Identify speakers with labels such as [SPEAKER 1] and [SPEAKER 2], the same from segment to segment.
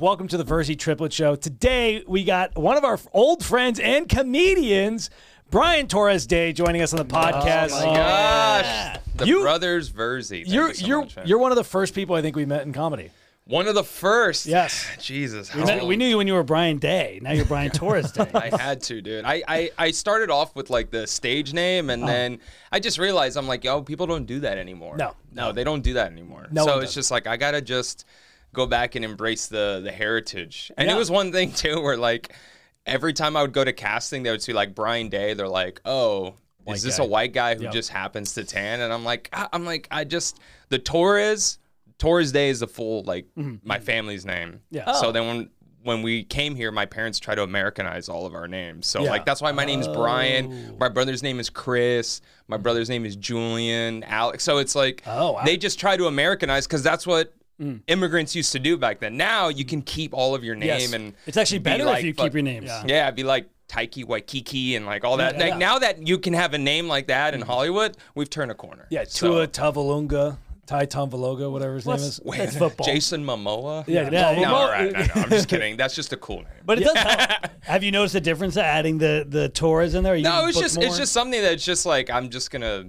[SPEAKER 1] Welcome to the Verzi Triplet Show. Today, we got one of our f- old friends and comedians, Brian Torres Day, joining us on the podcast.
[SPEAKER 2] Oh
[SPEAKER 3] Uh,
[SPEAKER 2] my gosh. The
[SPEAKER 1] You-
[SPEAKER 2] brothers Verzi. Thank
[SPEAKER 1] You're
[SPEAKER 2] you so
[SPEAKER 1] you're
[SPEAKER 2] much, man.
[SPEAKER 1] you're one of the first people I think we met in comedy.
[SPEAKER 2] one of the first.
[SPEAKER 1] Yes.
[SPEAKER 2] Jesus.
[SPEAKER 3] We
[SPEAKER 2] how
[SPEAKER 3] met- we
[SPEAKER 2] old-
[SPEAKER 3] knew you when you were Brian Day. Now you're Brian Torres Day.
[SPEAKER 2] I had to, dude. I, I, I started off with like the stage name,
[SPEAKER 3] Oh.
[SPEAKER 2] and then I just realized I'm like, yo, people don't do that anymore.
[SPEAKER 1] No.
[SPEAKER 2] no, they don't do that anymore.
[SPEAKER 1] No
[SPEAKER 2] so
[SPEAKER 1] one
[SPEAKER 2] it's
[SPEAKER 1] does.
[SPEAKER 2] just like I gotta just go back and embrace the the heritage. And
[SPEAKER 1] Yeah.
[SPEAKER 2] it was one thing too, where like every time I would go to casting, they would see like Brian Day. They're like, oh.
[SPEAKER 1] White
[SPEAKER 2] is this
[SPEAKER 1] guy.
[SPEAKER 2] a white guy who
[SPEAKER 1] Yep.
[SPEAKER 2] just happens to tan? And I'm like, I- I'm like, I just the Torres, Torres Day is the full like
[SPEAKER 3] Mm-hmm.
[SPEAKER 2] my family's name.
[SPEAKER 1] Yeah.
[SPEAKER 2] So then when when we came here, my parents tried to Americanize all of our names. So
[SPEAKER 1] Yeah.
[SPEAKER 2] like that's why my name's
[SPEAKER 3] Oh.
[SPEAKER 2] Brian. My brother's name is Chris. My
[SPEAKER 3] Mm-hmm.
[SPEAKER 2] brother's name is Julian. Alex. So it's like
[SPEAKER 1] Oh, wow.
[SPEAKER 2] they just try to Americanize because that's what
[SPEAKER 3] Mm.
[SPEAKER 2] immigrants used to do back then. Now you can keep all of your name
[SPEAKER 1] Yes.
[SPEAKER 2] and
[SPEAKER 3] It's actually
[SPEAKER 2] be
[SPEAKER 3] better
[SPEAKER 2] like,
[SPEAKER 3] if you
[SPEAKER 2] fuck-
[SPEAKER 3] keep your names.
[SPEAKER 2] Yeah, be like Taiki Waikiki and like all that.
[SPEAKER 1] Yeah. Mm-hmm.
[SPEAKER 2] Like now that you can have a name like that in Hollywood, we've turned a corner.
[SPEAKER 1] Yeah, Tua
[SPEAKER 2] So-
[SPEAKER 1] Tavalunga, Tai Tonvaloga, whatever his name is.
[SPEAKER 3] Wait. That's football.
[SPEAKER 2] Jason Momoa.
[SPEAKER 1] Yeah,
[SPEAKER 2] no,
[SPEAKER 1] yeah,
[SPEAKER 2] all
[SPEAKER 1] Momoa-
[SPEAKER 2] right, no, no, I'm just kidding. That's just a cool name.
[SPEAKER 3] But it does help. Have you noticed a difference adding the the Torres in there? You
[SPEAKER 2] No,
[SPEAKER 3] can
[SPEAKER 2] it's
[SPEAKER 3] book
[SPEAKER 2] just
[SPEAKER 3] more?
[SPEAKER 2] it's just something that's just like I'm just gonna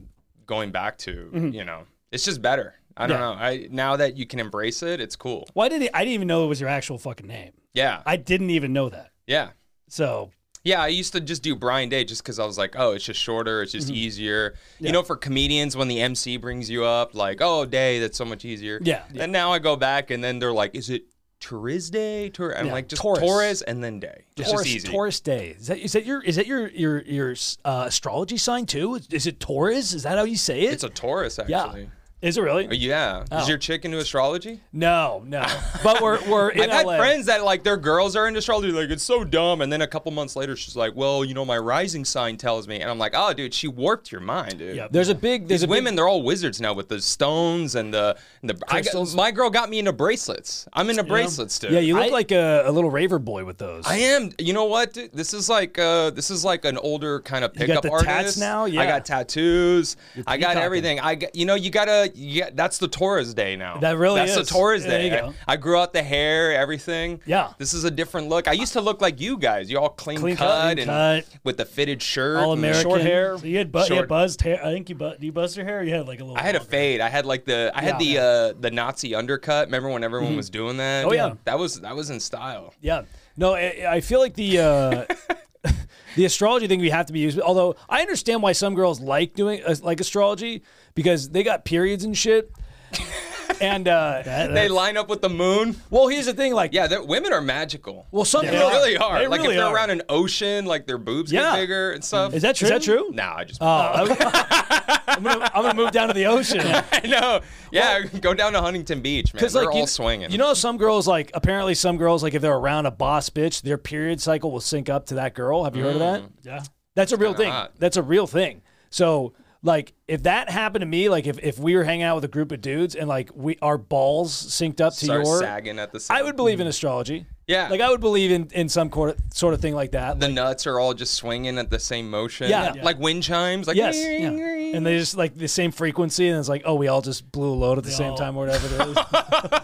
[SPEAKER 2] going back to.
[SPEAKER 1] Mm-hmm.
[SPEAKER 2] You know, it's just better. I don't
[SPEAKER 3] Yeah.
[SPEAKER 2] know. I now that you can embrace it, it's cool.
[SPEAKER 3] Why did he, I didn't even know it was your actual fucking name?
[SPEAKER 2] Yeah,
[SPEAKER 3] I didn't even know that.
[SPEAKER 2] yeah,
[SPEAKER 3] So
[SPEAKER 2] yeah. I used to just do Brian Day just because I was like, oh, it's just shorter, it's just easier. You know, for comedians, when the MC brings you up, like, oh, Day, that's so much easier.
[SPEAKER 3] Yeah.
[SPEAKER 2] And now I go back, and then they're like, is it Torres Day? Tor-? I'm
[SPEAKER 1] Yeah,
[SPEAKER 2] like, just
[SPEAKER 1] Torres.
[SPEAKER 2] Torres. and then Day. It's
[SPEAKER 1] Taurus,
[SPEAKER 2] just easy.
[SPEAKER 1] Taurus Day. Is that, is that your is that your your your uh, astrology sign too? Is, is it Taurus? Is that how you say it?
[SPEAKER 2] It's a Taurus,
[SPEAKER 1] Yeah.
[SPEAKER 2] actually.
[SPEAKER 3] is it
[SPEAKER 2] Oh,
[SPEAKER 3] really?
[SPEAKER 2] Yeah. Is your chick into astrology?
[SPEAKER 1] no, no. But we're we're in
[SPEAKER 2] I've had
[SPEAKER 1] LA.
[SPEAKER 2] friends that like their girls are into astrology, like it's so dumb. And then a couple months later, she's like, "Well, you know, my rising sign tells me," and I'm like, "Oh, dude, she warped your mind, dude."
[SPEAKER 3] Yep.
[SPEAKER 1] There's a big there's
[SPEAKER 2] These
[SPEAKER 1] a big-
[SPEAKER 2] women, they're all wizards now with the stones and the and the. I got, my girl got me into bracelets. I'm into bracelets, dude.
[SPEAKER 1] yeah, you look
[SPEAKER 2] I,
[SPEAKER 1] like a, a little raver boy with those.
[SPEAKER 2] I am. You know what? Dude? This is like uh, this is like an older kind of
[SPEAKER 1] got
[SPEAKER 2] pickup
[SPEAKER 1] the tats
[SPEAKER 2] artist
[SPEAKER 1] now?
[SPEAKER 2] I
[SPEAKER 1] Yeah.
[SPEAKER 2] got tattoos. I got
[SPEAKER 1] peacocking.
[SPEAKER 2] everything. I got, you know you gotta. Yeah, that's the Taurus day now.
[SPEAKER 1] That really
[SPEAKER 2] that's
[SPEAKER 1] is.
[SPEAKER 2] the Taurus
[SPEAKER 1] There
[SPEAKER 2] day.
[SPEAKER 1] you go.
[SPEAKER 2] I, I grew out the hair, everything.
[SPEAKER 1] Yeah.
[SPEAKER 2] this is a different look. I used to look like you guys. You all clean,
[SPEAKER 3] Clean cut,
[SPEAKER 2] cut, and
[SPEAKER 3] clean cut.
[SPEAKER 2] with the fitted shirt,
[SPEAKER 3] All
[SPEAKER 2] and the
[SPEAKER 3] American.
[SPEAKER 2] short hair.
[SPEAKER 3] So you had, bu- you had
[SPEAKER 2] Short-
[SPEAKER 3] buzzed hair. I think you bu- do you buzz your hair. Or you had like a little.
[SPEAKER 2] I had a
[SPEAKER 3] longer?
[SPEAKER 2] fade. I had like the I had the uh, the Nazi undercut. Remember when everyone was doing that?
[SPEAKER 1] Oh, yeah.
[SPEAKER 2] that was that was in style.
[SPEAKER 1] Yeah. No, I, I feel like the uh, the astrology thing we have to be used. Although I understand why some girls like doing uh, like astrology because they got periods and shit. and uh,
[SPEAKER 2] They line up with the moon.
[SPEAKER 1] well, here's the thing, like
[SPEAKER 2] Yeah, they're- women are magical.
[SPEAKER 1] Well, some
[SPEAKER 2] they
[SPEAKER 1] people-
[SPEAKER 2] really are.
[SPEAKER 3] They
[SPEAKER 2] like
[SPEAKER 3] really
[SPEAKER 2] if they're
[SPEAKER 3] are.
[SPEAKER 2] around an ocean, like their boobs
[SPEAKER 1] Yeah.
[SPEAKER 2] get bigger and stuff.
[SPEAKER 1] is that true?
[SPEAKER 3] Is that true?
[SPEAKER 2] Nah, I just.
[SPEAKER 1] Oh, I, am gonna I'm gonna move down to the ocean.
[SPEAKER 2] I know. Yeah, go down to Huntington Beach, man. They're all
[SPEAKER 1] you,
[SPEAKER 2] swinging.
[SPEAKER 1] You know, some girls like apparently some girls like if they're around a boss bitch, their period cycle will sync up to that girl. Have you heard of
[SPEAKER 2] Mm.
[SPEAKER 1] that?
[SPEAKER 3] Yeah.
[SPEAKER 1] That's a real thing.
[SPEAKER 2] hot.
[SPEAKER 1] That's a real thing. So like if that happened to me, like if, if we were hanging out with a group of dudes and like we our balls synced up to
[SPEAKER 2] start
[SPEAKER 1] your
[SPEAKER 2] sagging at the. Same.
[SPEAKER 1] I would believe in astrology.
[SPEAKER 2] Yeah.
[SPEAKER 1] Like I would believe in, in some cor- sort of thing like that.
[SPEAKER 2] The nuts are all just swinging at the same motion.
[SPEAKER 1] Yeah. Yeah.
[SPEAKER 2] Like wind chimes. Like
[SPEAKER 1] yes. And they just like the same frequency and it's like, oh, we all just blew a load at the same
[SPEAKER 3] all-
[SPEAKER 1] time or whatever it is.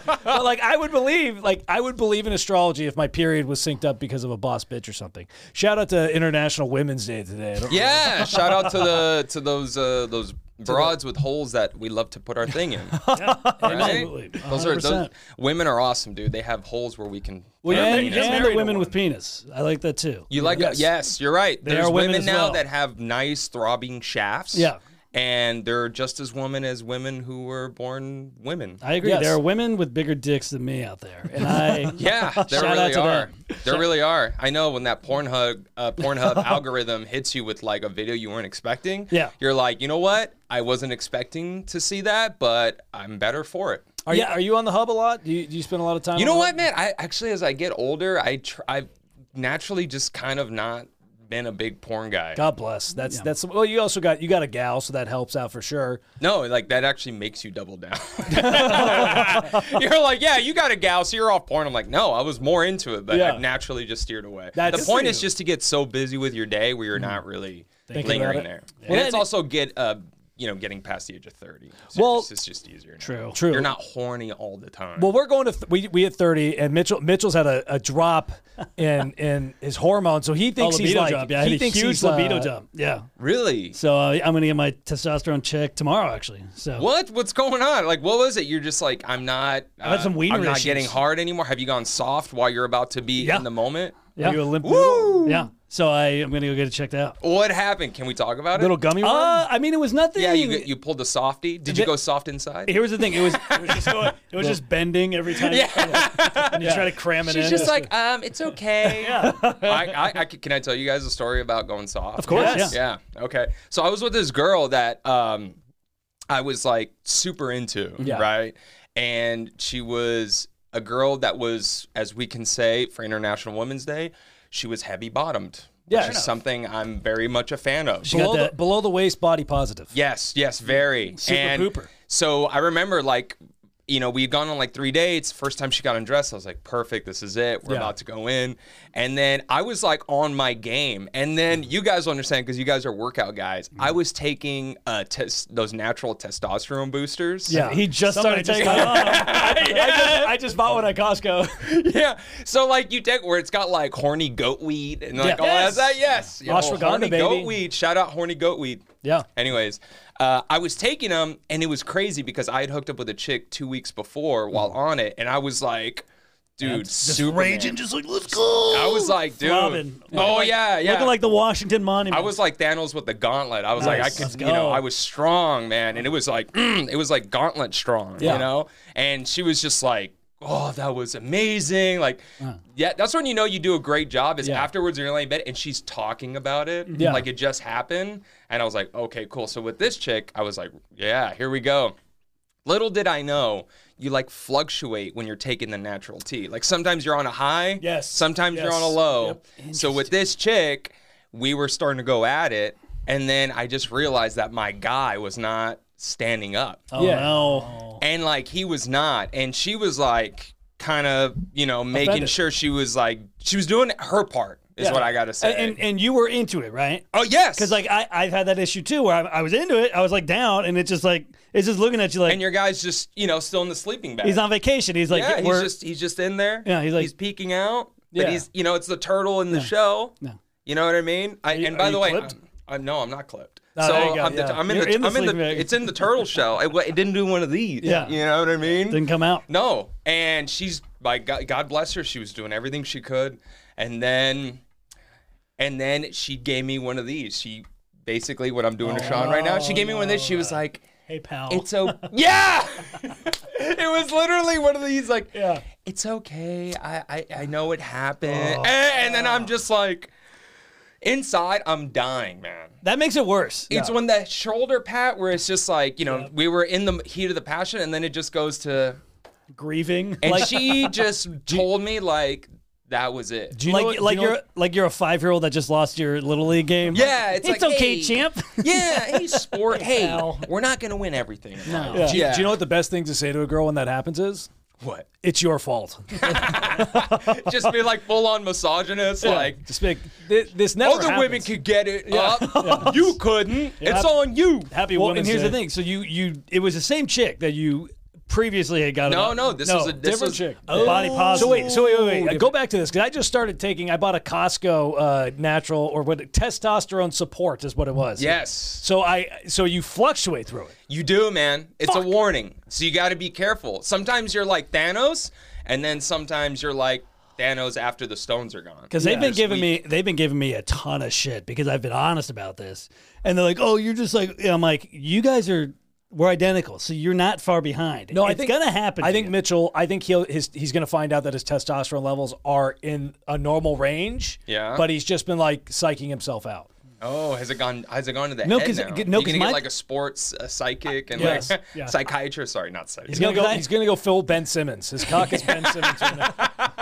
[SPEAKER 1] but like I would believe like I would believe in astrology if my period was synced up because of a boss bitch or something. Shout out to International Women's Day today. I don't-
[SPEAKER 2] Yeah. Shout out to the to those uh, those broads with holes that we love to put our thing in. Right?
[SPEAKER 3] Absolutely.
[SPEAKER 2] Those are those
[SPEAKER 3] 100%.
[SPEAKER 2] women are awesome, dude. They have holes where we can.
[SPEAKER 3] Well,
[SPEAKER 2] put our
[SPEAKER 3] yeah,
[SPEAKER 2] penis.
[SPEAKER 3] and, and the women with penis. I like that too.
[SPEAKER 2] You like yes, yes you're right. There's
[SPEAKER 3] are women
[SPEAKER 2] women,
[SPEAKER 3] as
[SPEAKER 2] now
[SPEAKER 3] well.
[SPEAKER 2] that have nice throbbing shafts.
[SPEAKER 3] Yeah.
[SPEAKER 2] And they're just as woman as women who were born women.
[SPEAKER 3] I agree.
[SPEAKER 1] Yes.
[SPEAKER 3] There are women with bigger dicks than me out there, and I.
[SPEAKER 2] yeah, there
[SPEAKER 3] Shout out
[SPEAKER 2] really
[SPEAKER 3] to
[SPEAKER 2] are.
[SPEAKER 3] them.
[SPEAKER 2] There really are. I know when that Pornhub uh, Pornhub algorithm hits you with like a video you weren't expecting.
[SPEAKER 3] Yeah.
[SPEAKER 2] You're like, you know what? I wasn't expecting to see that, but I'm better for it.
[SPEAKER 1] Are you are you on the hub a lot? Do you, do you spend a lot of time
[SPEAKER 2] You
[SPEAKER 1] on
[SPEAKER 3] Oh.
[SPEAKER 2] know
[SPEAKER 1] the
[SPEAKER 2] what, man? I actually, as I get older, I tr- I've naturally just kind of not been a big porn guy.
[SPEAKER 1] God bless. That's that's well. You also got you got a gal, so that helps out for sure.
[SPEAKER 2] No, like that actually makes you double down. you're like, yeah, you got a gal, so you're off porn. I'm like, no, I was more into it, but
[SPEAKER 1] Yeah.
[SPEAKER 2] I've naturally just steered away.
[SPEAKER 1] That's-
[SPEAKER 2] the point
[SPEAKER 1] Good for
[SPEAKER 2] is just to get so busy with your day where you're not really
[SPEAKER 1] Thinking about
[SPEAKER 2] lingering
[SPEAKER 1] it.
[SPEAKER 2] there.
[SPEAKER 1] Well,
[SPEAKER 2] And it's
[SPEAKER 1] then-
[SPEAKER 2] also get, uh, you know getting past the age of thirty.
[SPEAKER 1] Well,
[SPEAKER 2] it's, it's just easier. now.
[SPEAKER 3] True.
[SPEAKER 1] True.
[SPEAKER 2] You're not horny all the time.
[SPEAKER 1] Well, we're going to th- we we at thirty, and Mitchell Mitchell's had a, a drop in in his hormones, so he
[SPEAKER 3] A
[SPEAKER 1] thinks he's
[SPEAKER 3] Oh, libido
[SPEAKER 1] like
[SPEAKER 3] jump. Yeah, I
[SPEAKER 1] he
[SPEAKER 3] had a
[SPEAKER 1] thinks
[SPEAKER 3] huge
[SPEAKER 1] he's, uh,
[SPEAKER 3] libido jump. Yeah.
[SPEAKER 2] really?
[SPEAKER 3] So uh, I'm gonna get my testosterone check tomorrow, actually. So
[SPEAKER 2] What? What's going on? Like, what was it? You're just like, I'm not. Uh,
[SPEAKER 3] had some wiener
[SPEAKER 2] I'm not
[SPEAKER 3] issues.
[SPEAKER 2] getting hard anymore. Have you gone soft while you're about to be
[SPEAKER 3] Yeah.
[SPEAKER 2] in the moment?
[SPEAKER 3] Yeah.
[SPEAKER 1] Are you a limp
[SPEAKER 2] Woo!
[SPEAKER 3] yeah. So I am gonna go get it checked out.
[SPEAKER 2] What happened? Can we talk about it?
[SPEAKER 1] little gummy? worm?
[SPEAKER 3] Uh, I mean, it was nothing.
[SPEAKER 2] yeah, you get- you pulled the softy. Did you go soft inside?
[SPEAKER 3] Here was the thing. It was it was just, going- it was just bending every time. And you try to cram it in.
[SPEAKER 2] She's just like, um, it's okay. I, I, I, can I tell you guys a story about going soft? Of
[SPEAKER 3] course, Yes.
[SPEAKER 2] Yeah. Okay. So I was with this girl that um, I was like super into,
[SPEAKER 1] Yeah.
[SPEAKER 2] right? And she was a girl that was, as we can say for International Women's Day, she was heavy bottomed,
[SPEAKER 1] Yeah,
[SPEAKER 2] which
[SPEAKER 1] enough.
[SPEAKER 2] is something I'm very much a fan of.
[SPEAKER 3] got
[SPEAKER 1] below, the,
[SPEAKER 3] that-
[SPEAKER 1] below the waist, body positive.
[SPEAKER 2] Yes, yes, very.
[SPEAKER 1] Super
[SPEAKER 2] and
[SPEAKER 1] pooper.
[SPEAKER 2] So I remember like you know, we had gone on like three dates. First time she got undressed, I was like, perfect, this is it. We're
[SPEAKER 1] Yeah.
[SPEAKER 2] about to go in. And then I was like on my game. And then you guys will understand because you guys are workout guys. I was taking uh, tes- those natural testosterone boosters.
[SPEAKER 1] Yeah.
[SPEAKER 3] he just
[SPEAKER 1] Somebody
[SPEAKER 3] started taking.
[SPEAKER 1] just-
[SPEAKER 3] it off.
[SPEAKER 1] I, just, I just bought one at Costco.
[SPEAKER 2] yeah. So like you take where it's got like horny goat weed and like
[SPEAKER 1] Yeah.
[SPEAKER 2] all
[SPEAKER 1] Yes.
[SPEAKER 2] that. Yes. You
[SPEAKER 1] Ashwagandha,
[SPEAKER 2] horny
[SPEAKER 1] baby.
[SPEAKER 2] goat weed. Shout out horny goat weed.
[SPEAKER 1] Yeah.
[SPEAKER 2] Anyways, uh, I was taking them and it was crazy because I had hooked up with a chick two weeks before while on it, and I was like, dude, super
[SPEAKER 3] raging, Mm. just like let's go.
[SPEAKER 2] I was like, dude.
[SPEAKER 3] Throbbing.
[SPEAKER 2] Oh yeah, yeah.
[SPEAKER 3] Looking like the Washington Monument.
[SPEAKER 2] I was like Thanos with the gauntlet. I was
[SPEAKER 3] Nice.
[SPEAKER 2] like, I
[SPEAKER 3] Let's
[SPEAKER 2] could, you know,
[SPEAKER 3] go.
[SPEAKER 2] I was strong, man, and it was like, mm, it was like gauntlet strong,
[SPEAKER 1] Yeah.
[SPEAKER 2] you know. And she was just like, oh, that was amazing. Like, yeah, that's when you know you do a great job. Is
[SPEAKER 1] Yeah. Mm-hmm.
[SPEAKER 2] afterwards you're laying in bed and she's talking about it,
[SPEAKER 1] Yeah.
[SPEAKER 2] like it just happened. And I was like, okay, cool. So with this chick, I was like, yeah, here we go. Little did I know, you like fluctuate when you're taking the natural tea. Like sometimes you're on a high,
[SPEAKER 1] Yes.
[SPEAKER 2] Sometimes you're
[SPEAKER 1] Yes.
[SPEAKER 2] on a low. So with this chick, we were starting to go at it, and then I just realized that my guy was not standing up,
[SPEAKER 3] oh
[SPEAKER 1] Yeah.
[SPEAKER 3] no.
[SPEAKER 2] and like he was not, and she was like kind of you know making
[SPEAKER 1] Offended.
[SPEAKER 2] sure she was like she was doing her part is what I gotta say.
[SPEAKER 3] And, and and you were into it, right?
[SPEAKER 2] oh yes,
[SPEAKER 3] Because like I I've had that issue too, where I, I was into it, I was like down, and it's just like it's just looking at you like
[SPEAKER 2] and your guy's just you know still in the sleeping bag.
[SPEAKER 3] he's on vacation. He's like
[SPEAKER 2] yeah, he's
[SPEAKER 3] we're-
[SPEAKER 2] just he's just in there.
[SPEAKER 3] Yeah, he's like-
[SPEAKER 2] he's peeking out, but
[SPEAKER 1] Yeah.
[SPEAKER 2] he's you know it's the turtle in the show.
[SPEAKER 3] No.
[SPEAKER 2] you know what I mean. I, and
[SPEAKER 3] are
[SPEAKER 2] by the
[SPEAKER 3] you
[SPEAKER 2] way,
[SPEAKER 3] clipped?
[SPEAKER 2] I'm, I'm- no, I'm not clipped.
[SPEAKER 3] Oh,
[SPEAKER 2] so
[SPEAKER 3] there you go,
[SPEAKER 2] I'm, the,
[SPEAKER 1] yeah.
[SPEAKER 2] I'm in
[SPEAKER 3] You're
[SPEAKER 2] the
[SPEAKER 3] in the
[SPEAKER 2] I'm in
[SPEAKER 3] sleeping
[SPEAKER 2] the
[SPEAKER 3] bag.
[SPEAKER 2] it's in the turtle shell. It, it didn't do one of these.
[SPEAKER 3] Yeah.
[SPEAKER 2] you know what I mean.
[SPEAKER 3] didn't come out.
[SPEAKER 2] No, and she's by God, God bless her. She was doing everything she could, and then, and then she gave me one of these. She basically what I'm doing to Sean right now. She gave me one of these. She was like,
[SPEAKER 3] Hey pal,
[SPEAKER 2] "It's o yeah." it was literally one of these. Like,
[SPEAKER 3] Yeah.
[SPEAKER 2] it's okay. I I, I know it happened,
[SPEAKER 3] Oh.
[SPEAKER 2] and, and then I'm just like, inside I'm dying, man.
[SPEAKER 3] that makes it worse.
[SPEAKER 2] It's when that shoulder pat where it's just like, you know, we were in the heat of the passion and then it just goes to
[SPEAKER 3] grieving.
[SPEAKER 2] and
[SPEAKER 3] like,
[SPEAKER 2] she just told me like that was it.
[SPEAKER 1] Do you
[SPEAKER 3] like,
[SPEAKER 1] know what- do
[SPEAKER 3] like
[SPEAKER 1] you
[SPEAKER 3] you
[SPEAKER 1] know
[SPEAKER 3] are like you're a five year old that just lost your little league game.
[SPEAKER 2] Yeah, it's like,
[SPEAKER 3] okay,
[SPEAKER 2] hey.
[SPEAKER 3] champ.
[SPEAKER 2] yeah, hey sport, hey,
[SPEAKER 3] pal.
[SPEAKER 2] we're not gonna win everything. No.
[SPEAKER 1] what- do you- do you know what the best thing to say to a girl when that happens is?
[SPEAKER 2] what?
[SPEAKER 1] It's your fault.
[SPEAKER 2] Just be like full on misogynist, like
[SPEAKER 1] Just be like, "Thi- this never
[SPEAKER 2] other
[SPEAKER 1] happens.
[SPEAKER 2] women could get it up, you couldn't. It's on you.
[SPEAKER 3] Happy well, and here's the thing. So you you it was the same chick that you previously had got.
[SPEAKER 2] No,
[SPEAKER 3] about-
[SPEAKER 2] no, this was a this Oh.
[SPEAKER 1] different
[SPEAKER 2] was,
[SPEAKER 1] chick.
[SPEAKER 3] body positive.
[SPEAKER 1] So wait, so wait, wait, wait. Go back to this because I just started taking. I bought a Costco uh, natural or what testosterone support is what it was.
[SPEAKER 2] Yes,
[SPEAKER 1] So I so you fluctuate through it.
[SPEAKER 2] you do, man. It's a warning, so you got to be careful. Sometimes you're like Thanos, and then sometimes you're like Thanos after the stones are gone.
[SPEAKER 3] Because they've been giving me they've been giving me a ton of shit because I've been honest about this, and they're like, "Oh, you're just like," I'm like, "You guys are we're identical, so you're not far behind."
[SPEAKER 1] No,
[SPEAKER 3] it's
[SPEAKER 1] I think
[SPEAKER 3] gonna happen.
[SPEAKER 1] I
[SPEAKER 3] to
[SPEAKER 1] think
[SPEAKER 3] you.
[SPEAKER 1] Mitchell. I think he'll his he's gonna find out that his testosterone levels are in a normal range.
[SPEAKER 2] Yeah.
[SPEAKER 1] But he's just been like psyching himself out.
[SPEAKER 2] Oh, has it gone? Has it gone to the
[SPEAKER 3] No,
[SPEAKER 2] head
[SPEAKER 3] 'cause-
[SPEAKER 2] now?
[SPEAKER 3] g- no,
[SPEAKER 2] You're
[SPEAKER 3] 'cause
[SPEAKER 2] gonna
[SPEAKER 3] my-
[SPEAKER 2] get like a sports a psychic and
[SPEAKER 1] Yes,
[SPEAKER 2] like
[SPEAKER 1] yeah.
[SPEAKER 2] psychiatrist. Sorry, not
[SPEAKER 1] He's
[SPEAKER 2] psychic.
[SPEAKER 1] gonna go.
[SPEAKER 3] I-
[SPEAKER 1] He's gonna go Phil Ben Simmons. His cock is Ben Simmons. right now.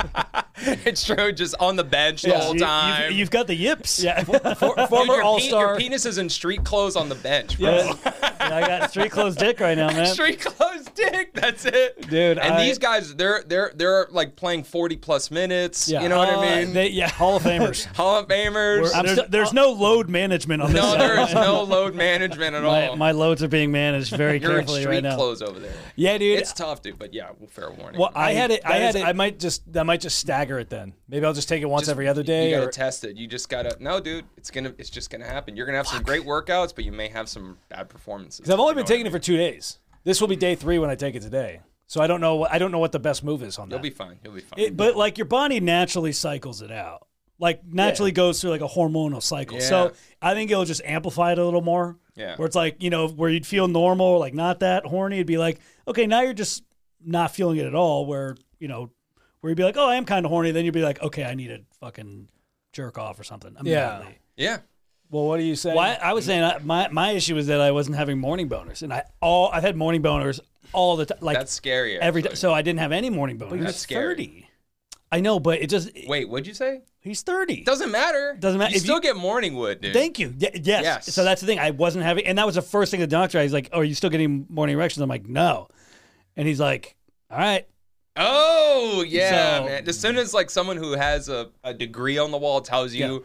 [SPEAKER 2] it's true. Just on the bench the whole
[SPEAKER 3] You-
[SPEAKER 2] time.
[SPEAKER 3] You've, you've got the yips.
[SPEAKER 1] Yeah. For, for,
[SPEAKER 2] Dude,
[SPEAKER 1] former
[SPEAKER 2] your pe-
[SPEAKER 1] All Star.
[SPEAKER 2] Your penis is in street clothes on the bench, bro.
[SPEAKER 3] Yeah, I got street clothes dick right now, man.
[SPEAKER 2] Street clothes, dick. That's it,
[SPEAKER 1] Dude,
[SPEAKER 2] And
[SPEAKER 1] I-
[SPEAKER 2] these guys, they're they're they're like playing forty plus minutes.
[SPEAKER 1] Yeah. Oh,
[SPEAKER 2] You know what
[SPEAKER 3] Uh,
[SPEAKER 2] I mean?
[SPEAKER 1] They, yeah, Hall of Famers.
[SPEAKER 2] Hall of Famers.
[SPEAKER 1] I'm
[SPEAKER 3] there's, uh,
[SPEAKER 1] still-
[SPEAKER 3] there's no load management on this.
[SPEAKER 2] No,
[SPEAKER 3] side.
[SPEAKER 2] there is no load management at
[SPEAKER 3] my,
[SPEAKER 2] all.
[SPEAKER 3] my loads are being managed very
[SPEAKER 2] You're in
[SPEAKER 3] carefully
[SPEAKER 2] street
[SPEAKER 3] right now.
[SPEAKER 2] clothes over there.
[SPEAKER 1] yeah, dude.
[SPEAKER 2] It's tough, dude. But yeah, fair warning.
[SPEAKER 1] well, I had it. I
[SPEAKER 3] That
[SPEAKER 1] had
[SPEAKER 3] is-
[SPEAKER 1] it. I might just. I might just stagger it then. Maybe I'll just take it once
[SPEAKER 2] Just-
[SPEAKER 1] every other
[SPEAKER 2] you
[SPEAKER 1] day.
[SPEAKER 2] gotta
[SPEAKER 1] or-
[SPEAKER 2] test it. You just gotta. No, dude. It's gonna. It's just gonna happen. You're gonna have some great workouts, but you may have some bad performances.
[SPEAKER 1] I've only
[SPEAKER 2] You know
[SPEAKER 1] been
[SPEAKER 2] what
[SPEAKER 1] taking
[SPEAKER 2] I
[SPEAKER 1] it for two days. This will be day three when I take it today. So I don't know. what- I don't know what the best move is on that.
[SPEAKER 2] mean? You'll be fine. You'll be fine.
[SPEAKER 3] It- but like your body naturally cycles it out. Like naturally goes through like a hormonal cycle.
[SPEAKER 2] Yeah.
[SPEAKER 3] So I think it'll just amplify it a little more.
[SPEAKER 2] Yeah.
[SPEAKER 3] Where it's like, you know, where you'd feel normal, like not that horny, it'd be like, okay, now you're just not feeling it at all. Where, you know, where you'd be like, oh, I am kind of horny. Then you'd be like, okay, I need to fucking jerk off or something.
[SPEAKER 1] Yeah.
[SPEAKER 3] immediately.
[SPEAKER 2] yeah.
[SPEAKER 1] well, what do you say?
[SPEAKER 3] Why I was saying I, my my issue was that I wasn't having morning boners, and I all I've had morning boners all the time, like
[SPEAKER 2] That's scary.
[SPEAKER 3] every time.
[SPEAKER 2] actually.
[SPEAKER 3] So I didn't have any morning boners.
[SPEAKER 2] That's scary.
[SPEAKER 3] I know, but it just
[SPEAKER 2] Wait, what'd you say?
[SPEAKER 3] he's thirty.
[SPEAKER 2] Doesn't matter.
[SPEAKER 3] Doesn't matter.
[SPEAKER 2] You
[SPEAKER 3] If
[SPEAKER 2] still
[SPEAKER 3] you-
[SPEAKER 2] get morning wood, dude.
[SPEAKER 3] Thank you. Y- yes.
[SPEAKER 2] Yes.
[SPEAKER 3] So that's the thing. I wasn't having, and that was the first thing the doctor. I was like, "Oh, are you still getting morning erections?" I'm like, "No," and he's like, "All right."
[SPEAKER 2] oh yeah,
[SPEAKER 3] So-
[SPEAKER 2] man. As soon as like someone who has a, a degree on the wall tells you,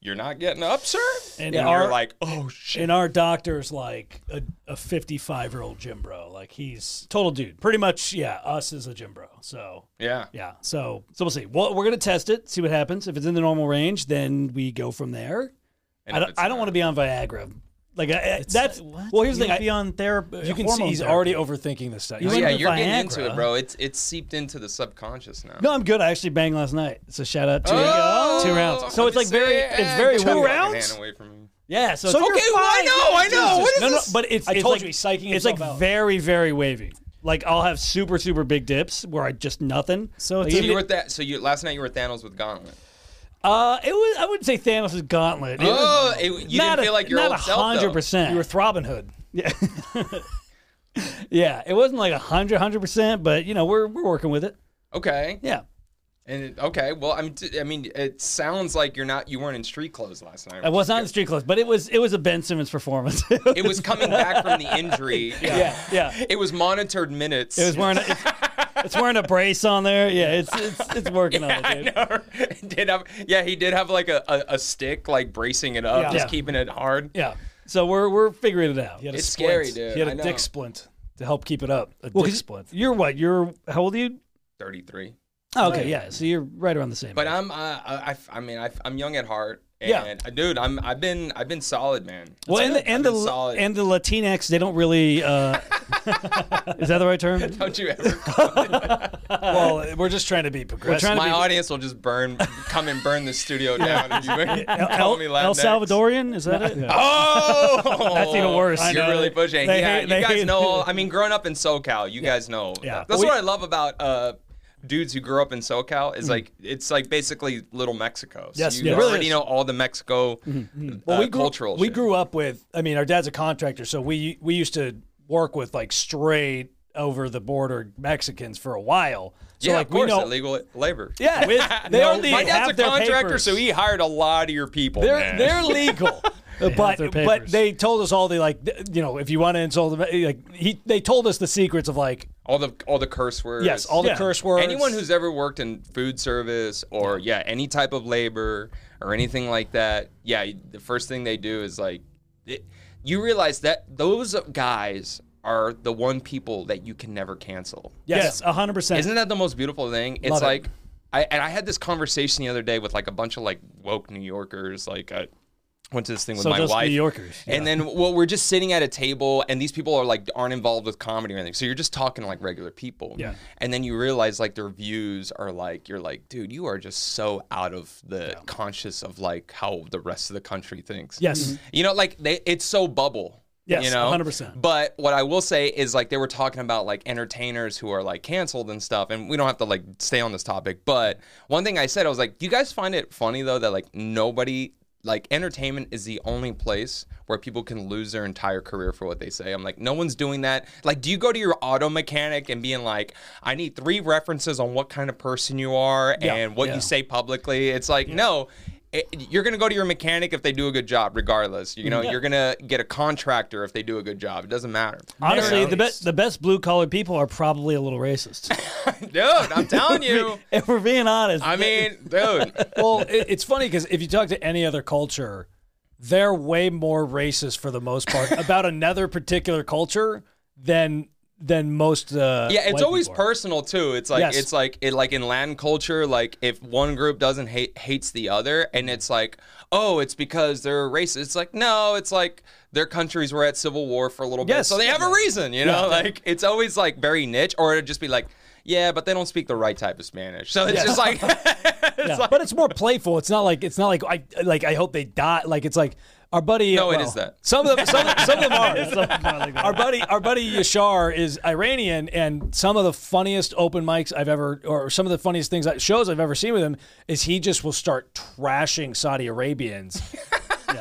[SPEAKER 2] you're not getting up, sir,
[SPEAKER 3] And
[SPEAKER 2] and,
[SPEAKER 3] our-
[SPEAKER 2] you're like, oh shit.
[SPEAKER 3] And our doctor's like a, a 55 year old gym bro. Like he's total dude. Pretty much, yeah. Us is a gym bro. So
[SPEAKER 2] yeah.
[SPEAKER 3] Yeah. So so we'll see. Well, we're gonna test it, see what happens. If it's in the normal range, then we go from there.
[SPEAKER 2] And
[SPEAKER 3] I
[SPEAKER 2] if
[SPEAKER 3] don't,
[SPEAKER 2] it's
[SPEAKER 3] I don't
[SPEAKER 2] not-
[SPEAKER 3] want to be on Viagra. Like I- I, that's well. Here's the thing. I,
[SPEAKER 1] be on therapy. You can see
[SPEAKER 3] hormone
[SPEAKER 1] he's
[SPEAKER 3] therapy.
[SPEAKER 1] already overthinking this stuff.
[SPEAKER 3] You
[SPEAKER 2] Oh,
[SPEAKER 3] wouldn't
[SPEAKER 2] yeah,
[SPEAKER 3] do
[SPEAKER 2] you're getting into
[SPEAKER 3] Viagra.
[SPEAKER 2] it, bro. It's it's seeped into the subconscious now.
[SPEAKER 3] no, I'm good. I actually banged last night. So shout out to uh,
[SPEAKER 2] Oh,
[SPEAKER 3] two rounds. So
[SPEAKER 2] I'm
[SPEAKER 3] it's like
[SPEAKER 2] just
[SPEAKER 3] very,
[SPEAKER 2] saying,
[SPEAKER 3] it's very
[SPEAKER 2] get
[SPEAKER 3] weird.
[SPEAKER 2] your fucking hand away from me.
[SPEAKER 3] Yeah. So,
[SPEAKER 1] So
[SPEAKER 3] it's,
[SPEAKER 1] you're
[SPEAKER 2] Okay, well, I
[SPEAKER 1] fine.
[SPEAKER 2] know, I
[SPEAKER 1] Jesus.
[SPEAKER 2] know. What is
[SPEAKER 3] no, no.
[SPEAKER 2] this?
[SPEAKER 3] But it's
[SPEAKER 1] I
[SPEAKER 3] it's
[SPEAKER 1] told
[SPEAKER 3] like,
[SPEAKER 1] you, he's psyching
[SPEAKER 3] It's like
[SPEAKER 1] himself out.
[SPEAKER 3] very very wavy. Like I'll have super super big dips where I just nothing.
[SPEAKER 1] So
[SPEAKER 3] like,
[SPEAKER 1] it's
[SPEAKER 2] so
[SPEAKER 3] even-
[SPEAKER 2] you were at that. So you last night you were at Thanos with Gauntlet.
[SPEAKER 3] uh, it was I wouldn't say Thanos' gauntlet. It
[SPEAKER 2] Oh,
[SPEAKER 3] was
[SPEAKER 2] it, you
[SPEAKER 3] not
[SPEAKER 2] didn't feel
[SPEAKER 3] a,
[SPEAKER 2] like your
[SPEAKER 3] not
[SPEAKER 2] old self. though.
[SPEAKER 3] hundred percent.
[SPEAKER 1] you were Throbbing Hood.
[SPEAKER 3] Yeah. yeah, it wasn't like 100 100%, but you know, we're we're working with it.
[SPEAKER 2] Okay.
[SPEAKER 3] Yeah.
[SPEAKER 2] And it- okay, well, I'm. T- I mean, it sounds like you're not. You weren't in street clothes last night.
[SPEAKER 3] I was not in the street clothes, but it was it was a Ben Simmons performance.
[SPEAKER 2] It was coming back from the injury.
[SPEAKER 3] yeah, yeah.
[SPEAKER 2] It was monitored minutes.
[SPEAKER 3] It was wearing a, it's, it's wearing a brace on there. Yeah, it's it's it's working on it, dude.
[SPEAKER 2] did have, yeah, he did have like a, a, a stick, like bracing it up,
[SPEAKER 1] Yeah.
[SPEAKER 2] just
[SPEAKER 3] Yeah.
[SPEAKER 2] keeping it hard.
[SPEAKER 3] Yeah. So we're we're figuring it out.
[SPEAKER 1] He had a
[SPEAKER 2] It's
[SPEAKER 1] splint.
[SPEAKER 2] scary, dude.
[SPEAKER 1] He had
[SPEAKER 2] I
[SPEAKER 1] a
[SPEAKER 2] know.
[SPEAKER 1] dick splint to help keep it up. A
[SPEAKER 3] Well,
[SPEAKER 1] dick
[SPEAKER 3] 'cause
[SPEAKER 1] splint.
[SPEAKER 3] You're what? You're how old are you?
[SPEAKER 2] Thirty-three.
[SPEAKER 3] Oh, okay, yeah. So you're right around the same.
[SPEAKER 2] But
[SPEAKER 3] age.
[SPEAKER 2] I'm. Uh, I, I- I mean, I, I'm young at heart. And uh,
[SPEAKER 1] Yeah.
[SPEAKER 2] Dude, I'm. I've been. I've been solid, man.
[SPEAKER 3] well, and
[SPEAKER 2] I've
[SPEAKER 3] the and the
[SPEAKER 2] been solid.
[SPEAKER 3] and the Latinx, they don't really. Uh, is that the right term?
[SPEAKER 2] Don't you ever?
[SPEAKER 1] well, we're just trying to be progressive.
[SPEAKER 3] trying to
[SPEAKER 2] My
[SPEAKER 3] be-
[SPEAKER 2] audience will just burn, come and burn the studio down. if you call me
[SPEAKER 3] El
[SPEAKER 2] Latinx.
[SPEAKER 3] Salvadorian? Is that it?
[SPEAKER 2] Oh, that's
[SPEAKER 3] even worse. I
[SPEAKER 2] You're
[SPEAKER 3] know.
[SPEAKER 2] really pushing.
[SPEAKER 3] They
[SPEAKER 2] yeah,
[SPEAKER 3] hate-
[SPEAKER 2] you
[SPEAKER 3] they
[SPEAKER 2] guys
[SPEAKER 3] hate-
[SPEAKER 2] know. all- I mean, growing up in SoCal, you guys know.
[SPEAKER 3] Yeah.
[SPEAKER 2] that's
[SPEAKER 3] We-
[SPEAKER 2] what I love about uh, dudes who grew up in SoCal.
[SPEAKER 3] Mm-hmm.
[SPEAKER 2] Is like it's like basically little Mexico. So
[SPEAKER 1] Yes,
[SPEAKER 2] you
[SPEAKER 1] it really
[SPEAKER 2] already
[SPEAKER 1] is.
[SPEAKER 2] know all the Mexico
[SPEAKER 3] Mm-hmm.
[SPEAKER 2] uh,
[SPEAKER 1] Well, we grew,
[SPEAKER 2] cultural.
[SPEAKER 1] We
[SPEAKER 2] shit.
[SPEAKER 1] grew up with. I mean, our dad's a contractor, so we we used to work with like straight over the border Mexicans for a while. So
[SPEAKER 2] yeah,
[SPEAKER 1] like
[SPEAKER 2] of course,
[SPEAKER 1] we know.
[SPEAKER 2] illegal labor.
[SPEAKER 1] Yeah, with, they
[SPEAKER 3] No,
[SPEAKER 1] are legal.
[SPEAKER 2] My dad's
[SPEAKER 3] have
[SPEAKER 2] a
[SPEAKER 3] their
[SPEAKER 2] contractor,
[SPEAKER 3] papers.
[SPEAKER 2] so he hired a lot of your people.
[SPEAKER 1] They're
[SPEAKER 2] man.
[SPEAKER 1] they're legal. but
[SPEAKER 3] their
[SPEAKER 1] but
[SPEAKER 3] papers.
[SPEAKER 1] they told us all the like th- you know if you want to insult them like he they told us the secrets of like
[SPEAKER 2] all the all the curse words.
[SPEAKER 1] yes all the
[SPEAKER 3] Yeah.
[SPEAKER 1] curse words
[SPEAKER 2] Anyone who's ever worked in food service or yeah, any type of labor or anything like that, yeah, the first thing they do is like it, you realize that those guys are the one people that you can never cancel.
[SPEAKER 3] Yes,
[SPEAKER 1] yes,
[SPEAKER 3] hundred percent.
[SPEAKER 2] Isn't that the most beautiful thing? It's
[SPEAKER 1] Love it.
[SPEAKER 2] like I and I had this conversation the other day with like a bunch of like woke New Yorkers like I went to this thing with
[SPEAKER 3] So
[SPEAKER 2] my
[SPEAKER 3] just
[SPEAKER 2] wife.
[SPEAKER 3] New Yorkers.
[SPEAKER 2] And then well, we're just sitting at a table, and these people are like aren't involved with comedy or anything. So you're just talking to like regular people.
[SPEAKER 3] Yeah.
[SPEAKER 2] And then you realize like their views are like you're like, dude, you are just so out of the conscious of like how the rest of the country thinks.
[SPEAKER 1] yes
[SPEAKER 2] Mm-hmm. You know, like they, it's so bubble.
[SPEAKER 3] Yes,
[SPEAKER 2] you know,
[SPEAKER 3] 100%.
[SPEAKER 2] But what I will say is, like, they were talking about like entertainers who are like canceled and stuff, and we don't have to like stay on this topic. But one thing I said, I was like, "Do you guys find it funny though that like nobody like entertainment is the only place where people can lose their entire career for what they say?" I'm like, no one's doing that. Like, do you go to your auto mechanic and being like, "I need three references on what kind of person you are and what
[SPEAKER 3] yeah.
[SPEAKER 2] you say publicly"? It's like, no. it- Eh, you're going to go to your mechanic if they do a good job, regardless. You know,
[SPEAKER 1] Yeah.
[SPEAKER 2] you're going to get a contractor if they do a good job. It doesn't matter.
[SPEAKER 3] Honestly, the
[SPEAKER 1] Nice.
[SPEAKER 3] best the best blue collar people are probably a little racist.
[SPEAKER 2] Dude, I'm telling you.
[SPEAKER 3] if we're being honest,
[SPEAKER 2] I mean, dude.
[SPEAKER 1] well, it, it's funny because if you talk to any other culture, they're way more racist for the most part about another particular culture than than most. Uh,
[SPEAKER 2] Yeah, it's
[SPEAKER 1] white
[SPEAKER 2] always
[SPEAKER 1] people are.
[SPEAKER 2] personal too. It's like
[SPEAKER 1] Yes.
[SPEAKER 2] it's like it like in Latin culture, like if one group doesn't hate hates the other, and it's like, oh, it's because they're racist. It's like no, it's like their countries were at civil war for a little bit,
[SPEAKER 1] Yes.
[SPEAKER 2] so they have a reason, you know. Like it's always like very niche, or it'd just be like, yeah, but they don't speak the right type of Spanish, so it's just like, it's like
[SPEAKER 1] but it's more playful. It's not like it's not like I like I hope they die. Like it's like our buddy.
[SPEAKER 2] No, it
[SPEAKER 1] well,
[SPEAKER 2] is that.
[SPEAKER 1] Some of them, some, some of them are.
[SPEAKER 3] our
[SPEAKER 1] our buddy our buddy Yashar is Iranian and some of the funniest open mics I've ever or some of the funniest things shows I've ever seen with him is he just will start trashing Saudi Arabians.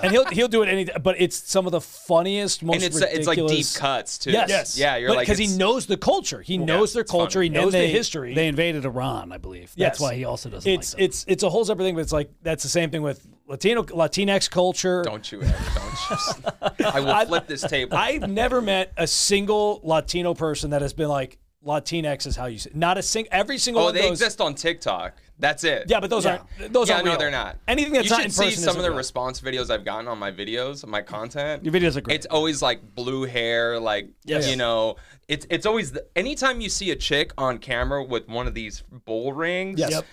[SPEAKER 1] And he'll he'll do it any but it's some of the funniest most
[SPEAKER 2] and it's uh, it's
[SPEAKER 1] ridiculous
[SPEAKER 2] like deep cuts too.
[SPEAKER 1] Yes.
[SPEAKER 2] yeah, you're like
[SPEAKER 1] because he
[SPEAKER 2] it's-
[SPEAKER 1] knows the culture. He knows their culture. He knows the history.
[SPEAKER 3] They invaded Iran, I believe.
[SPEAKER 1] Yes.
[SPEAKER 3] That's why he also doesn't
[SPEAKER 1] it's
[SPEAKER 3] like them.
[SPEAKER 1] it's it's a whole separate thing, but it's like that's the same thing with Latino Latinx culture.
[SPEAKER 2] Don't you ever? Don't you? I will flip this table.
[SPEAKER 1] I've never met a single Latino person that has been like Latinx is how you say. Not a sing. Every single.
[SPEAKER 2] Oh,
[SPEAKER 1] one of
[SPEAKER 2] they
[SPEAKER 1] those,
[SPEAKER 2] exist on TikTok. That's it.
[SPEAKER 1] Yeah, but those
[SPEAKER 3] Yeah.
[SPEAKER 1] aren't. Those
[SPEAKER 2] yeah,
[SPEAKER 1] aren't.
[SPEAKER 2] no,
[SPEAKER 1] real.
[SPEAKER 2] they're not.
[SPEAKER 1] Anything that's
[SPEAKER 2] you
[SPEAKER 1] not
[SPEAKER 2] should
[SPEAKER 1] in
[SPEAKER 2] see
[SPEAKER 1] person
[SPEAKER 2] some of
[SPEAKER 1] isn't
[SPEAKER 2] the
[SPEAKER 1] real.
[SPEAKER 2] response videos I've gotten on my videos, my content.
[SPEAKER 3] Your videos are great.
[SPEAKER 2] It's always like blue hair, like
[SPEAKER 3] Yes.
[SPEAKER 2] you know. It's it's always the, anytime you see a chick on camera with one of these bull rings.
[SPEAKER 1] Yes. Yep.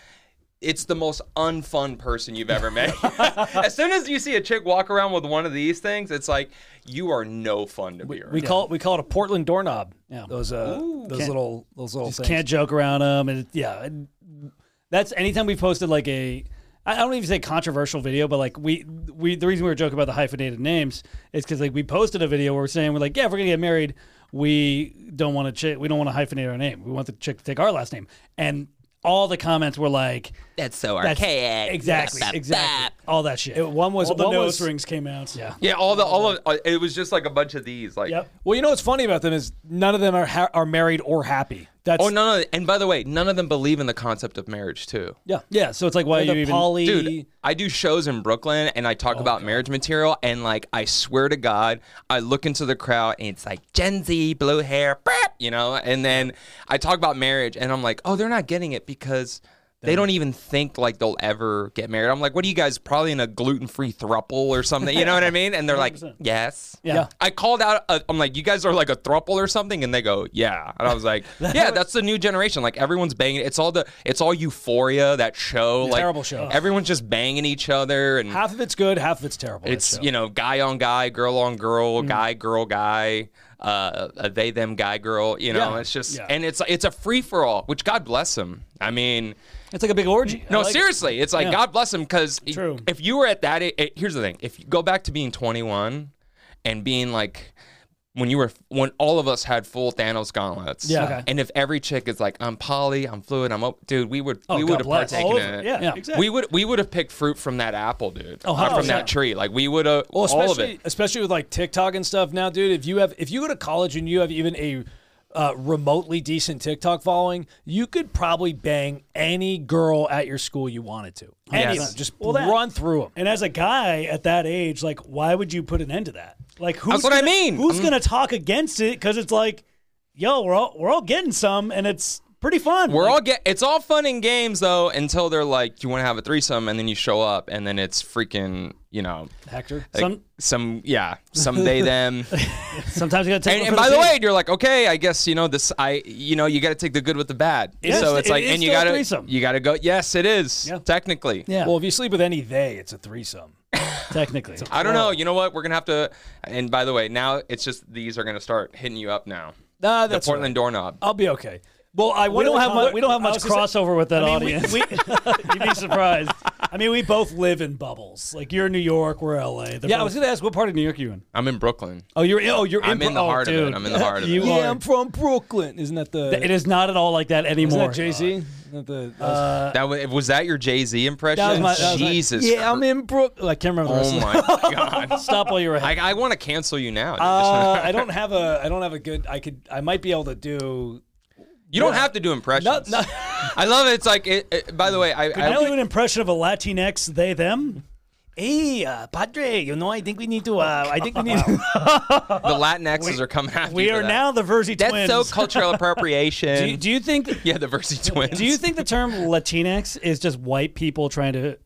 [SPEAKER 2] It's the most unfun person you've ever met. as soon as you see a chick walk around with one of these things, it's like you are no fun to be around.
[SPEAKER 1] We call it we call it a Portland doorknob.
[SPEAKER 3] Yeah.
[SPEAKER 1] Those uh those
[SPEAKER 3] Can't-
[SPEAKER 1] little those little things.
[SPEAKER 3] Can't joke around them. And it- yeah, and that's anytime we've posted like a, I I don't even say controversial video, but like we we the reason we were joking about the hyphenated names is because like we posted a video where we're saying we're like yeah if we're gonna get married we don't want to chick we don't want to hyphenate our name we want the chick to take our last name and all the comments were like
[SPEAKER 4] That's so
[SPEAKER 3] that's
[SPEAKER 4] archaic.
[SPEAKER 3] exactly
[SPEAKER 4] Bap, bap, bap.
[SPEAKER 3] exactly all that shit
[SPEAKER 1] It- one was
[SPEAKER 3] all the
[SPEAKER 1] one
[SPEAKER 3] nose
[SPEAKER 1] was,
[SPEAKER 3] rings came out yeah
[SPEAKER 2] Yeah, all the all of uh, it was just like a bunch of these. Like,
[SPEAKER 3] yep
[SPEAKER 1] Well, you know what's funny about them is none of them are ha- are married or happy. That's
[SPEAKER 2] oh no, no, and by the way, none of them believe in the concept of marriage too.
[SPEAKER 1] yeah.
[SPEAKER 3] yeah so it's like why
[SPEAKER 1] They're
[SPEAKER 3] you
[SPEAKER 1] the
[SPEAKER 3] even
[SPEAKER 1] poly.
[SPEAKER 2] Dude, I do shows in Brooklyn and I talk about marriage material and like I swear to God, I look into the crowd and it's like Gen Z, blue hair, brap, you know, and then I talk about marriage and I'm like, oh, they're not getting it because they don't even think like they'll ever get married. I'm like, what are you guys probably in a gluten free thruple or something? You know what I mean? And they're like, yes.
[SPEAKER 3] Yeah.
[SPEAKER 2] I called out. A, I'm like, you guys are like a thruple or something, and they go, yeah. And I was like, yeah, that's the new generation. Like everyone's banging. It's all the. It's all Euphoria that show. Like,
[SPEAKER 1] Terrible show.
[SPEAKER 2] Everyone's just banging each other, and
[SPEAKER 1] half of it's good, half of it's terrible. that
[SPEAKER 2] it's
[SPEAKER 1] show. Mm.
[SPEAKER 2] you know guy on guy, girl on girl, guy girl guy, uh, uh, they them guy girl. You know,
[SPEAKER 1] Yeah.
[SPEAKER 2] it's just
[SPEAKER 3] Yeah.
[SPEAKER 2] and it's it's a free for all. Which God bless him. I mean.
[SPEAKER 3] it's like a big orgy
[SPEAKER 2] No,
[SPEAKER 3] I like it.
[SPEAKER 2] seriously, it's like God bless him because
[SPEAKER 3] True.
[SPEAKER 2] if you were at that, a a- here's the thing: if you go back to being 21 and being like when you were when all of us had full Thanos gauntlets,
[SPEAKER 1] Yeah. Okay.
[SPEAKER 2] and if every chick is like, "I'm poly, I'm fluid, I'm op-, dude," we would we
[SPEAKER 3] Oh, God
[SPEAKER 2] would have
[SPEAKER 3] bless.
[SPEAKER 2] partaken
[SPEAKER 3] All
[SPEAKER 2] in
[SPEAKER 3] over.
[SPEAKER 2] it.
[SPEAKER 3] Yeah,
[SPEAKER 1] Yeah.
[SPEAKER 3] exactly. Oh,
[SPEAKER 2] We would we would have picked fruit from that apple, dude, or
[SPEAKER 1] hundred
[SPEAKER 2] from that
[SPEAKER 1] percent.
[SPEAKER 2] tree. Like we would have
[SPEAKER 1] Well,
[SPEAKER 2] all of
[SPEAKER 1] especially
[SPEAKER 2] it.
[SPEAKER 1] especially with like TikTok and stuff now, dude. If you have if you go to college and you have even a uh, remotely decent TikTok following, you could probably bang any girl at your school you wanted to. Any of
[SPEAKER 2] Yes.
[SPEAKER 1] them. Just
[SPEAKER 3] Well, that-
[SPEAKER 1] run through them.
[SPEAKER 3] And as a guy at that age, like, why would you put an end to that? Like, who's
[SPEAKER 2] what I
[SPEAKER 3] gonna,
[SPEAKER 2] mean.
[SPEAKER 3] Who's gonna talk against it? Because it's like, yo, we're all we're all getting some, and it's pretty fun.
[SPEAKER 2] We're
[SPEAKER 3] Like,
[SPEAKER 2] all get it's all fun and games though until they're like, "Do you want to have a threesome?" and then you show up and then it's freaking, you know,
[SPEAKER 1] Hector.
[SPEAKER 2] like,
[SPEAKER 3] Some-
[SPEAKER 2] some yeah, some they them.
[SPEAKER 3] sometimes you gotta
[SPEAKER 2] And,
[SPEAKER 3] take. one
[SPEAKER 2] and
[SPEAKER 3] for
[SPEAKER 2] by the
[SPEAKER 3] team.
[SPEAKER 2] way, you're like, okay, I guess you know this. I you know you got to take the good with the bad.
[SPEAKER 3] is-
[SPEAKER 2] so it's
[SPEAKER 3] it
[SPEAKER 2] like,
[SPEAKER 3] is
[SPEAKER 2] and you
[SPEAKER 3] still
[SPEAKER 2] got
[SPEAKER 3] a
[SPEAKER 2] to
[SPEAKER 3] threesome.
[SPEAKER 2] you got to go. Yes, it is
[SPEAKER 3] Yeah.
[SPEAKER 2] technically.
[SPEAKER 3] yeah,
[SPEAKER 1] Well,
[SPEAKER 3] well,
[SPEAKER 1] if you sleep with any they, it's a threesome.
[SPEAKER 3] technically,
[SPEAKER 2] I don't know. You know what? We're gonna have to. And by the way, now it's just these are gonna start hitting you up now.
[SPEAKER 1] Nah,
[SPEAKER 2] The
[SPEAKER 1] that's
[SPEAKER 2] Portland
[SPEAKER 1] right.
[SPEAKER 2] doorknob.
[SPEAKER 1] I'll be okay. Well, I
[SPEAKER 3] we don't have much, we don't have
[SPEAKER 1] I
[SPEAKER 3] much
[SPEAKER 1] was gonna say-
[SPEAKER 3] crossover with that
[SPEAKER 1] I mean, we-
[SPEAKER 3] audience.
[SPEAKER 1] we-
[SPEAKER 3] You'd be surprised. I mean, we both live in bubbles. Like you're in New York, we're LA. They're
[SPEAKER 1] Yeah, I
[SPEAKER 3] both-
[SPEAKER 1] was
[SPEAKER 3] gonna ask what part of New York are you in?
[SPEAKER 2] I'm in Brooklyn.
[SPEAKER 3] Oh, you're in. Oh, you're
[SPEAKER 2] I'm in the
[SPEAKER 3] oh,
[SPEAKER 2] heart of it.
[SPEAKER 3] dude.
[SPEAKER 2] I'm in the heart of it.
[SPEAKER 3] You
[SPEAKER 1] yeah,
[SPEAKER 3] are.
[SPEAKER 1] I'm from Brooklyn. Isn't that the?
[SPEAKER 3] it is not at all like that
[SPEAKER 1] isn't
[SPEAKER 3] anymore.
[SPEAKER 1] that Jay
[SPEAKER 2] Uh,
[SPEAKER 1] Z? that was-
[SPEAKER 2] That was, was that your Jay Z impression?
[SPEAKER 1] Uh, that was my- that was my-
[SPEAKER 2] Jesus.
[SPEAKER 1] yeah, I'm in Brooklyn. I can't remember the rest
[SPEAKER 2] Christ.
[SPEAKER 1] of it.
[SPEAKER 2] Oh my God.
[SPEAKER 3] Stop while you're ahead.
[SPEAKER 2] I, I want to cancel you now. dude.
[SPEAKER 1] Uh, I don't have a. I don't have a good. I could. I might be able to do.
[SPEAKER 2] you don't have to do impressions.
[SPEAKER 1] no-
[SPEAKER 2] I love it. It's like, it, it- by the way, I,
[SPEAKER 3] I
[SPEAKER 2] I
[SPEAKER 3] do an impression of a Latinx they them.
[SPEAKER 1] Hey, uh, Padre, you know, I think we need to. Uh, I think we need. To, Oh,
[SPEAKER 2] The Latinxes are coming after
[SPEAKER 3] We
[SPEAKER 2] you for
[SPEAKER 3] are
[SPEAKER 2] that.
[SPEAKER 3] now the Verzi
[SPEAKER 2] That's
[SPEAKER 3] twins.
[SPEAKER 2] so cultural appropriation.
[SPEAKER 1] do, you, do you think?
[SPEAKER 2] yeah, the Versi twins.
[SPEAKER 3] Do you think the term Latinx is just white people trying to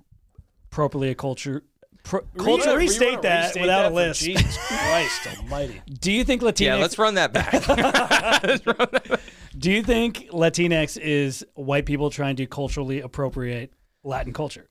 [SPEAKER 3] properly acculture? Pro, culture,
[SPEAKER 1] Yeah, we
[SPEAKER 3] restate
[SPEAKER 1] wanna
[SPEAKER 3] that
[SPEAKER 1] restate
[SPEAKER 3] without
[SPEAKER 1] that
[SPEAKER 3] a
[SPEAKER 1] for
[SPEAKER 3] list.
[SPEAKER 1] Jesus Christ Almighty!
[SPEAKER 3] Do you think Latinx?
[SPEAKER 2] yeah, let's run that back.
[SPEAKER 3] do you think Latinx is white people trying to culturally appropriate Latin culture?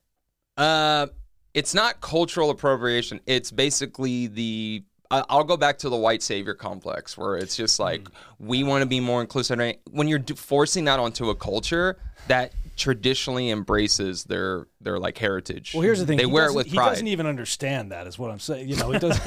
[SPEAKER 2] Uh, it's not cultural appropriation. It's basically the. I- I'll go back to the white savior complex, where it's
[SPEAKER 1] Hmm.
[SPEAKER 2] just like we want to be more inclusive. Right? When you're d- forcing that onto a culture that traditionally embraces their their like heritage.
[SPEAKER 1] Well, here's the thing.
[SPEAKER 2] They
[SPEAKER 1] he
[SPEAKER 2] wear it
[SPEAKER 1] doesn't-
[SPEAKER 2] with
[SPEAKER 1] He
[SPEAKER 2] pride.
[SPEAKER 1] doesn't even understand that. Is what I'm saying. You know, he does.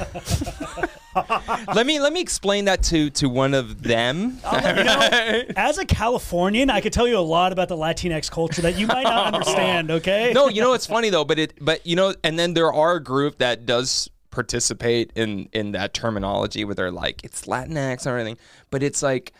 [SPEAKER 2] let me let me explain that to to one of them.
[SPEAKER 1] Oh,
[SPEAKER 3] As a Californian, I could tell you a lot about the Latinx culture that you might not understand. Okay.
[SPEAKER 2] no, you know it's funny though, but it but you know, and then there are a group that does participate in in that terminology where they're like it's Latinx or anything, but it's like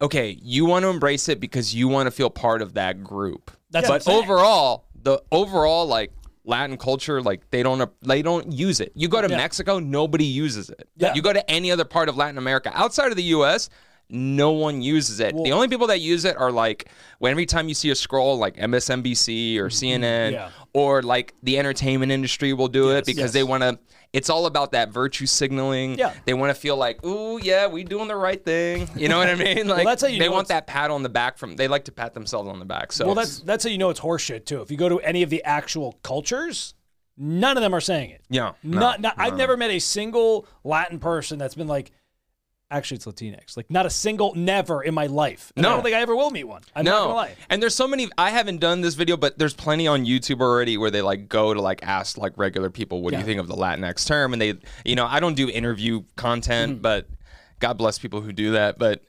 [SPEAKER 2] okay, you want to embrace it because you want to feel part of that group.
[SPEAKER 3] That's
[SPEAKER 2] but
[SPEAKER 3] what I'm saying.
[SPEAKER 2] overall, the overall like Latin culture, like they don't they don't use it. You go to Mexico, nobody uses it.
[SPEAKER 1] Yeah.
[SPEAKER 2] You go to any other part of Latin America outside of the U.S. No one uses it. the only people that use it are like when every time you see a scroll like MSNBC or CNN
[SPEAKER 3] Mm-hmm. Yeah.
[SPEAKER 2] or like the entertainment industry will do it because they want to. It's all about that virtue signaling.
[SPEAKER 1] Yeah.
[SPEAKER 2] They want to feel like, ooh, yeah, we doing the right thing. You know what I mean? Like
[SPEAKER 1] that's how you
[SPEAKER 2] they
[SPEAKER 1] know
[SPEAKER 2] want
[SPEAKER 1] it's-
[SPEAKER 2] that pat on the back from. They like to pat themselves on the back. So
[SPEAKER 1] Well, that's that's how you know it's horseshit too. If you go to any of the actual cultures, none of them are saying it.
[SPEAKER 2] yeah, no,
[SPEAKER 1] not, not
[SPEAKER 2] no.
[SPEAKER 1] I've never met a single Latin person that's been like, actually, it's Latinx. Like, not a single, never in my life. And I
[SPEAKER 2] No.
[SPEAKER 1] don't think I ever will meet one. I'm not gonna
[SPEAKER 2] No,
[SPEAKER 1] lie.
[SPEAKER 2] and there's so many. I haven't done this video, but there's plenty on YouTube already where they like go to like ask like regular people, what do you think of the Latinx term? And they, you know, I don't do interview content,
[SPEAKER 1] Mm.
[SPEAKER 2] but God bless people who do that. But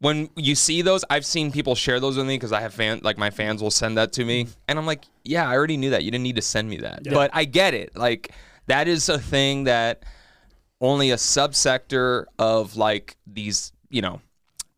[SPEAKER 2] when you see those, I've seen people share those with me because I have fan like my fans will send that to me,
[SPEAKER 1] Mm-hmm.
[SPEAKER 2] and I'm like, yeah, I already knew that. You didn't need to send me that, but I get it. Like that is a thing that only a subsector of like these, you know,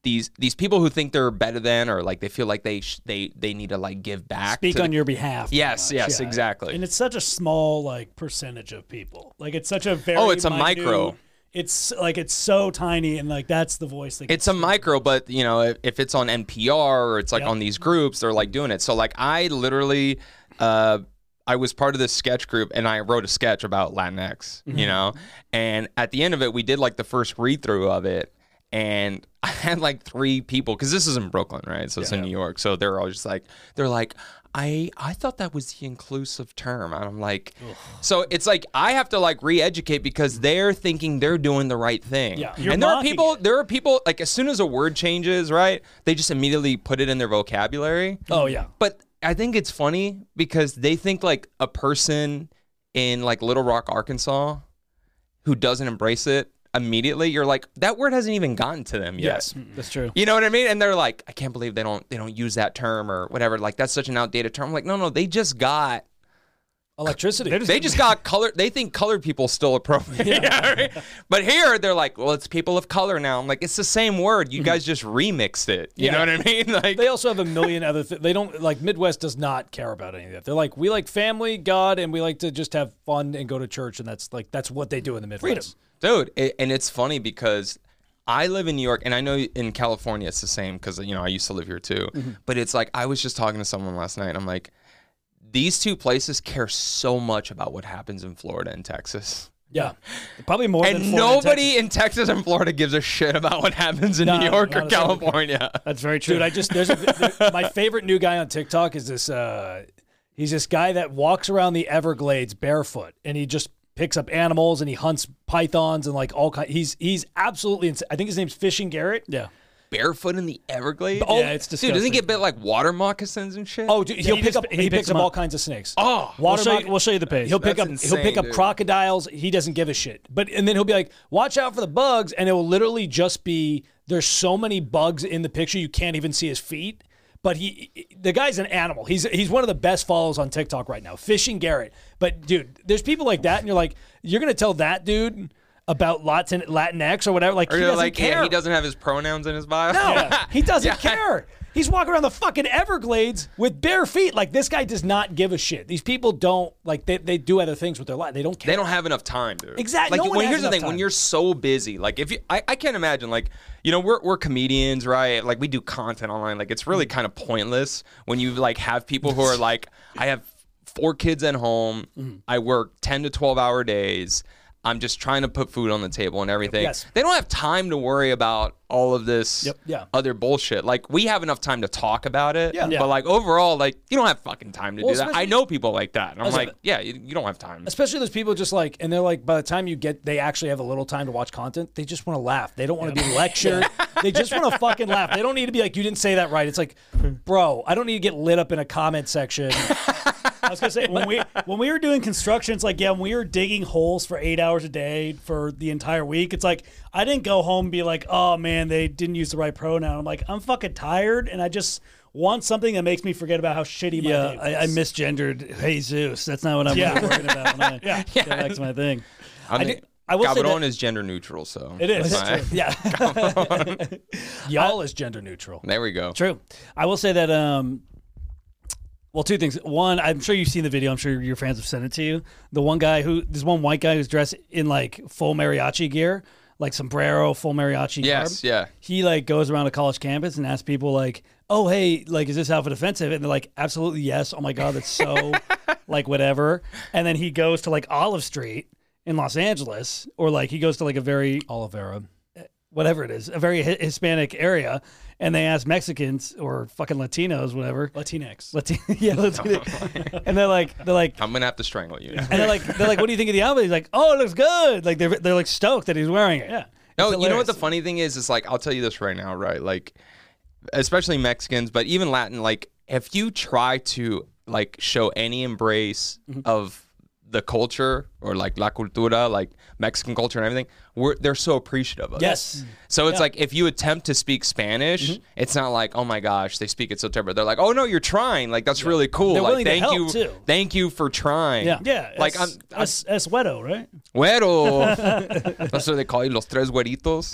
[SPEAKER 2] these these people who think they're better than or like they feel like they sh- they they need to like give back.
[SPEAKER 3] Speak
[SPEAKER 2] to
[SPEAKER 3] on
[SPEAKER 2] the-
[SPEAKER 3] your behalf.
[SPEAKER 2] yes, yes,
[SPEAKER 3] Yeah.
[SPEAKER 2] exactly.
[SPEAKER 3] And it's such a small like percentage of people. Like it's such a very
[SPEAKER 2] Oh, it's a
[SPEAKER 3] minute-
[SPEAKER 2] micro.
[SPEAKER 3] It's like it's so tiny and like that's the voice that
[SPEAKER 2] it's a micro, but you know, if, if it's on NPR or it's like on these groups, they're like doing it. So like I literally, uh, I was part of this sketch group and I wrote a sketch about Latinx, you know, and at the end of it, we did like the first read through of it. And I had like three people because this is in Brooklyn, right? So it's in New York. So they're all just like, they're like, I I thought that was the inclusive term, and I'm like, so it's like I have to like re-educate because they're thinking they're doing the right thing,
[SPEAKER 3] Yeah. You're
[SPEAKER 2] and there are
[SPEAKER 3] mocking
[SPEAKER 2] people there are people like as soon as a word changes, right? They just immediately put it in their vocabulary.
[SPEAKER 1] Oh yeah.
[SPEAKER 2] But I think it's funny because they think like a person in like Little Rock, Arkansas, who doesn't embrace it immediately, you're like that word hasn't even gotten to them yet.
[SPEAKER 1] Yes, that's true.
[SPEAKER 2] You know what I mean? And they're like, I can't believe they don't they don't use that term or whatever. Like that's such an outdated term. I'm like, no, no, they just got
[SPEAKER 1] Electricity.
[SPEAKER 2] they just got color. They think colored people still appropriate. Yeah, right? But here they're like, well, it's people of color now. I'm like, it's the same word. You guys just remixed it. You know what I mean? Like,
[SPEAKER 1] They also have a million other. Th- they don't like Midwest does not care about any of that. They're like we like family, God, and we like to just have fun and go to church, and that's like that's what they do in the Midwest.
[SPEAKER 2] dude, it, and it's funny because I live in New York, and I know in California it's the same because you know I used to live here too. But it's like I was just talking to someone last night. And I'm like, these two places care so much about what happens in Florida and Texas.
[SPEAKER 1] Yeah,
[SPEAKER 3] probably more than
[SPEAKER 2] And
[SPEAKER 3] Florida,
[SPEAKER 2] nobody
[SPEAKER 3] Texas.
[SPEAKER 2] in Texas and Florida gives a shit about what happens in
[SPEAKER 3] No,
[SPEAKER 2] New York or
[SPEAKER 3] not a single-
[SPEAKER 2] California.
[SPEAKER 3] That's very true.
[SPEAKER 1] Dude, I just there's a, there- my favorite new guy on TikTok is this. Uh, he's this guy that walks around the Everglades barefoot, and he just picks up animals and he hunts pythons and like all kind. He's he's absolutely. Ins- I think his name's Fishing Garrett.
[SPEAKER 3] yeah.
[SPEAKER 2] barefoot in the Everglades?
[SPEAKER 1] Oh,
[SPEAKER 3] Yeah, it's
[SPEAKER 2] Dude, doesn't he
[SPEAKER 3] disgusting.
[SPEAKER 2] get bit like water moccasins and shit?
[SPEAKER 1] Oh, dude, he'll
[SPEAKER 3] he
[SPEAKER 1] pick
[SPEAKER 3] just-
[SPEAKER 1] up. He,
[SPEAKER 3] he picks
[SPEAKER 1] picks
[SPEAKER 3] them
[SPEAKER 1] up all
[SPEAKER 3] up.
[SPEAKER 1] kinds of snakes.
[SPEAKER 2] Oh.
[SPEAKER 3] We'll
[SPEAKER 1] water.
[SPEAKER 3] show,
[SPEAKER 1] moc-
[SPEAKER 3] you, we'll show you the page.
[SPEAKER 1] he'll pick
[SPEAKER 2] That's
[SPEAKER 1] up. he'll pick
[SPEAKER 2] insane,
[SPEAKER 1] up
[SPEAKER 2] dude.
[SPEAKER 1] crocodiles. He doesn't give a shit. But and then he'll be like, "Watch out for the bugs," and it will literally just be there's so many bugs in the picture you can't even see his feet. But he, the guy's an animal. He's he's one of the best follows on TikTok right now. Fishing Garrett. But dude, there's people like that, and you're like, you're gonna tell that dude about Latin Latinx or whatever. Like
[SPEAKER 2] Or
[SPEAKER 1] he
[SPEAKER 2] you're
[SPEAKER 1] doesn't
[SPEAKER 2] like,
[SPEAKER 1] care.
[SPEAKER 2] yeah, he doesn't have his pronouns in his bio.
[SPEAKER 1] No, he doesn't
[SPEAKER 2] Yeah.
[SPEAKER 1] care. He's walking around the fucking Everglades with bare feet. Like this guy does not give a shit. These people don't like they, they do other things with their life. They don't care.
[SPEAKER 2] They don't have enough time, dude.
[SPEAKER 1] Exact-
[SPEAKER 2] Like
[SPEAKER 1] no one
[SPEAKER 2] when
[SPEAKER 1] has
[SPEAKER 2] here's the
[SPEAKER 1] enough
[SPEAKER 2] thing: when
[SPEAKER 1] time.
[SPEAKER 2] you're so busy, like if you, I, I can't imagine, like you know, we're we're comedians, right? Like we do content online. Like it's really kind of pointless when you like have people who are like, I have four kids at home,
[SPEAKER 1] Mm-hmm.
[SPEAKER 2] I work ten to twelve hour days. I'm just trying to put food on the table and everything.
[SPEAKER 1] Yes.
[SPEAKER 2] They don't have time to worry about all of this
[SPEAKER 3] Yep.
[SPEAKER 1] Yeah.
[SPEAKER 2] other bullshit. Like we have enough time to talk about it.
[SPEAKER 1] Yeah.
[SPEAKER 3] Yeah.
[SPEAKER 2] But like overall, like you don't have fucking time to
[SPEAKER 1] Well,
[SPEAKER 2] do that. I
[SPEAKER 1] especially-
[SPEAKER 2] know people like that. And I'm
[SPEAKER 1] Especially-
[SPEAKER 2] like, yeah, you, you don't have time.
[SPEAKER 1] Especially those people just like, and they're like, by the time you get, they actually have a little time to watch content. They just want to laugh. They don't want to be lectured. they just want to fucking laugh. They don't need to be like, you didn't say that right. It's like, bro, I don't need to get lit up in a comment section.
[SPEAKER 3] I was gonna say when we when we were doing construction, it's like yeah, when we were digging holes for eight hours a day for the entire week. It's like I didn't go home and be like, oh man, they didn't use the right pronoun. I'm like, I'm fucking tired, and I just want something that makes me forget about how shitty my day
[SPEAKER 4] Yeah,
[SPEAKER 3] was.
[SPEAKER 4] I, I misgendered Jesus. That's not what I'm
[SPEAKER 3] Yeah.
[SPEAKER 4] working about when I
[SPEAKER 3] Yeah.
[SPEAKER 4] get back to my thing.
[SPEAKER 2] I,
[SPEAKER 3] did- I will say that-
[SPEAKER 2] Gabron is gender neutral, so
[SPEAKER 3] It is.
[SPEAKER 2] That's fine.
[SPEAKER 4] Yeah,
[SPEAKER 1] Y'all is gender neutral.
[SPEAKER 2] There we go.
[SPEAKER 4] true. I will say that. Um, well, two things. One, I'm sure you've seen the video. I'm sure your fans have sent it to you. The one guy who, this one white guy who's dressed in like full mariachi gear, like sombrero, full mariachi.
[SPEAKER 2] Yes,
[SPEAKER 4] garb.
[SPEAKER 2] yeah.
[SPEAKER 4] He like goes around a college campus and asks people like, "Oh, hey, like, is this outfit offensive?" And they're like, "Absolutely yes." Oh my god, that's so like whatever. And then he goes to like Olive Street in Los Angeles, or like he goes to like a very
[SPEAKER 1] Oliveira.
[SPEAKER 4] whatever it is, a very hi- Hispanic area, and they ask Mexicans or fucking Latinos, whatever,
[SPEAKER 3] Latinx.
[SPEAKER 4] Latin, yeah, Latin- and they're like, they're like,
[SPEAKER 2] I'm gonna have to strangle you.
[SPEAKER 4] and they're like, they're like, what do you think of the outfit? He's like, oh, it looks good. Like they're they're like stoked that he's wearing it. Yeah.
[SPEAKER 2] No, you know
[SPEAKER 4] It's
[SPEAKER 2] what
[SPEAKER 4] hilarious.
[SPEAKER 2] the funny thing is? Is like I'll tell you this right now, right? Like, especially Mexicans, but even Latin. Like, if you try to like show any embrace
[SPEAKER 4] Mm-hmm.
[SPEAKER 2] of the culture or like la cultura, like Mexican culture and everything, we're, they're so appreciative of
[SPEAKER 4] Yes. Mm-hmm.
[SPEAKER 2] it. So it's like if you attempt to speak Spanish, it's not like oh my gosh they speak it so terrible. They're like oh no you're trying like that's really cool.
[SPEAKER 4] They're
[SPEAKER 2] like
[SPEAKER 4] willing to
[SPEAKER 2] thank
[SPEAKER 4] help,
[SPEAKER 2] you
[SPEAKER 4] too.
[SPEAKER 2] thank you for trying.
[SPEAKER 4] Yeah.
[SPEAKER 3] Yeah,
[SPEAKER 2] Like
[SPEAKER 3] es,
[SPEAKER 2] I'm, I'm
[SPEAKER 3] es, Eswedo, right?
[SPEAKER 2] Güero. That's what they call you, los tres güeritos.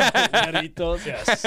[SPEAKER 3] Maritos, yes.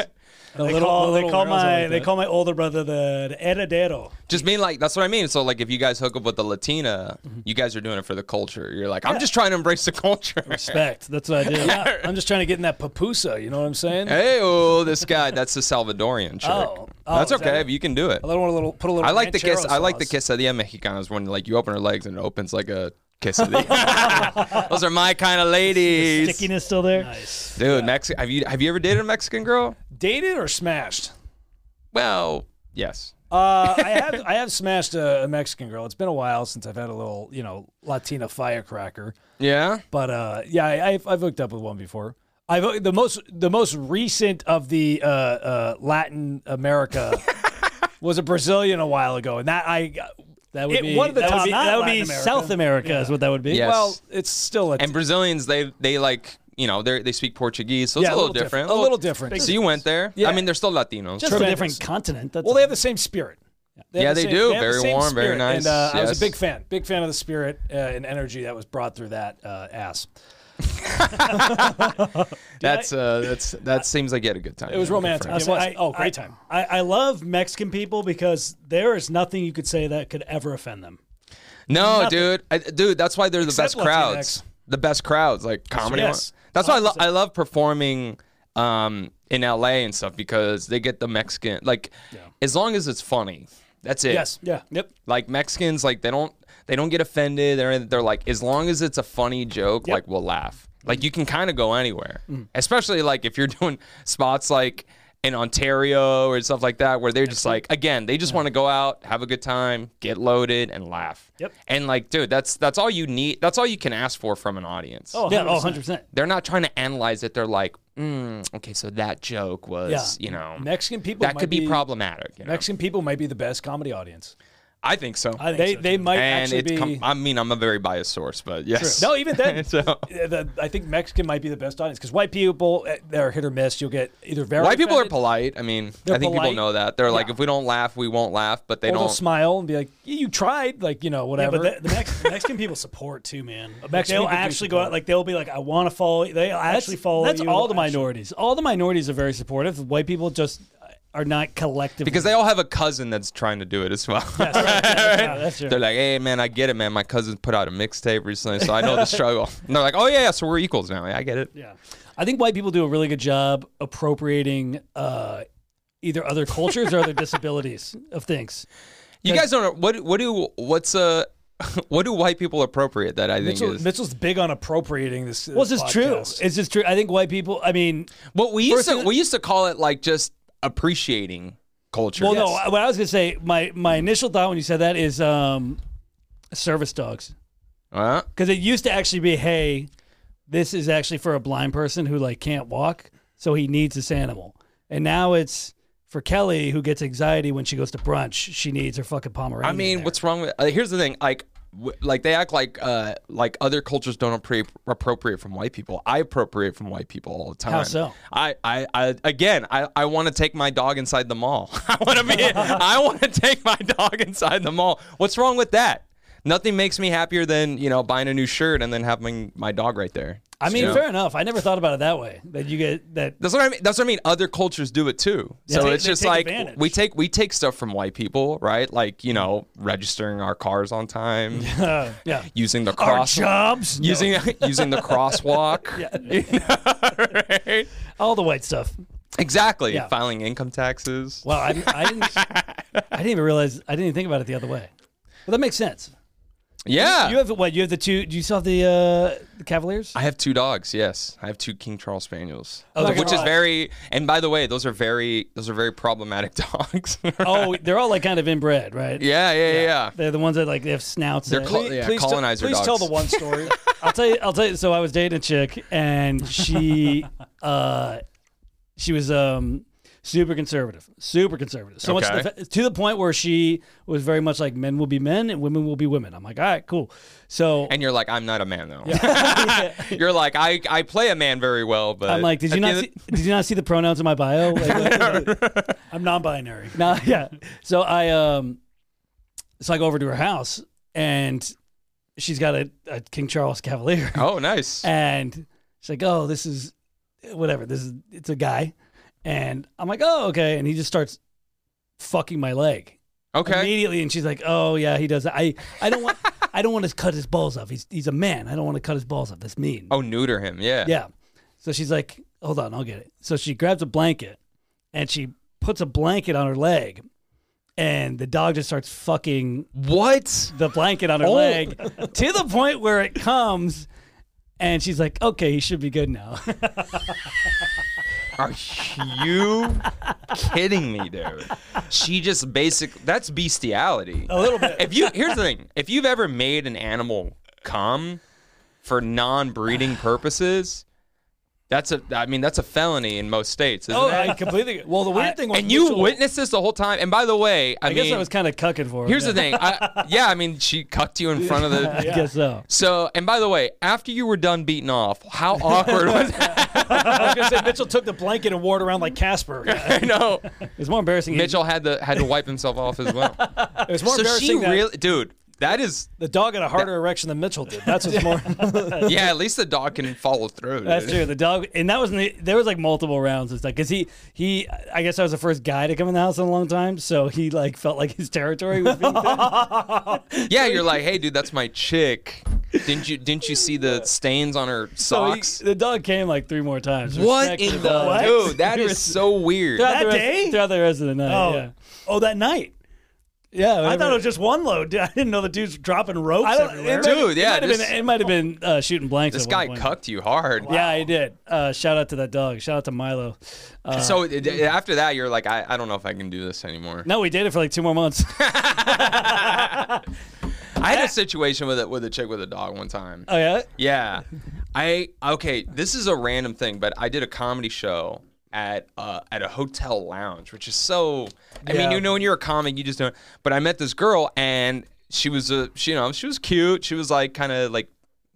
[SPEAKER 1] The
[SPEAKER 3] They call, they call my they call my older brother the, the heredero.
[SPEAKER 2] Just mean like that's what I mean. So like if you guys hook up with the Latina,
[SPEAKER 1] Mm-hmm.
[SPEAKER 2] you guys are doing it for the culture. You're like, I'm just trying to embrace the culture.
[SPEAKER 4] respect. That's what I do.
[SPEAKER 1] yeah, I'm just trying to get in that papusa. You know what I'm saying? I
[SPEAKER 2] hey, oh, this guy, that's the Salvadorian chick.
[SPEAKER 1] Oh. Oh,
[SPEAKER 2] that's
[SPEAKER 1] is that
[SPEAKER 2] okay.
[SPEAKER 1] it?
[SPEAKER 2] you can do it.
[SPEAKER 1] don't want a little put a little.
[SPEAKER 2] I like the
[SPEAKER 1] ranchero
[SPEAKER 2] kiss. I like the
[SPEAKER 1] sauce.
[SPEAKER 2] quesadilla mexicanas when like you open her legs and it opens like a quesadilla. Those are my kind of ladies, dude.
[SPEAKER 4] Stickiness still there.
[SPEAKER 2] Mexi- have you have you ever dated a Mexican girl?
[SPEAKER 1] Dated or smashed?
[SPEAKER 2] Well, yes.
[SPEAKER 1] Uh, I have I have smashed a, a Mexican girl. It's been a while since I've had a little you know Latina firecracker.
[SPEAKER 2] Yeah.
[SPEAKER 1] But uh, yeah, I, I've, I've hooked up with one before. I've the most the most recent of the uh, uh, Latin America was a Brazilian a while ago, and that I
[SPEAKER 4] That would
[SPEAKER 1] It-
[SPEAKER 4] be
[SPEAKER 1] one of the
[SPEAKER 4] that
[SPEAKER 1] top-
[SPEAKER 4] would be,
[SPEAKER 1] not
[SPEAKER 4] that would
[SPEAKER 1] Latin
[SPEAKER 4] be
[SPEAKER 1] America.
[SPEAKER 4] South America is what that would be.
[SPEAKER 2] Yes.
[SPEAKER 1] well, it's still a
[SPEAKER 2] And Brazilians, they they like you know they they speak Portuguese, so it's a little, different.
[SPEAKER 1] a little different.
[SPEAKER 2] So you went there.
[SPEAKER 1] Yeah.
[SPEAKER 2] I mean, they're still Latinos.
[SPEAKER 4] Just a different continent. That's
[SPEAKER 1] Well, they have the same spirit.
[SPEAKER 2] Yeah,
[SPEAKER 1] have the
[SPEAKER 2] they
[SPEAKER 1] same-
[SPEAKER 2] do.
[SPEAKER 1] have
[SPEAKER 2] Very
[SPEAKER 1] the same
[SPEAKER 2] warm, very
[SPEAKER 1] spirit.
[SPEAKER 2] nice.
[SPEAKER 1] And uh, I was
[SPEAKER 2] Yes.
[SPEAKER 1] a big fan, big fan of the spirit uh, and energy that was brought through that uh, ass.
[SPEAKER 2] That's uh, that's that seems like you had a good time.
[SPEAKER 1] It was
[SPEAKER 2] Yeah, good
[SPEAKER 1] romantic.
[SPEAKER 2] friend.
[SPEAKER 1] It was. oh, great time.
[SPEAKER 3] I, I love Mexican people because there is nothing you could say that could ever offend them.
[SPEAKER 2] No, dude, I, dude, that's why they're the best
[SPEAKER 1] Latinx.
[SPEAKER 2] crowds. The best crowds, like comedy.
[SPEAKER 3] Yes.
[SPEAKER 2] That's why I, lo- I love performing um, in LA and stuff because they get the Mexican. Like, as long as it's funny, that's it.
[SPEAKER 1] Yes.
[SPEAKER 3] Yeah. Yep.
[SPEAKER 2] Like Mexicans, like they don't they don't get offended. They're they're like as long as it's a funny joke, like we'll laugh. Like you can kind of go anywhere, especially like if you're doing spots like in Ontario or stuff like that, where they're just like again they just want to go out, have a good time, get loaded, and laugh.
[SPEAKER 3] Yep.
[SPEAKER 2] And like, dude, that's that's all you need. That's all you can ask for from an audience.
[SPEAKER 3] Oh, 100%.
[SPEAKER 4] yeah, oh, 100 percent.
[SPEAKER 2] They're not trying to analyze it. They're like, mm, okay, so that joke was, you know,
[SPEAKER 1] Mexican people
[SPEAKER 2] that
[SPEAKER 1] might
[SPEAKER 2] could be, problematic. You know?
[SPEAKER 1] Mexican people might be the best comedy audience.
[SPEAKER 2] I think so.
[SPEAKER 3] I think
[SPEAKER 1] They
[SPEAKER 3] so,
[SPEAKER 1] they
[SPEAKER 3] too.
[SPEAKER 1] might
[SPEAKER 2] and
[SPEAKER 1] actually
[SPEAKER 2] it's
[SPEAKER 1] be.
[SPEAKER 2] com- I mean, I'm a very biased source, but yes.
[SPEAKER 1] No, even then,
[SPEAKER 2] So-
[SPEAKER 1] uh, the- I think Mexican might be the best audience because white people uh, they're hit or miss. You'll get either very
[SPEAKER 2] White people are
[SPEAKER 1] offended,
[SPEAKER 2] polite. I mean, I think
[SPEAKER 1] polite.
[SPEAKER 2] people know that. They're like, if we don't laugh, we won't laugh, but they
[SPEAKER 1] or they'll
[SPEAKER 2] don't.
[SPEAKER 1] smile and be like, "Yeah, "You tried," like you know
[SPEAKER 3] Yeah,
[SPEAKER 1] whatever.
[SPEAKER 3] but the, the Mex- Mexican people support too, man. Like,
[SPEAKER 1] Mexican
[SPEAKER 3] they'll
[SPEAKER 1] people do
[SPEAKER 3] actually go out,
[SPEAKER 1] support.
[SPEAKER 3] like they'll be like, "I want to follow." you." They'll actually follow.
[SPEAKER 4] That's
[SPEAKER 3] you,
[SPEAKER 4] all
[SPEAKER 3] they'll
[SPEAKER 4] the
[SPEAKER 3] actually-
[SPEAKER 4] minorities. All the minorities are very supportive. White people just
[SPEAKER 3] are not collectively
[SPEAKER 2] Because they all have a cousin that's trying to do it as well.
[SPEAKER 3] Yeah, Ah, that's true.
[SPEAKER 2] They're like, hey, man, I get it, man. My cousin put out a mixtape recently, so I know the struggle. And they're like, oh, yeah, so we're equals now. Yeah, I get it.
[SPEAKER 3] Yeah. I think white people do a really good job appropriating uh, either other cultures or other disabilities of things.
[SPEAKER 2] You guys don't know what what do what's uh what do white people appropriate that I think
[SPEAKER 1] Mitchell,
[SPEAKER 2] is
[SPEAKER 1] Mitchell's big on appropriating this. Uh,
[SPEAKER 3] Well, it's just true.
[SPEAKER 1] podcast.
[SPEAKER 3] It's just true. I think white people, I mean,
[SPEAKER 2] Well, we used to
[SPEAKER 3] Versus-
[SPEAKER 2] we used to call it like just appreciating culture.
[SPEAKER 3] well, no, what I was going to say, my, my initial thought when you said that is um, service dogs.
[SPEAKER 2] Uh,
[SPEAKER 3] Because it used to actually be, hey, this is actually for a blind person who like can't walk, so he needs this animal. And now it's for Kelly who gets anxiety when she goes to brunch. She needs her fucking Pomeranian.
[SPEAKER 2] I mean,
[SPEAKER 3] there.
[SPEAKER 2] what's wrong with? Uh, here's the thing, like. w- Like they act like uh, like other cultures don't appro- appropriate from white people. I appropriate from white people all the time.
[SPEAKER 3] so?
[SPEAKER 2] I, I, I again, I, I want to take my dog inside the mall. I want to be. I want to take my dog inside the mall. What's wrong with that? Nothing makes me happier than you know buying a new shirt and then having my dog right there.
[SPEAKER 3] I mean,
[SPEAKER 2] So-
[SPEAKER 3] fair enough. I never thought about it that way. That you get that.
[SPEAKER 2] That's what I mean. That's what I mean. Other cultures do it too. so
[SPEAKER 3] they-
[SPEAKER 2] it's
[SPEAKER 3] they
[SPEAKER 2] just
[SPEAKER 3] take
[SPEAKER 2] like
[SPEAKER 3] advantage.
[SPEAKER 2] we take we take stuff from white people, right? Like you know, registering our cars on time,
[SPEAKER 3] uh, yeah.
[SPEAKER 2] using the cross,
[SPEAKER 3] Jobs,
[SPEAKER 2] using using the crosswalk, You know, right?
[SPEAKER 3] all the white stuff.
[SPEAKER 2] Exactly.
[SPEAKER 3] Yeah.
[SPEAKER 2] Filing income taxes.
[SPEAKER 3] Wow, I, I didn't. I didn't even realize. I didn't even think about it the other way. Well, that makes sense.
[SPEAKER 2] Yeah.
[SPEAKER 3] You have what? You have the two. Do you still have the uh, the Cavaliers?
[SPEAKER 2] I have two dogs. Yes, I have two King Charles Spaniels,
[SPEAKER 3] Oh,
[SPEAKER 2] which
[SPEAKER 3] they're
[SPEAKER 2] is very. And by the way, those are very those are very problematic dogs.
[SPEAKER 3] Oh, they're all like kind of inbred, right?
[SPEAKER 2] yeah, yeah, yeah. yeah.
[SPEAKER 3] They're the ones that like they have snouts.
[SPEAKER 2] They're
[SPEAKER 3] that-
[SPEAKER 2] clo- yeah,
[SPEAKER 1] please
[SPEAKER 2] colonizer
[SPEAKER 1] tell, please
[SPEAKER 2] dogs.
[SPEAKER 1] tell the one story.
[SPEAKER 3] I'll tell you. I'll tell you. So I was dating a chick, and she, uh, she was um super conservative, super conservative. So much to
[SPEAKER 2] Okay.
[SPEAKER 3] the, fa- to the point where she was very much like men will be men and women will be women. I'm like, all right, cool. So
[SPEAKER 2] And you're like, I'm not a man though. you're like, I, I play a man very well, but
[SPEAKER 3] I'm like, did
[SPEAKER 2] at
[SPEAKER 3] you
[SPEAKER 2] the
[SPEAKER 3] not
[SPEAKER 2] end of-
[SPEAKER 3] see, did you not see the pronouns in my bio? Like,
[SPEAKER 5] I'm non-binary.
[SPEAKER 3] no, yeah. So I um, so I go over to her house, and she's got a, a King Charles Cavalier.
[SPEAKER 2] Oh, nice.
[SPEAKER 3] and she's like, "Oh, this is whatever. This is it's a guy," and I'm like, "Oh, okay." And he just starts fucking my leg
[SPEAKER 2] Okay.
[SPEAKER 3] immediately, and she's like, "Oh yeah, he does. That. I I don't want I don't want to cut his balls off. He's he's a man. I don't want to cut his balls off. That's mean."
[SPEAKER 2] Oh, neuter him. Yeah.
[SPEAKER 3] Yeah. So she's like, "Hold on, I'll get it." So she grabs a blanket and she puts a blanket on her leg. And the dog just starts fucking
[SPEAKER 2] What?
[SPEAKER 3] the blanket on her
[SPEAKER 2] Oh.
[SPEAKER 3] leg to the point where it comes and she's like, okay, he should be good now.
[SPEAKER 2] Are you kidding me, dude? She just basic. That's bestiality.
[SPEAKER 3] A little bit.
[SPEAKER 2] If you here's the thing, if you've ever made an animal come for non-breeding purposes, that's a. I mean, that's a felony in most states, isn't
[SPEAKER 1] oh,
[SPEAKER 2] it?
[SPEAKER 1] I completely. Well, the weird thing was
[SPEAKER 2] And you
[SPEAKER 1] Mitchell-
[SPEAKER 2] witnessed this the whole time. And by the way, I,
[SPEAKER 3] I
[SPEAKER 2] mean,
[SPEAKER 3] guess I was kind of cucking for him.
[SPEAKER 2] here's
[SPEAKER 3] yeah.
[SPEAKER 2] the thing. I, yeah, I mean, she cucked you in front of the.
[SPEAKER 3] I guess so.
[SPEAKER 2] So, and by the way, after you were done beating off, how awkward was that?
[SPEAKER 1] I was gonna say Mitchell took the blanket and wore it around like Casper.
[SPEAKER 2] I know.
[SPEAKER 3] It's more embarrassing.
[SPEAKER 2] Mitchell had to had to wipe himself off as well.
[SPEAKER 1] It was more
[SPEAKER 2] so she
[SPEAKER 1] embarrassing that
[SPEAKER 2] really, dude, that is,
[SPEAKER 1] the dog had a harder erection than Mitchell did. That's what's more.
[SPEAKER 2] yeah. At least the dog can follow through.
[SPEAKER 3] That's
[SPEAKER 2] dude.
[SPEAKER 3] true. The dog, and that was in the, there was like multiple rounds and stuff. Because he he, I guess I was the first guy to come in the house in a long time, so he like felt like his territory was being. Thin.
[SPEAKER 2] Yeah, you're like, hey, dude, that's my chick. Didn't you didn't you see the stains on her
[SPEAKER 3] So he-
[SPEAKER 2] socks?
[SPEAKER 3] the dog came like three more times.
[SPEAKER 2] what
[SPEAKER 3] Respect
[SPEAKER 2] in the
[SPEAKER 3] dog.
[SPEAKER 2] dude? That is so weird.
[SPEAKER 3] Throughout the
[SPEAKER 5] That
[SPEAKER 3] rest-
[SPEAKER 5] day?
[SPEAKER 3] throughout the rest of the night.
[SPEAKER 5] Oh,
[SPEAKER 3] yeah.
[SPEAKER 5] oh, that night.
[SPEAKER 3] Yeah,
[SPEAKER 5] I
[SPEAKER 3] whatever.
[SPEAKER 5] thought it was just one load. dude. I didn't know the dude's dropping ropes
[SPEAKER 3] I don't,
[SPEAKER 5] everywhere.
[SPEAKER 3] it might-
[SPEAKER 2] Dude, yeah,
[SPEAKER 3] it might have
[SPEAKER 2] this-
[SPEAKER 3] been, it might have been uh, shooting blanks.
[SPEAKER 2] This
[SPEAKER 3] at one
[SPEAKER 2] guy
[SPEAKER 3] point.
[SPEAKER 2] cucked you hard.
[SPEAKER 3] Yeah, he did. Uh, shout out to that dog. Shout out to Milo. Uh,
[SPEAKER 2] So it- it- after that, you're like, I, I don't know if I can do this anymore.
[SPEAKER 3] no, we did it for like two more months.
[SPEAKER 2] I had a situation with it with a chick with a dog one time.
[SPEAKER 3] oh yeah,
[SPEAKER 2] Yeah. I okay, this is a random thing, but I did a comedy show at uh, at a hotel lounge, which is so I mean, you know when you're a comic, you just don't but I met this girl and she was a she you know, she was cute. She was like kind of like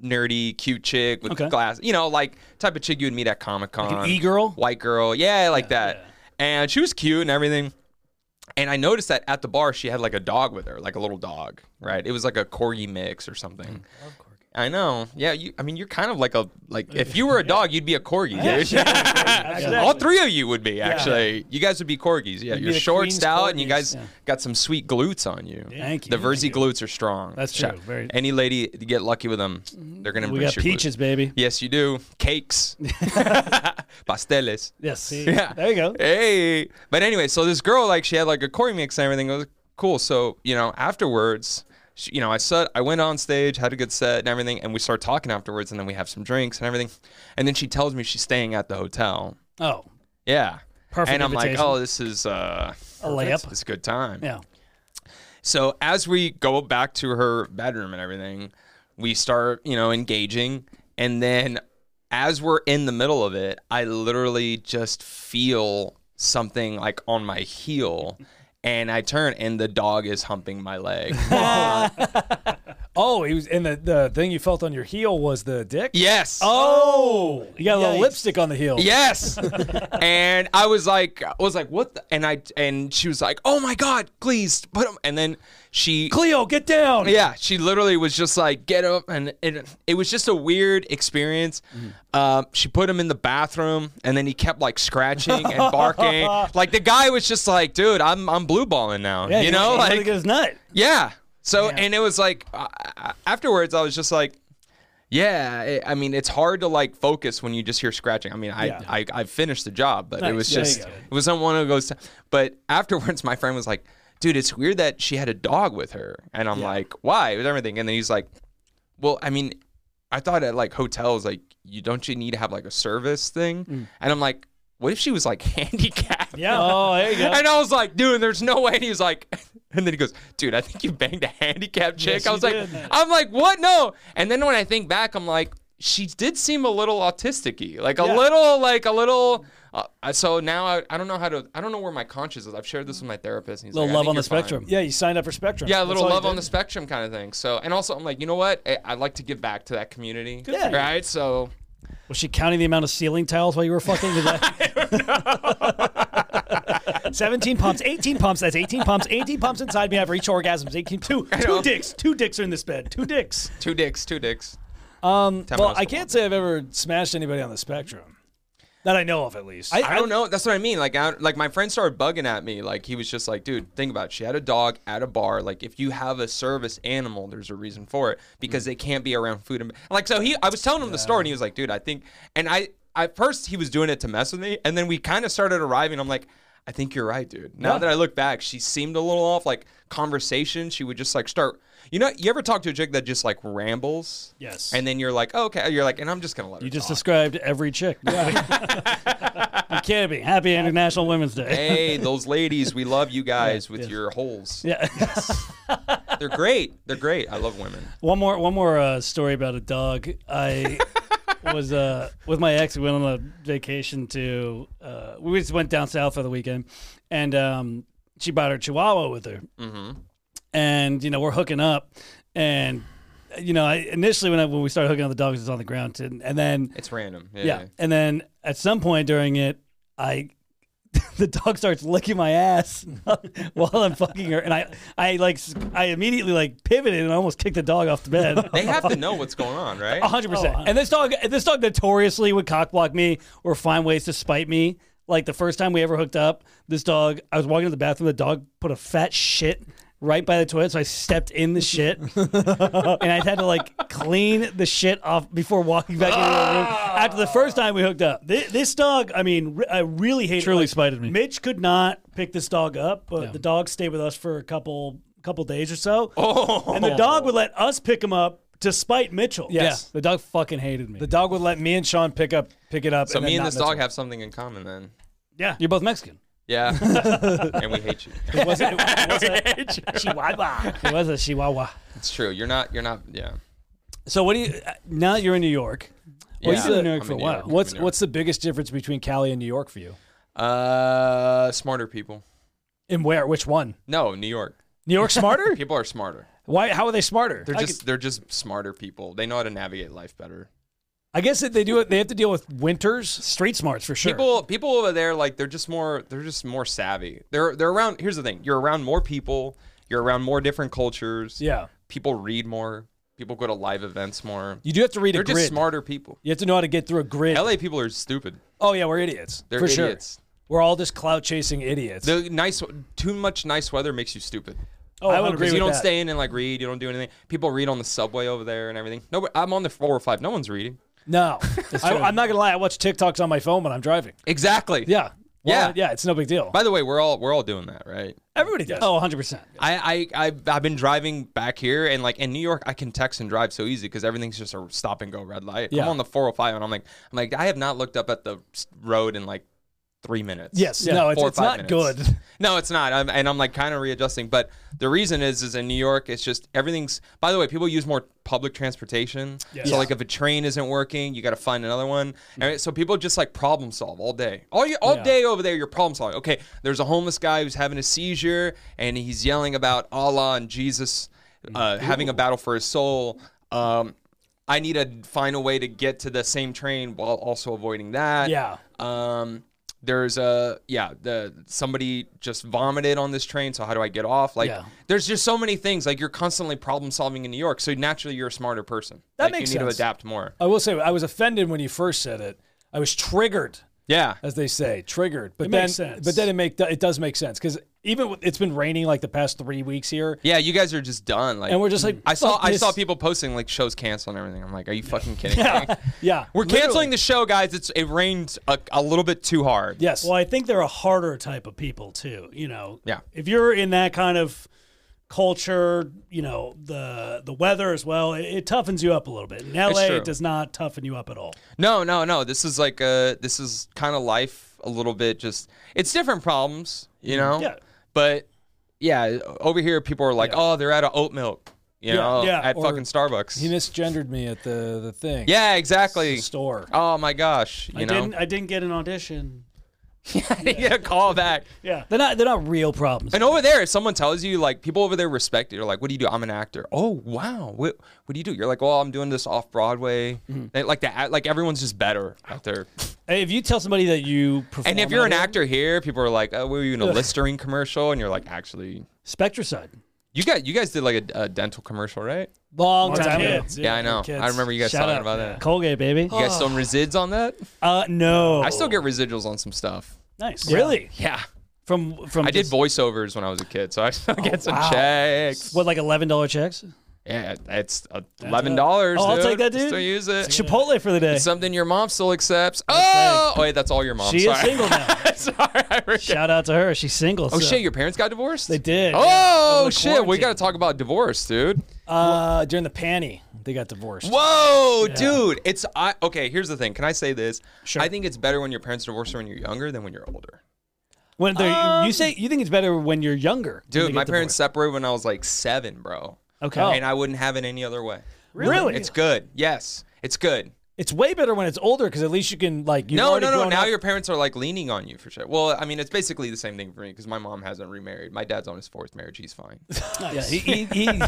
[SPEAKER 2] nerdy, cute chick with
[SPEAKER 3] Okay.
[SPEAKER 2] glass, you know, like type of chick you would meet at Comic-Con.
[SPEAKER 3] e-girl?
[SPEAKER 2] White girl. Yeah, like that. And she was cute and everything. And I noticed that
[SPEAKER 3] Mm.
[SPEAKER 2] at the bar she had like a dog with her, like a little dog, right? It was like a corgi mix or something. I know. Yeah, you. I mean, you're kind of like a like. If you were a dog, you'd be a corgi, dude. All three of you would be actually. You guys would be corgis. Yeah, you're
[SPEAKER 1] the
[SPEAKER 2] short,
[SPEAKER 1] Queen's
[SPEAKER 2] stout, and you
[SPEAKER 1] corgis,
[SPEAKER 2] guys got some sweet glutes on you.
[SPEAKER 3] Thank you.
[SPEAKER 2] The Verzi glutes are strong.
[SPEAKER 3] That's
[SPEAKER 2] Shout-
[SPEAKER 3] true. Very-
[SPEAKER 2] Any lady you get lucky with them, they're gonna
[SPEAKER 3] we
[SPEAKER 2] embrace
[SPEAKER 3] got
[SPEAKER 2] your glutes.
[SPEAKER 3] peaches, baby.
[SPEAKER 2] Yes, you do. Cakes, pasteles.
[SPEAKER 3] Yes.
[SPEAKER 2] Yeah.
[SPEAKER 3] There you go.
[SPEAKER 2] Hey. But anyway, so this girl, like, she had like a Corey mix and everything. It was cool. So, you know, afterwards, she, you know, I said, I went on stage, had a good set and everything, and we started talking afterwards, and then we have some drinks and everything. And then she tells me she's staying at the hotel.
[SPEAKER 3] Oh,
[SPEAKER 2] Yeah.
[SPEAKER 3] Perfect
[SPEAKER 2] And I'm
[SPEAKER 3] invitation.
[SPEAKER 2] like, oh, this is uh,
[SPEAKER 3] a layup.
[SPEAKER 2] it's a good time.
[SPEAKER 3] Yeah.
[SPEAKER 2] So as we go back to her bedroom and everything, we start, you know, engaging. And then as we're in the middle of it, I literally just feel something like on my heel. And I turn and the dog is humping my leg.
[SPEAKER 1] Oh, he was, and the, the thing you felt on your heel was the dick.
[SPEAKER 2] yes.
[SPEAKER 1] Oh, you got a little
[SPEAKER 3] Yikes.
[SPEAKER 1] lipstick on the heel.
[SPEAKER 2] Yes. and I was like, I was like, what? The? And I, and she was like, oh my God, please put him. And then she,
[SPEAKER 1] Cleo, get down.
[SPEAKER 2] Yeah, she literally was just like, get up. And it, it was just a weird experience. Um, she put him in the bathroom and then he kept like scratching and barking. like the guy was just like, dude, I'm, I'm blue balling now. you know, like,
[SPEAKER 3] it was nut.
[SPEAKER 2] yeah. So, and it was like, uh, afterwards, I was just like, yeah, it, I mean, it's hard to like focus when you just hear scratching. I mean, I I, I finished the job, but it was
[SPEAKER 3] Yeah, you
[SPEAKER 2] just
[SPEAKER 3] got
[SPEAKER 2] it was on one of those. But afterwards, my friend was like, "Dude, it's weird that she had a dog with her," and I'm like, "Why?" It was everything, and then he's like, "Well, I mean, I thought at like hotels, like you don't you need to have like a service thing?" And I'm like, "What if she was like handicapped?"
[SPEAKER 3] Mm. Yeah. Oh, there you go.
[SPEAKER 2] And I was like, dude, there's no way. And he's like, and then he goes, dude, I think you banged a handicapped chick. I was like, I'm like, what? No. And then when I think back, I'm like, she did seem a little autistic-y, like a little, like a little. Uh, so now I, I don't know how to, I don't know where my conscience is. I've shared this with my therapist. And he's
[SPEAKER 3] little
[SPEAKER 2] like, I
[SPEAKER 3] love
[SPEAKER 2] think
[SPEAKER 3] on the
[SPEAKER 2] you're fine.
[SPEAKER 3] spectrum.
[SPEAKER 1] Yeah, you signed up for Spectrum.
[SPEAKER 2] Yeah, a
[SPEAKER 1] That's
[SPEAKER 2] little
[SPEAKER 1] all you
[SPEAKER 2] love on
[SPEAKER 1] did.
[SPEAKER 2] the spectrum kind of thing. So, and also I'm like, you know what? I, I'd like to give back to that community.
[SPEAKER 3] for you.
[SPEAKER 2] Right. So
[SPEAKER 3] Was she counting the amount of ceiling tiles while you were fucking? Is that-
[SPEAKER 6] 17 pumps, 18 pumps. That's 18 pumps. 18 pumps inside me. I've reached orgasms. 18. Two, two dicks. Two dicks are in this bed. Two dicks.
[SPEAKER 2] two dicks, two dicks. Um,
[SPEAKER 1] Well, I can't say I've ever smashed anybody on the Spectrum.
[SPEAKER 6] That I know of, at least.
[SPEAKER 2] I don't know. That's what I mean. Like, I, like my friend started bugging at me. Like, he was just like, "Dude, think about it. She had a dog at a bar. Like, if you have a service animal, there's a reason for it because they can't be around food and like." So he, I was telling him the story, and he was like, "Dude, I think." And I, at first, he was doing it to mess with me, and then we kind of started arriving. I'm like, "I think you're right, dude." Now that I look back, she seemed a little off. Like conversation, she would just like start. You know, you ever talk to a chick that just like rambles?
[SPEAKER 6] Yes.
[SPEAKER 2] And then you're like, oh, "Okay," you're like, "And I'm just gonna let her."
[SPEAKER 3] you just
[SPEAKER 2] talk."
[SPEAKER 3] described every chick. I'm kidding. Happy International Women's Day.
[SPEAKER 2] hey, those ladies, we love you guys with your holes.
[SPEAKER 3] Yeah.
[SPEAKER 2] They're great. They're great. I love women.
[SPEAKER 3] One more, one more uh, story about a dog. I was uh, with my ex. We went on a vacation to. Uh, we just went down south for the weekend, and um, she brought her Chihuahua with her. Mm-hmm. And you know we're hooking up, and you know I, initially when I, when we started hooking up, the dog was just on the ground, and, and then
[SPEAKER 2] It's random. Yeah.
[SPEAKER 3] yeah. And then at some point during it, I the dog starts licking my ass while I'm fucking her, and I I like s- I immediately like pivoted and almost kicked the dog off the bed.
[SPEAKER 2] They have to know what's going on, right?
[SPEAKER 3] hundred percent. And this dog, this dog notoriously would cockblock me or find ways to spite me. Like the first time we ever hooked up, this dog, I was walking to the bathroom, the dog put a fat shit right by the toilet, so I stepped in the shit, and I had to like clean the shit off before walking back into the room. After the first time we hooked up,
[SPEAKER 6] Thi- this, dog, I mean, re- I really hate.
[SPEAKER 3] Truly
[SPEAKER 6] like,
[SPEAKER 3] spited me.
[SPEAKER 6] Mitch could not pick this dog up, but the dog stayed with us for a couple couple days or so.
[SPEAKER 2] Oh.
[SPEAKER 6] and the dog would let us pick him up despite Mitchell.
[SPEAKER 3] yeah, the dog fucking hated me.
[SPEAKER 1] The dog would let me and Sean pick up, pick it up.
[SPEAKER 2] So
[SPEAKER 1] then
[SPEAKER 2] me and
[SPEAKER 1] not
[SPEAKER 2] this
[SPEAKER 1] mess
[SPEAKER 2] dog have something in common then.
[SPEAKER 3] You're both Mexican.
[SPEAKER 2] Yeah. and we hate you.
[SPEAKER 3] Was it, was it,
[SPEAKER 6] Chihuahua.
[SPEAKER 3] it was a Chihuahua.
[SPEAKER 2] It's true. You're not. You're not. Yeah.
[SPEAKER 3] So what do you? Now that you're in New York.
[SPEAKER 2] Well,
[SPEAKER 3] you've been in New York for a while.
[SPEAKER 1] with. What's what's the biggest difference between Cali and New York for you?
[SPEAKER 2] uh smarter people?
[SPEAKER 1] And where? Which one?
[SPEAKER 2] No, New York.
[SPEAKER 1] New York smarter?
[SPEAKER 2] People are smarter.
[SPEAKER 1] Why? How are they smarter?
[SPEAKER 2] They're just they're just smarter people. They know how to navigate life better.
[SPEAKER 1] I guess that they do it. They have to deal with winters.
[SPEAKER 3] Street smarts for sure.
[SPEAKER 2] People people over there like they're just more they're just more savvy. They're they're around. Here's the thing. You're around more people. You're around more different cultures.
[SPEAKER 1] Yeah.
[SPEAKER 2] people read more. People go to live events more.
[SPEAKER 1] You do have to read
[SPEAKER 2] They're
[SPEAKER 1] a grid.
[SPEAKER 2] just smarter people.
[SPEAKER 1] You have to know how to get through a grid.
[SPEAKER 2] LA people are stupid.
[SPEAKER 1] oh yeah, we're idiots.
[SPEAKER 2] They're
[SPEAKER 1] for sure.
[SPEAKER 2] idiots.
[SPEAKER 1] We're all just clout chasing idiots.
[SPEAKER 2] The nice, too much nice weather makes you stupid.
[SPEAKER 1] oh,
[SPEAKER 3] I would
[SPEAKER 1] 100%.
[SPEAKER 3] agree
[SPEAKER 2] Because you
[SPEAKER 1] with
[SPEAKER 2] don't
[SPEAKER 1] that.
[SPEAKER 2] stay in and like read. You don't do anything. People read on the subway over there and everything. No, I'm on the four or five. No one's reading.
[SPEAKER 1] No, I, I'm not gonna lie. I watch TikToks on my phone when I'm driving.
[SPEAKER 2] Exactly.
[SPEAKER 1] Yeah, Well,
[SPEAKER 2] Yeah.
[SPEAKER 1] yeah. It's no big deal.
[SPEAKER 2] By the way, we're all we're all doing that, right?
[SPEAKER 1] Everybody does.
[SPEAKER 4] Oh, 100%.
[SPEAKER 2] I I I've, I've been driving back here and like in New York, I can text and drive so easy because everything's just a stop and go red light.
[SPEAKER 1] Yeah.
[SPEAKER 2] I'm on the 405 and I'm like I'm like I have not looked up at the s- road in like three minutes.
[SPEAKER 1] Yes, no, it's,
[SPEAKER 2] Four or
[SPEAKER 1] it's
[SPEAKER 2] five
[SPEAKER 1] not
[SPEAKER 2] minutes.
[SPEAKER 1] good.
[SPEAKER 2] No, it's not. I'm, and I'm like kind of readjusting. But the reason is, is in New York, it's just everything's. By the way, people use more public transportation. So like if a train isn't working, you got to find another one. And so people just like problem solve all day. All you, all day over there, you're problem solving. Okay, there's a homeless guy who's having a seizure and he's yelling about Allah and Jesus, uh, having a battle for his soul. Um, I need to find a way to get to the same train while also avoiding that.
[SPEAKER 1] Yeah.
[SPEAKER 2] Um, there's a yeah, the somebody just vomited on this train, so how do I get off? Like,
[SPEAKER 1] Yeah.
[SPEAKER 2] there's just so many things. Like you're constantly problem solving in New York, so naturally you're a smarter person.
[SPEAKER 1] That
[SPEAKER 2] like,
[SPEAKER 1] makes
[SPEAKER 2] you need
[SPEAKER 1] sense.
[SPEAKER 2] to adapt more.
[SPEAKER 1] I will say I was offended when you first said it. I was triggered,
[SPEAKER 2] Yeah,
[SPEAKER 1] as they say, triggered. But
[SPEAKER 3] It
[SPEAKER 1] then,
[SPEAKER 3] makes sense.
[SPEAKER 1] but then it make it does make sense because even with- it's been raining like the past three weeks here,
[SPEAKER 2] yeah. You guys are just done. Like,
[SPEAKER 1] and we're just like
[SPEAKER 2] I saw
[SPEAKER 1] "Fuck
[SPEAKER 2] I
[SPEAKER 1] this."
[SPEAKER 2] saw people posting like shows canceled and everything. I'm like, are you fucking kidding me?
[SPEAKER 1] Yeah,
[SPEAKER 2] We're
[SPEAKER 1] literally.
[SPEAKER 2] canceling the show, guys. It's it rained a, a little bit too hard.
[SPEAKER 1] Yes.
[SPEAKER 3] Well, I think they're a harder type of people too. You know,
[SPEAKER 2] Yeah.
[SPEAKER 3] If you're in that kind of culture, you know the the weather as well. It, it toughens you up a little bit. In LA,
[SPEAKER 2] true.
[SPEAKER 3] it does not toughen you up at all.
[SPEAKER 2] No, no, no. This is like uh this is kind of life a little bit just it's different problems, you know?
[SPEAKER 3] Yeah.
[SPEAKER 2] But yeah, over here people are like, "Oh, they're out of oat milk." You know,
[SPEAKER 3] yeah,
[SPEAKER 2] at
[SPEAKER 1] or-
[SPEAKER 2] fucking Starbucks.
[SPEAKER 1] he misgendered me at the the thing.
[SPEAKER 2] yeah,
[SPEAKER 1] the
[SPEAKER 2] exactly.
[SPEAKER 1] store.
[SPEAKER 2] Oh my gosh, you
[SPEAKER 3] I
[SPEAKER 2] know.
[SPEAKER 3] didn't. I didn't get an audition.
[SPEAKER 2] get a call back.
[SPEAKER 3] Yeah.
[SPEAKER 4] They're not, they're not real problems.
[SPEAKER 2] And over there, if someone tells you, like, people over there respect you. They're like, what do you do? I'm an actor. Oh, wow. What, what do you do? You're like, well, I'm doing this off Broadway.
[SPEAKER 3] Mm-hmm.
[SPEAKER 2] They- Like, that, like everyone's just better out there.
[SPEAKER 4] Hey, if you tell somebody that you perform,
[SPEAKER 2] And if you're
[SPEAKER 4] out
[SPEAKER 2] an
[SPEAKER 4] here-
[SPEAKER 2] actor here, people are like, "Oh, were you in a Listerine commercial?" And you're like, "Actually,
[SPEAKER 4] Spectracide.
[SPEAKER 2] you got you guys did like a, a dental commercial, right?"
[SPEAKER 1] Long
[SPEAKER 3] Martin
[SPEAKER 1] time ago.
[SPEAKER 3] Kids,
[SPEAKER 2] Yeah, I know.
[SPEAKER 1] kids.
[SPEAKER 2] I remember you guys
[SPEAKER 4] Shout
[SPEAKER 2] talking
[SPEAKER 4] out. Oh.
[SPEAKER 2] about that.
[SPEAKER 4] Colgate, baby.
[SPEAKER 2] You guys still on resids on that?
[SPEAKER 4] Uh, no.
[SPEAKER 2] I still get residuals on some stuff.
[SPEAKER 3] Nice.
[SPEAKER 4] Really?
[SPEAKER 2] Yeah,
[SPEAKER 4] From from
[SPEAKER 2] I did
[SPEAKER 4] just- Oh,
[SPEAKER 2] voiceovers when I was a kid, so I still get some checks.
[SPEAKER 4] what like eleven dollar checks.
[SPEAKER 2] Yeah, it's uh, eleven dollars.
[SPEAKER 4] Oh, I'll take that, dude.
[SPEAKER 2] Still use it.
[SPEAKER 4] Chipotle for the day.
[SPEAKER 2] It's something your mom still accepts. Oh, wait, that's all your mom.
[SPEAKER 4] she
[SPEAKER 2] Sorry.
[SPEAKER 4] is single now.
[SPEAKER 2] Sorry, I forget.
[SPEAKER 4] Shout out to her. She's single.
[SPEAKER 2] Oh
[SPEAKER 4] so-
[SPEAKER 2] shit, your parents got divorced.
[SPEAKER 4] They did.
[SPEAKER 2] Oh shit, we got to talk about divorce, dude.
[SPEAKER 1] Uh, during the panty, they got divorced.
[SPEAKER 2] Whoa, dude! It's I okay. Here's the thing. Can I say this? Sure. I think it's better when your parents divorce when you're younger than when you're older.
[SPEAKER 4] When they're you say you think it's better when you're younger. when they
[SPEAKER 2] Dude,
[SPEAKER 4] get
[SPEAKER 2] my parents
[SPEAKER 4] divorced.
[SPEAKER 2] separated when I was like seven, bro.
[SPEAKER 4] Okay.
[SPEAKER 2] And I wouldn't have it any other way.
[SPEAKER 4] Really?
[SPEAKER 2] It's good. Yes, it's good.
[SPEAKER 1] It's way better when it's older because at least you can like you
[SPEAKER 2] no, no, no. Now your parents are like leaning on you for sure. Well, I mean, it's basically the same thing for me because my mom hasn't remarried. My dad's on his fourth marriage. He's fine.
[SPEAKER 4] yeah, he, he, he,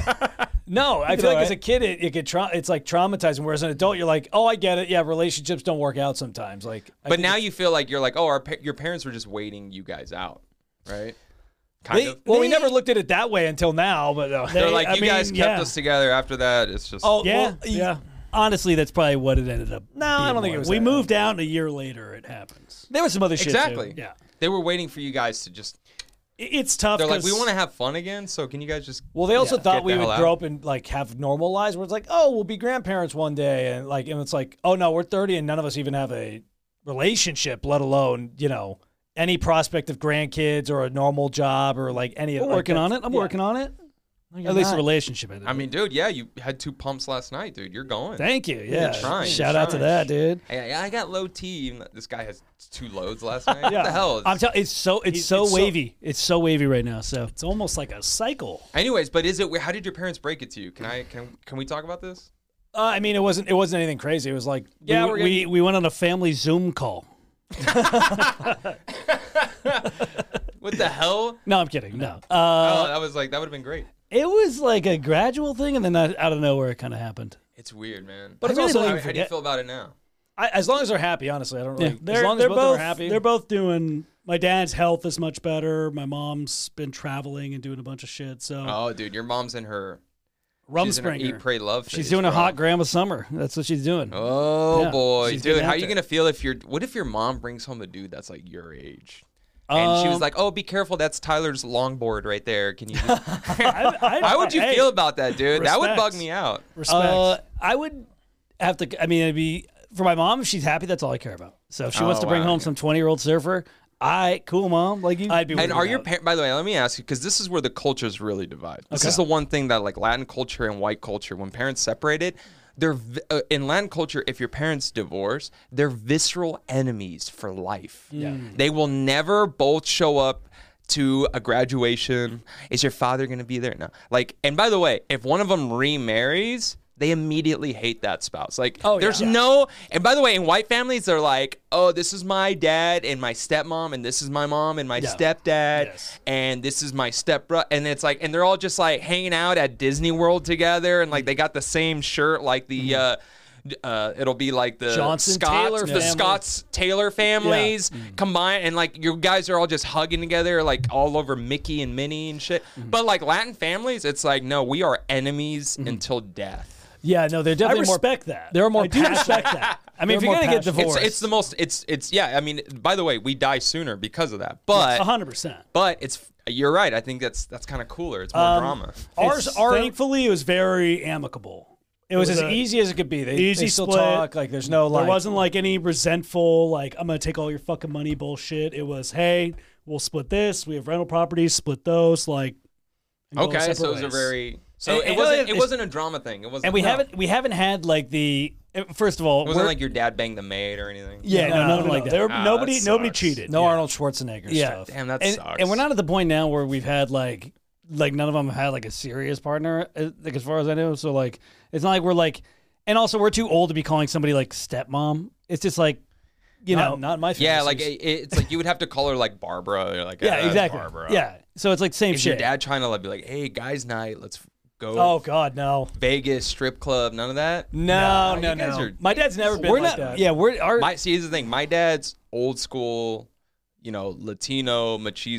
[SPEAKER 1] No, I feel like as a kid, it, it could tra- it's like traumatizing. Whereas an adult, you're like, oh, I get it. Yeah, relationships don't work out sometimes. Like, I
[SPEAKER 2] but
[SPEAKER 1] think
[SPEAKER 2] now you feel like you're like, oh, our pa- your parents were just waiting you guys out, right? Kind
[SPEAKER 1] they-
[SPEAKER 2] of.
[SPEAKER 1] well, we never looked at it that way until now. But uh,
[SPEAKER 2] They're
[SPEAKER 3] they-
[SPEAKER 2] like,
[SPEAKER 3] I
[SPEAKER 2] you
[SPEAKER 3] mean,
[SPEAKER 2] guys kept
[SPEAKER 3] yeah.
[SPEAKER 2] us together. After that, it's just.
[SPEAKER 1] oh,
[SPEAKER 3] Yeah.
[SPEAKER 1] well, y-
[SPEAKER 3] yeah.
[SPEAKER 4] honestly, that's probably what it ended up.
[SPEAKER 1] No, I don't think it was.
[SPEAKER 3] We
[SPEAKER 1] that.
[SPEAKER 3] moved out and a year later. It happens.
[SPEAKER 4] There was some other shit. too.
[SPEAKER 2] exactly.
[SPEAKER 3] Yeah.
[SPEAKER 2] They were waiting for you guys to just.
[SPEAKER 3] It- It's tough.
[SPEAKER 2] They're like, we
[SPEAKER 3] 'cause-
[SPEAKER 2] want to have fun again, so can you guys just?
[SPEAKER 1] Well, they also
[SPEAKER 2] Get
[SPEAKER 1] thought
[SPEAKER 2] the
[SPEAKER 1] we would
[SPEAKER 2] hell out.
[SPEAKER 1] grow up and like have normal lives where it's like, oh, we'll be grandparents one day, and like, and it's like, oh no, we're thirty, and none of us even have a relationship, let alone you know any prospect of grandkids or a normal job or like any.
[SPEAKER 4] I'm
[SPEAKER 1] like,
[SPEAKER 4] working on it.
[SPEAKER 1] that's-
[SPEAKER 4] I'm
[SPEAKER 1] yeah.
[SPEAKER 4] working on it.
[SPEAKER 1] you're
[SPEAKER 4] At least
[SPEAKER 1] not.
[SPEAKER 4] a relationship. ended
[SPEAKER 2] I
[SPEAKER 4] up.
[SPEAKER 2] mean, dude, yeah, you had two pumps last night, dude. You're going.
[SPEAKER 4] thank you. Yeah.
[SPEAKER 2] trying, you're
[SPEAKER 4] Shout out to
[SPEAKER 2] trying.
[SPEAKER 4] that, dude.
[SPEAKER 2] Yeah, yeah, I got low T. Even though this guy has two loads last night. What the hell?
[SPEAKER 4] I'm telling. It's so. It's so
[SPEAKER 3] it's so-
[SPEAKER 4] wavy. it's so wavy right now. So
[SPEAKER 3] It's almost like a cycle.
[SPEAKER 2] Anyways, but is it? How did your parents break it to you? Can I? Can Can we talk about this?
[SPEAKER 1] Uh, I mean, it wasn't. It wasn't anything crazy. It was like, yeah,
[SPEAKER 4] we,
[SPEAKER 1] we're
[SPEAKER 4] we we went on a family Zoom call.
[SPEAKER 2] What the hell?
[SPEAKER 4] No, I'm kidding. No. Uh,
[SPEAKER 2] oh, that was like that would have been great.
[SPEAKER 4] it was like a gradual thing, and then out out of nowhere, it kind of happened.
[SPEAKER 2] It's weird, man.
[SPEAKER 1] But
[SPEAKER 2] But
[SPEAKER 1] it's
[SPEAKER 4] really
[SPEAKER 1] also
[SPEAKER 4] don't
[SPEAKER 2] how,
[SPEAKER 1] like,
[SPEAKER 4] even
[SPEAKER 2] how do you feel about it now?
[SPEAKER 1] I, as long as they're happy. Honestly, I don't really.
[SPEAKER 3] They're,
[SPEAKER 1] as long as
[SPEAKER 3] they're
[SPEAKER 1] both,
[SPEAKER 3] both
[SPEAKER 1] are happy.
[SPEAKER 3] They're both doing. My dad's health is much better. My mom's been traveling and doing a bunch of shit. So
[SPEAKER 2] Oh, dude, your mom's in her Oh, She's in her
[SPEAKER 3] Rumspringer.
[SPEAKER 2] eat, pray, love.
[SPEAKER 4] She's
[SPEAKER 2] phase,
[SPEAKER 4] doing a
[SPEAKER 2] bro.
[SPEAKER 4] hot grandma summer. That's what she's doing.
[SPEAKER 2] Oh
[SPEAKER 4] Yeah,
[SPEAKER 2] boy,
[SPEAKER 4] she's
[SPEAKER 2] dude,
[SPEAKER 4] getting
[SPEAKER 2] how
[SPEAKER 4] out
[SPEAKER 2] you
[SPEAKER 4] there.
[SPEAKER 2] gonna feel if your what if your mom brings home a dude that's like your age? And she was
[SPEAKER 4] Um,
[SPEAKER 2] like, "Oh, be careful! That's Tyler's longboard right there. Can you?" Just...
[SPEAKER 3] I, I,
[SPEAKER 2] How would you
[SPEAKER 3] hey,
[SPEAKER 2] feel about that, dude? That would bug
[SPEAKER 3] respects.
[SPEAKER 2] me out.
[SPEAKER 3] Respect.
[SPEAKER 4] Uh, I would have to. I mean, it'd be for my mom. If she's happy, that's all I care about. So if she wants
[SPEAKER 2] Oh,
[SPEAKER 4] to bring
[SPEAKER 2] wow,
[SPEAKER 4] home
[SPEAKER 2] okay.
[SPEAKER 4] some twenty-year-old surfer, I cool, mom. Like you,
[SPEAKER 3] I'd be
[SPEAKER 2] And
[SPEAKER 3] Figure
[SPEAKER 2] are
[SPEAKER 3] it
[SPEAKER 2] your
[SPEAKER 3] out.
[SPEAKER 2] parents? By the way, let me ask you because this is where the cultures really divide. This is the one thing that like Latin culture and white culture, when parents separated, they're vi- uh, in Latin culture. If your parents divorce, they're visceral enemies for life. Yeah, they will never both show up to a graduation. Is your father going to be there? No. Like, and by the way, if one of them remarries. They immediately hate that spouse. Like,
[SPEAKER 1] Oh,
[SPEAKER 2] there's
[SPEAKER 1] yeah.
[SPEAKER 2] no. And by the way, in white families, they're like, "Oh, this is my dad and my stepmom, and this is my mom and my stepdad,
[SPEAKER 3] Yes.
[SPEAKER 2] and this is my stepbro." And it's like, and they're all just like hanging out at Disney World together, and like they got the same shirt, like the. Uh, d- uh, it'll be like the
[SPEAKER 1] Mm-hmm. Johnson
[SPEAKER 2] Scots,
[SPEAKER 1] Taylor
[SPEAKER 2] the
[SPEAKER 1] family. Mm-hmm.
[SPEAKER 2] Scots Taylor families combined, and like you guys are all just hugging together, like all over Mickey and Minnie and shit.
[SPEAKER 1] Mm-hmm.
[SPEAKER 2] But like Latin families, it's like no, we are enemies until death.
[SPEAKER 1] Yeah, no, they're
[SPEAKER 3] I
[SPEAKER 1] definitely more.
[SPEAKER 3] respect that.
[SPEAKER 1] they're more
[SPEAKER 3] I do respect
[SPEAKER 1] passionate.
[SPEAKER 3] that.
[SPEAKER 4] I mean, if
[SPEAKER 3] They're
[SPEAKER 4] you're
[SPEAKER 3] more
[SPEAKER 4] gonna get
[SPEAKER 3] passionate.
[SPEAKER 4] divorced,
[SPEAKER 2] It's it's the most it's it's yeah. I mean, by the way, we die sooner because of that. But
[SPEAKER 3] 100%.
[SPEAKER 2] but it's you're right. I think that's that's kind of cooler. It's more drama.
[SPEAKER 1] Ours
[SPEAKER 3] It's-
[SPEAKER 1] are.
[SPEAKER 3] thankfully it was very amicable.
[SPEAKER 1] it was,
[SPEAKER 3] was
[SPEAKER 1] as
[SPEAKER 3] a-
[SPEAKER 1] easy as it could be. They,
[SPEAKER 3] Easy
[SPEAKER 1] they still
[SPEAKER 3] split.
[SPEAKER 1] talk. Like there's no like.
[SPEAKER 3] There wasn't like any resentful like I'm gonna take all your fucking money bullshit. It was hey, we'll split this. We have rental properties, split those. Like and go
[SPEAKER 2] Okay,
[SPEAKER 3] separate
[SPEAKER 2] so it was a
[SPEAKER 3] ways.
[SPEAKER 2] very so
[SPEAKER 4] And-
[SPEAKER 2] it,
[SPEAKER 4] and
[SPEAKER 2] wasn't
[SPEAKER 4] it's-
[SPEAKER 2] it wasn't a drama thing. It wasn't.
[SPEAKER 4] and we
[SPEAKER 2] no.
[SPEAKER 4] haven't we haven't had like the uh, first of all,
[SPEAKER 2] It wasn't
[SPEAKER 4] we're-
[SPEAKER 2] like your dad banged the maid or anything.
[SPEAKER 3] yeah, no,
[SPEAKER 4] No,
[SPEAKER 3] nothing
[SPEAKER 4] no,
[SPEAKER 3] like
[SPEAKER 4] no.
[SPEAKER 3] that. There,
[SPEAKER 2] Ah,
[SPEAKER 3] nobody
[SPEAKER 2] that
[SPEAKER 3] nobody
[SPEAKER 2] sucks.
[SPEAKER 3] cheated.
[SPEAKER 1] no Arnold Schwarzenegger
[SPEAKER 4] yeah,
[SPEAKER 1] stuff.
[SPEAKER 2] Damn, that
[SPEAKER 4] and,
[SPEAKER 2] sucks.
[SPEAKER 4] and we're not at the point now where we've had like like none of them have had like a serious partner, uh, like as far as I know. So like it's not like we're like, and also we're too old to be calling somebody like stepmom. It's just like, you
[SPEAKER 3] Not-
[SPEAKER 4] know,
[SPEAKER 3] not in my fantasies.
[SPEAKER 2] Yeah, like it, it's like you would have to call her like Barbara. You're like, "Ah,
[SPEAKER 4] yeah,
[SPEAKER 2] that's
[SPEAKER 4] exactly,
[SPEAKER 2] Barbara.
[SPEAKER 4] yeah. So it's like same
[SPEAKER 2] Is
[SPEAKER 4] shit.
[SPEAKER 2] your dad trying to like be like, hey, guys' night, let's go
[SPEAKER 3] oh god, no.
[SPEAKER 2] Vegas strip club, none of that.
[SPEAKER 1] No,
[SPEAKER 2] Nah,
[SPEAKER 1] no,
[SPEAKER 2] you guys
[SPEAKER 1] no.
[SPEAKER 2] are-
[SPEAKER 1] My dad's never been
[SPEAKER 4] we're
[SPEAKER 1] like
[SPEAKER 4] not.
[SPEAKER 1] that.
[SPEAKER 4] Yeah, we're our
[SPEAKER 2] My see, here's the thing. My dad's old school, you know, Latino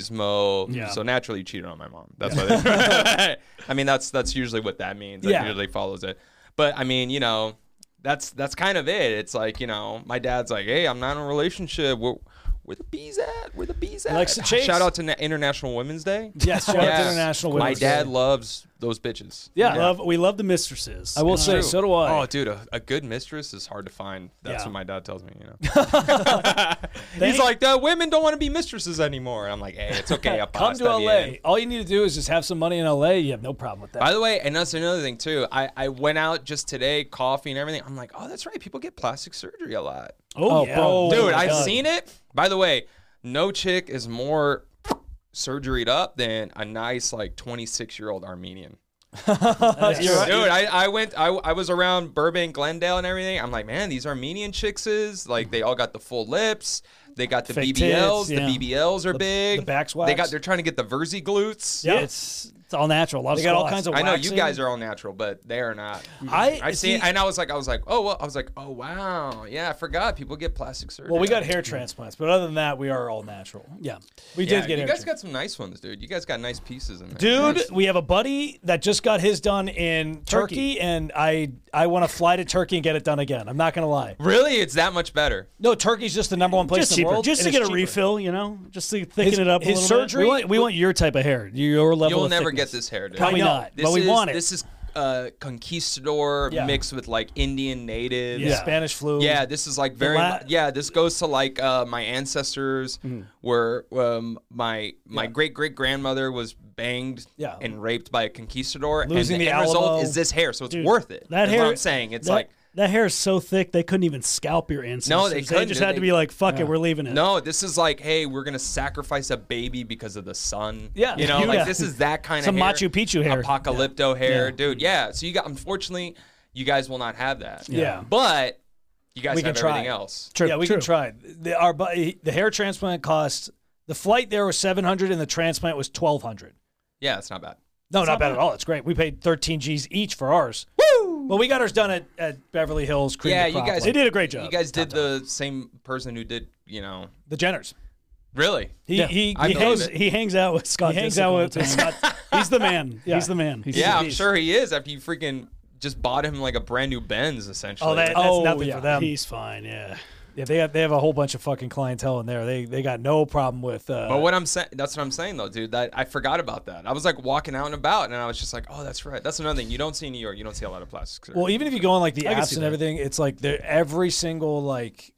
[SPEAKER 2] machismo.
[SPEAKER 3] Yeah.
[SPEAKER 2] So naturally, he cheated on my mom. That's why. I mean, that's that's usually what that means. That
[SPEAKER 1] Yeah.
[SPEAKER 2] usually follows it. But I mean, you know, that's that's kind of it. It's like you know, my dad's like, hey, I'm not in a relationship. Where, where the bees at? Where the bees at?
[SPEAKER 1] Likes to chase.
[SPEAKER 2] Shout out to Na- International Women's Day.
[SPEAKER 1] Yes, shout out to International
[SPEAKER 2] My
[SPEAKER 1] Women's
[SPEAKER 2] dad
[SPEAKER 1] Day.
[SPEAKER 2] loves those bitches.
[SPEAKER 1] Yeah.
[SPEAKER 3] Love we love the mistresses.
[SPEAKER 4] Uh,
[SPEAKER 1] I will
[SPEAKER 3] And
[SPEAKER 1] say,
[SPEAKER 2] True.
[SPEAKER 1] so do I.
[SPEAKER 2] Oh, dude, a, a good mistress is hard to find. That's
[SPEAKER 3] Yeah.
[SPEAKER 2] what my dad tells me. You know, he's like, the women don't want to be mistresses anymore. And I'm like, hey, it's okay. I'll
[SPEAKER 1] Come to LA. All you need to do is just have some money in LA. You have no problem with that.
[SPEAKER 2] By the way, and that's another thing too. I, I went out just today, coffee and everything. I'm like, oh, that's right. People get plastic surgery a lot,
[SPEAKER 3] Oh,
[SPEAKER 1] Oh,
[SPEAKER 3] yeah.
[SPEAKER 1] bro.
[SPEAKER 3] Oh,
[SPEAKER 2] dude.
[SPEAKER 3] my
[SPEAKER 2] I've
[SPEAKER 3] God.
[SPEAKER 2] seen it. By the way, no chick is more surgeried up than a nice like 26 year old Armenian.
[SPEAKER 3] You're right.
[SPEAKER 2] Dude, I, I went I, I was around Burbank, Glendale, and everything. I'm like, man, these Armenian chickses, like they all got the full lips. They got the
[SPEAKER 4] Fake
[SPEAKER 2] BBLs.
[SPEAKER 4] tits, yeah.
[SPEAKER 2] The BBLs are big.
[SPEAKER 1] the back's
[SPEAKER 2] They got
[SPEAKER 1] waxed.
[SPEAKER 2] they're trying to get the Verzi glutes.
[SPEAKER 3] Yeah.
[SPEAKER 4] It's it's all natural. A lot
[SPEAKER 1] They
[SPEAKER 4] of
[SPEAKER 1] got all
[SPEAKER 4] squats.
[SPEAKER 1] kinds of
[SPEAKER 2] I know
[SPEAKER 1] waxing.
[SPEAKER 2] you guys are all natural, but they are not.
[SPEAKER 3] Mm-hmm.
[SPEAKER 4] I
[SPEAKER 2] I've
[SPEAKER 4] see.
[SPEAKER 2] seen, and I was like, I was like, oh, well, I was like, oh wow, yeah, I forgot people get plastic surgery.
[SPEAKER 3] Well, we got hair transplants, but other than that, we are all natural.
[SPEAKER 4] yeah.
[SPEAKER 1] we
[SPEAKER 2] yeah,
[SPEAKER 1] did get
[SPEAKER 2] you
[SPEAKER 1] hair
[SPEAKER 2] guys got some nice ones, dude. You guys got nice pieces in there,
[SPEAKER 3] Dude,
[SPEAKER 1] We have a buddy that just got his done in Turkey, and I I want to fly to Turkey and get it done again. I'm not gonna lie.
[SPEAKER 2] Really, it's that much better.
[SPEAKER 1] No, Turkey's just the number one place
[SPEAKER 3] just
[SPEAKER 1] in the
[SPEAKER 3] cheaper,
[SPEAKER 1] world.
[SPEAKER 3] just
[SPEAKER 1] and
[SPEAKER 3] to
[SPEAKER 1] it's
[SPEAKER 3] get a
[SPEAKER 1] cheaper.
[SPEAKER 3] refill, you know, just to thicken
[SPEAKER 1] His-
[SPEAKER 3] it up. a
[SPEAKER 1] his
[SPEAKER 3] little bit.
[SPEAKER 1] surgery-
[SPEAKER 4] We want, we want your type of hair, your level.
[SPEAKER 2] You'll
[SPEAKER 4] of
[SPEAKER 2] never
[SPEAKER 4] thickness.
[SPEAKER 2] get this hair, dude.
[SPEAKER 4] Probably
[SPEAKER 1] I know.
[SPEAKER 4] not.
[SPEAKER 2] This
[SPEAKER 4] but we
[SPEAKER 2] is,
[SPEAKER 4] want it.
[SPEAKER 2] This is uh, conquistador mixed with like Indian natives.
[SPEAKER 1] Yeah. Spanish flu.
[SPEAKER 2] Yeah, this is like very.
[SPEAKER 3] la-
[SPEAKER 2] yeah, this goes to like uh, my ancestors were um, my my great great grandmother was banged
[SPEAKER 1] Yeah.
[SPEAKER 2] and raped by a conquistador,
[SPEAKER 1] Losing
[SPEAKER 2] and the,
[SPEAKER 1] the
[SPEAKER 2] end result
[SPEAKER 1] Alamo.
[SPEAKER 2] is this hair, so it's worth it.
[SPEAKER 3] That
[SPEAKER 2] is
[SPEAKER 3] hair,
[SPEAKER 2] what I'm saying. It's
[SPEAKER 3] that-
[SPEAKER 2] like
[SPEAKER 3] that hair is so thick they couldn't even scalp your ancestors.
[SPEAKER 2] No, they couldn't,
[SPEAKER 3] just
[SPEAKER 2] dude.
[SPEAKER 3] had to
[SPEAKER 2] They-
[SPEAKER 3] be like, "Fuck it, we're leaving it."
[SPEAKER 2] no, this is like hey, we're gonna sacrifice a baby because of the sun.
[SPEAKER 1] Yeah.
[SPEAKER 2] you know, like
[SPEAKER 3] Yeah.
[SPEAKER 2] this is that kind
[SPEAKER 4] Some
[SPEAKER 2] of
[SPEAKER 4] Machu Picchu hair.
[SPEAKER 2] apocalypto hair, dude. Yeah, so you got unfortunately, you guys will not have that.
[SPEAKER 1] Yeah.
[SPEAKER 2] but you guys
[SPEAKER 1] We
[SPEAKER 2] have
[SPEAKER 1] can try.
[SPEAKER 2] everything else.
[SPEAKER 4] True,
[SPEAKER 1] yeah, we
[SPEAKER 4] true.
[SPEAKER 1] can try. it. The, our bu- the hair transplant cost the flight there was seven hundred, and the transplant was twelve hundred.
[SPEAKER 2] Yeah, it's not bad.
[SPEAKER 1] No, not, bad, at all. It's great. We paid thirteen G's each for ours. Woo! Well, we got ours done at, at Beverly Hills. Cream
[SPEAKER 2] Yeah,
[SPEAKER 1] de
[SPEAKER 2] you
[SPEAKER 1] Crop,
[SPEAKER 2] guys-
[SPEAKER 1] like,
[SPEAKER 3] they did a great job.
[SPEAKER 2] You guys did the same person who did, you know,
[SPEAKER 1] the Jenners.
[SPEAKER 2] Really?
[SPEAKER 1] He he,
[SPEAKER 2] I
[SPEAKER 1] he
[SPEAKER 2] believe
[SPEAKER 1] hangs,
[SPEAKER 2] it.
[SPEAKER 3] He hangs out with Scott.
[SPEAKER 1] he hangs
[SPEAKER 3] Disick
[SPEAKER 1] out
[SPEAKER 3] all
[SPEAKER 1] with
[SPEAKER 3] the time.
[SPEAKER 1] Scott.
[SPEAKER 3] He's the man. He's the man.
[SPEAKER 4] He's-
[SPEAKER 2] Yeah, I'm
[SPEAKER 1] Jeez.
[SPEAKER 2] sure he is. After you freaking just bought him like a brand new Benz, essentially.
[SPEAKER 4] Oh, that, that's
[SPEAKER 1] Oh,
[SPEAKER 4] nothing
[SPEAKER 1] yeah.
[SPEAKER 4] for them.
[SPEAKER 3] He's fine. Yeah.
[SPEAKER 1] Yeah, they have they have a whole bunch of fucking clientele in there. They they got no problem with. Uh,
[SPEAKER 2] but what I'm saying, that's what I'm saying though, dude. That I forgot about that. I was like walking out and about, and I was just like, oh, that's right. That's another thing. You don't see in New York. You don't see a lot of plastic surgery.
[SPEAKER 1] well, even if you go on like the
[SPEAKER 3] I can
[SPEAKER 1] apps
[SPEAKER 3] see
[SPEAKER 1] and
[SPEAKER 3] that.
[SPEAKER 1] everything, it's like they're- every single like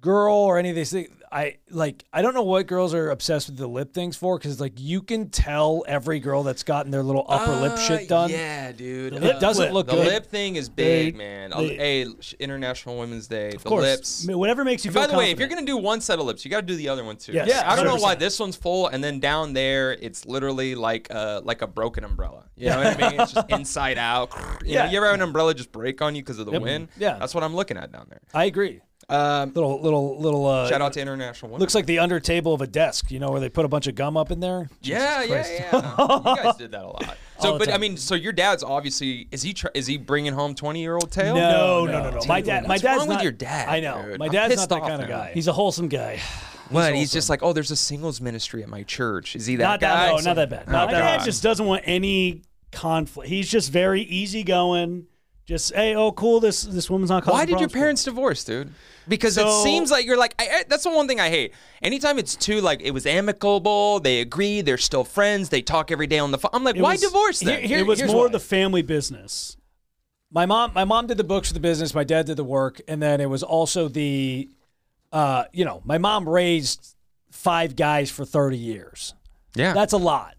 [SPEAKER 1] girl or any of these things. I like I don't know what girls are obsessed with the lip things for because like you can tell every girl that's gotten their little upper lip shit done.
[SPEAKER 2] Ah, Uh, Yeah, dude.
[SPEAKER 1] It doesn't look
[SPEAKER 2] the
[SPEAKER 1] good.
[SPEAKER 2] lip thing is big,
[SPEAKER 3] They-
[SPEAKER 2] man.
[SPEAKER 3] they-
[SPEAKER 2] hey, sh- International Women's Day. the
[SPEAKER 3] Of course.
[SPEAKER 2] lips.
[SPEAKER 3] I mean, Whatever makes you
[SPEAKER 2] By
[SPEAKER 3] feel.
[SPEAKER 2] the way, if you're
[SPEAKER 3] confident.
[SPEAKER 2] gonna do one set of lips, you got to do the other one too.
[SPEAKER 3] Yes,
[SPEAKER 2] yeah, I don't know why
[SPEAKER 3] 100%.
[SPEAKER 2] this one's full and then down there it's literally like a like a broken umbrella. You know what I mean? It's just inside out. You yeah,
[SPEAKER 1] Yeah.
[SPEAKER 2] you ever have an umbrella just break on you because of the wind?
[SPEAKER 1] Yeah.
[SPEAKER 2] that's what I'm looking at down there.
[SPEAKER 1] I agree.
[SPEAKER 2] Um,
[SPEAKER 1] Little little little. Uh,
[SPEAKER 2] shout out to International Women.
[SPEAKER 1] Looks like the under table of a desk, you know, where they put a bunch of gum up in there.
[SPEAKER 2] yeah, yeah,
[SPEAKER 1] Christ.
[SPEAKER 2] yeah. you guys did that a lot. So,
[SPEAKER 1] the
[SPEAKER 2] but I
[SPEAKER 1] time.
[SPEAKER 2] mean, so your dad's obviously is he tr- is he bringing home twenty year old tail?
[SPEAKER 3] No,
[SPEAKER 1] No,
[SPEAKER 3] no,
[SPEAKER 1] no.
[SPEAKER 3] no, no.
[SPEAKER 1] Dude,
[SPEAKER 3] My dad. My
[SPEAKER 2] what's
[SPEAKER 3] dad's
[SPEAKER 2] wrong with
[SPEAKER 3] not-
[SPEAKER 2] your dad?
[SPEAKER 1] I know.
[SPEAKER 2] dude?
[SPEAKER 1] My
[SPEAKER 2] I'm
[SPEAKER 1] dad's
[SPEAKER 2] pissed
[SPEAKER 1] not that
[SPEAKER 2] off
[SPEAKER 1] kind of
[SPEAKER 2] now.
[SPEAKER 1] guy.
[SPEAKER 4] He's a wholesome guy.
[SPEAKER 2] What? He's just like, oh, there's a singles ministry at my church. Is he that
[SPEAKER 4] Not that-
[SPEAKER 2] guy?
[SPEAKER 4] no, not that bad.
[SPEAKER 3] My
[SPEAKER 4] Not that
[SPEAKER 3] dad
[SPEAKER 2] God.
[SPEAKER 3] just doesn't want any conflict. He's just very easygoing. Just hey, oh, cool. This this woman's not.
[SPEAKER 2] Why
[SPEAKER 3] causing
[SPEAKER 2] did your
[SPEAKER 3] problems for me."
[SPEAKER 2] parents divorce, dude? Because it
[SPEAKER 3] So-
[SPEAKER 2] seems like you're like I, I- that's the one thing I hate. Anytime it's too like it was amicable, they agree, they're still friends, they talk every day on the phone. I'm like,
[SPEAKER 3] It
[SPEAKER 2] why
[SPEAKER 3] was-
[SPEAKER 2] divorce then?
[SPEAKER 1] Here-
[SPEAKER 3] it was
[SPEAKER 1] here's
[SPEAKER 3] more
[SPEAKER 1] why.
[SPEAKER 3] the family business.
[SPEAKER 1] my mom my mom did the books for the business my dad did the work and then it was also the uh you know my mom raised five guys for 30 years
[SPEAKER 2] yeah, that's
[SPEAKER 1] that's a lot